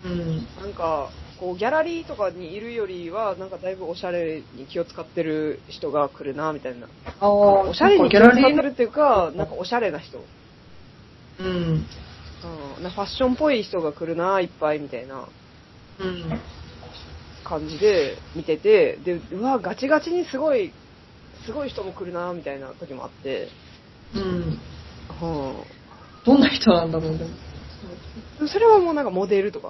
[SPEAKER 1] うん。
[SPEAKER 2] なんか、こう、ギャラリーとかにいるよりは、なんかだいぶおしゃれに気を使ってる人が来るな、みたいな。
[SPEAKER 1] ああ、
[SPEAKER 2] おしゃれに気
[SPEAKER 1] ギャ
[SPEAKER 2] を使
[SPEAKER 1] ラ
[SPEAKER 2] っ
[SPEAKER 1] リ
[SPEAKER 2] て
[SPEAKER 1] ー
[SPEAKER 2] るっていうか、なんかおしゃれな人。
[SPEAKER 1] うん。
[SPEAKER 2] うん、なんかファッションっぽい人が来るな、いっぱい、みたいな
[SPEAKER 1] うん。
[SPEAKER 2] 感じで見てて、で、うわ、ガチガチにすごい、すごい人も来るな、みたいな時もあって。
[SPEAKER 1] うん。
[SPEAKER 2] うん
[SPEAKER 1] どんな人なんだろう、でも。
[SPEAKER 2] でもそれはもうなんかモデルとか。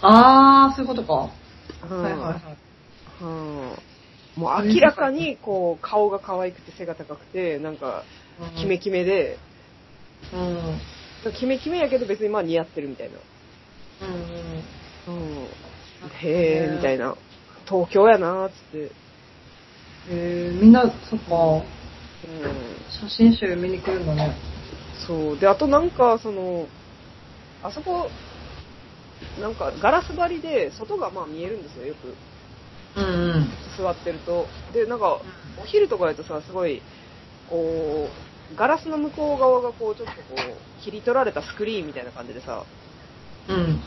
[SPEAKER 1] ああ、そういうことか。
[SPEAKER 2] うん
[SPEAKER 1] はいはいはい。
[SPEAKER 2] うんもう明らかにこう顔が可愛くて背が高くて、なんか
[SPEAKER 1] うん
[SPEAKER 2] キメ。キメで、
[SPEAKER 1] うん。うん。
[SPEAKER 2] キメキメやけど別にまあ似合ってるみたいな。うん、へーみたいな。東京やなーっつって。
[SPEAKER 1] えー、みんな、そっか、
[SPEAKER 2] うん、
[SPEAKER 1] 写真集見に来るんだね。
[SPEAKER 2] そう。で、あとなんかその、あそこ、なんかガラス張りで外がまあ見えるんですよ、よく
[SPEAKER 1] うんうん。
[SPEAKER 2] 座ってると。で、なんかお昼とかやとさ、すごい、こう、ガラスの向こう側がこう、ちょっとこう、切り取られたスクリーンみたいな感じでさ、
[SPEAKER 1] うん。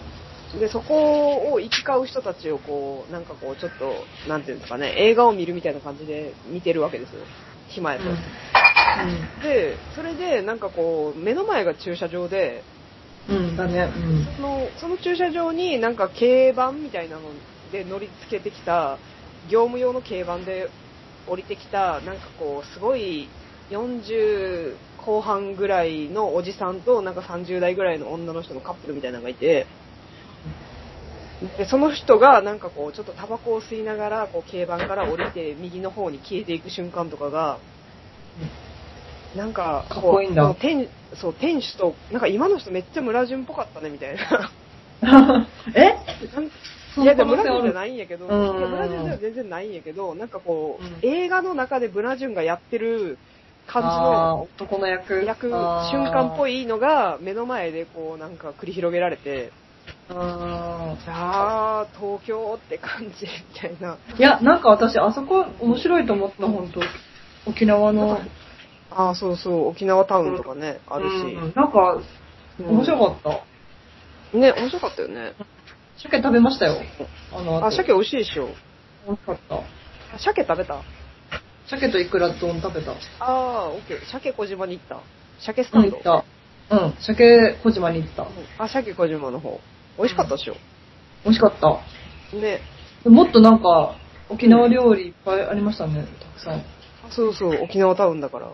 [SPEAKER 2] で、そこを行き交う人たちをこう、なんかこう、ちょっと、なんていうんですかね、映画を見るみたいな感じで見てるわけですよ。暇やと。で、それで、なんかこう、目の前が駐車場で、
[SPEAKER 1] うん。うん。だね。
[SPEAKER 2] そのその駐車場になんか軽バンみたいなので乗り付けてきた、業務用の軽バンで降りてきた、なんかこう、すごい40後半ぐらいのおじさんと、なんか30代ぐらいの女の人のカップルみたいなのがいて、でその人がなんかこう、ちょっとタバコを吸いながら、こう、軽バンから降りて、右の方に消えていく瞬間とかが、なんかこう、
[SPEAKER 1] かっこいいんだ
[SPEAKER 2] その店そう、店主と、なんか今の人めっちゃ村人っぽかったね、みたい な。
[SPEAKER 1] うん。え
[SPEAKER 2] なん
[SPEAKER 1] そ
[SPEAKER 2] い
[SPEAKER 1] の
[SPEAKER 2] や、で
[SPEAKER 1] 可能
[SPEAKER 2] もブ
[SPEAKER 1] 性
[SPEAKER 2] ラ
[SPEAKER 1] あ
[SPEAKER 2] ジルじ
[SPEAKER 1] る
[SPEAKER 2] ゃ。ないんやけど、い
[SPEAKER 1] うん
[SPEAKER 2] やブラジルでは全然ないんやけど、なんかこう、
[SPEAKER 1] うん
[SPEAKER 2] 映画の中でブラジルがやってる感じ
[SPEAKER 1] あー
[SPEAKER 2] の
[SPEAKER 1] 男の役。
[SPEAKER 2] 役、瞬間っぽ
[SPEAKER 1] い。
[SPEAKER 2] いのが目の前でこうなんか繰り広げられて、
[SPEAKER 1] あ
[SPEAKER 2] あー、東京って感じみたいな。
[SPEAKER 1] ーいや、なんか私、あそこ面白いと思った、本当沖縄の。
[SPEAKER 2] あー、そうそう、沖縄タウンとかね、あるし。
[SPEAKER 1] うんなんか、面白かった。
[SPEAKER 2] うんね、面白かったよね。
[SPEAKER 1] 鮭食べましたよ。あの後、
[SPEAKER 2] あ、鮭美味しいでしょ。
[SPEAKER 1] 美味しかった。
[SPEAKER 2] 鮭食べた
[SPEAKER 1] 鮭とイクラ丼食べた。
[SPEAKER 2] あー、オッケー。鮭小島に行った。鮭スタ
[SPEAKER 1] うん、
[SPEAKER 2] ン
[SPEAKER 1] 行
[SPEAKER 2] ド
[SPEAKER 1] っ。た。うん、鮭小島に行った。
[SPEAKER 2] あ、鮭小島の方。美味しかったでしょ。
[SPEAKER 1] 美味しかった。
[SPEAKER 2] ね。
[SPEAKER 1] もっとなんか、沖縄料理いっぱいありましたね、たくさん。
[SPEAKER 2] そうそう、沖縄タウンだから。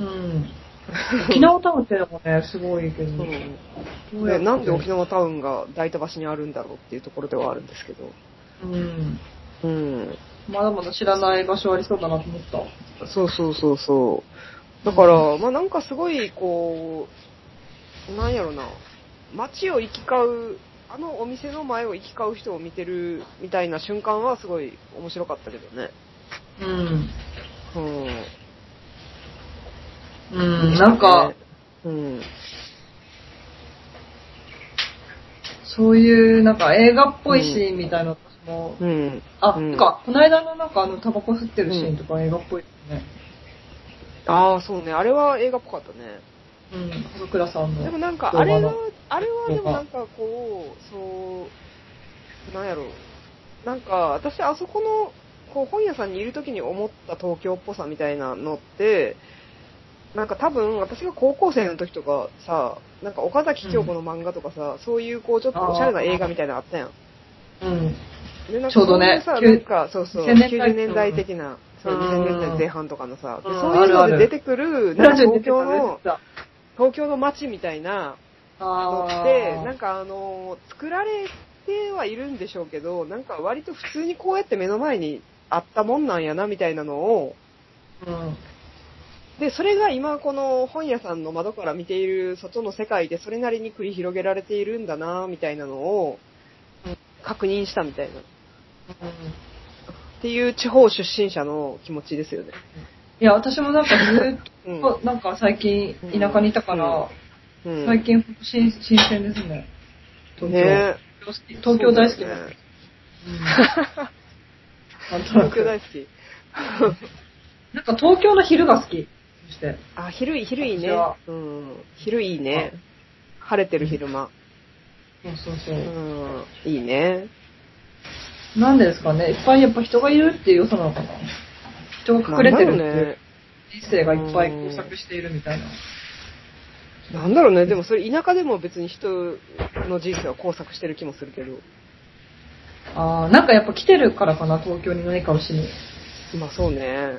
[SPEAKER 1] うん。沖縄タウンってのもね、すごいけど。
[SPEAKER 2] そうね、なんで沖縄タウンが大田橋にあるんだろうっていうところではあるんですけど。
[SPEAKER 1] うん。
[SPEAKER 2] うん。
[SPEAKER 1] まだまだ知らない場所ありそうだなと思った。
[SPEAKER 2] そうそうそうそう。だから、まあなんかすごい、こう、なんやろな、街を行き交う、あのお店の前を行き交う人を見てるみたいな瞬間はすごい面白かったけどね。
[SPEAKER 1] うん。
[SPEAKER 2] うん。
[SPEAKER 1] うん、なんか、、
[SPEAKER 2] うん。
[SPEAKER 1] そういう、なんか映画っぽいシーンみたいなの私も、
[SPEAKER 2] うん。
[SPEAKER 1] あ、
[SPEAKER 2] うん
[SPEAKER 1] なんか、この間のなんかあの、タバコ吸ってるシーンとか映画っぽいですね。
[SPEAKER 2] ああ、そうね。あれは映画っぽかったね。
[SPEAKER 1] うん、細倉さん
[SPEAKER 2] でも
[SPEAKER 1] の。
[SPEAKER 2] なんか、あれ
[SPEAKER 1] 動
[SPEAKER 2] は
[SPEAKER 1] 画の、
[SPEAKER 2] あれはでもなんかこう、そう、なんやろなんか、私、あそこの、こう、本屋さんにいる時に思った東京っぽさみたいなのって、なんか多分、私が高校生の時とかさ、なんか岡崎京子の漫画とかさ、そういうこう、ちょっとおしゃれな映画みたいなのあったやん。
[SPEAKER 1] うん。
[SPEAKER 2] でなんか
[SPEAKER 1] ちょうどね
[SPEAKER 2] そう
[SPEAKER 1] きゅ
[SPEAKER 2] いううさなんか、そうそう、
[SPEAKER 1] 2000年代
[SPEAKER 2] 90年代的な、そう、
[SPEAKER 1] うん
[SPEAKER 2] 2000年代前半とかのさ、で
[SPEAKER 1] うん
[SPEAKER 2] そういうの
[SPEAKER 1] ある
[SPEAKER 2] で
[SPEAKER 1] あ
[SPEAKER 2] 出
[SPEAKER 1] る
[SPEAKER 2] てくる、なん
[SPEAKER 1] ラ
[SPEAKER 2] か
[SPEAKER 1] ジオ出
[SPEAKER 2] 東
[SPEAKER 1] てた
[SPEAKER 2] 京、
[SPEAKER 1] 出
[SPEAKER 2] の
[SPEAKER 1] て、た。
[SPEAKER 2] 東京の街みたいな、
[SPEAKER 1] あ
[SPEAKER 2] で、なん
[SPEAKER 1] か、
[SPEAKER 2] かあの、作られてはいるんでしょうけど、なんか割と普通にこうやって目の前にあったもんなんやな、みたいなのを、
[SPEAKER 1] うん。
[SPEAKER 2] で、それが今この本屋さんの窓から見ている外の世界でそれなりに繰り広げられているんだな、みたいなのを
[SPEAKER 1] うん
[SPEAKER 2] 確認したみたいな。っていう地方出身者の気持ちですよね。
[SPEAKER 1] いや、私もなんかず
[SPEAKER 2] う
[SPEAKER 1] っ
[SPEAKER 2] ん。
[SPEAKER 1] と、なんか最近田舎にいたから、
[SPEAKER 2] うん、
[SPEAKER 1] 最近新新鮮ですね。東京。
[SPEAKER 2] ね
[SPEAKER 1] 東京東京大好き
[SPEAKER 2] そう
[SPEAKER 1] で
[SPEAKER 2] だ
[SPEAKER 1] す
[SPEAKER 2] よ。ね 東
[SPEAKER 1] うんなんと
[SPEAKER 2] 京
[SPEAKER 1] なく
[SPEAKER 2] 大好き。
[SPEAKER 1] なんか東京の昼が好き。そして。
[SPEAKER 2] あ、昼いい、昼いいね
[SPEAKER 1] 私は。
[SPEAKER 2] うん。昼いいね。晴れてる昼間。
[SPEAKER 1] そうそうそうう。
[SPEAKER 2] ん。いいね。
[SPEAKER 1] なんでですかね。いっぱいやっぱ人がいるっていう良さなのかな。人が隠れてるっていう。人生がいっぱい交錯しているみたいな。
[SPEAKER 2] なんだろうね。でもそれ田舎でも別に人の人生は交錯してる気もするけど。
[SPEAKER 1] ああ、なんかやっぱ来てるからかな、東京に何かをしに。
[SPEAKER 2] まあそうね。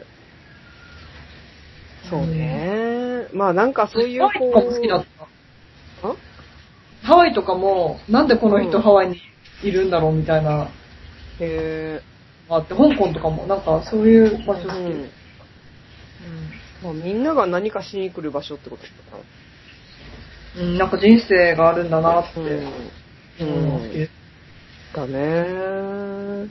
[SPEAKER 2] そうね。まあなんかそういう
[SPEAKER 1] ハワイとかも好きだっ
[SPEAKER 2] ん
[SPEAKER 1] た。ハワイとかも、なんでこの
[SPEAKER 2] う
[SPEAKER 1] 人
[SPEAKER 2] ん
[SPEAKER 1] ハワイにいるんだろうみたいな、
[SPEAKER 2] へ
[SPEAKER 1] あって、香港とかも、なんかそういう場
[SPEAKER 2] え。う
[SPEAKER 1] 所好き。うん
[SPEAKER 2] ん。まあみんなが何かしに来る場所ってことかな。
[SPEAKER 1] うん、なんか人生があるんだなって。
[SPEAKER 2] う
[SPEAKER 1] うん
[SPEAKER 2] ん。うん。だね。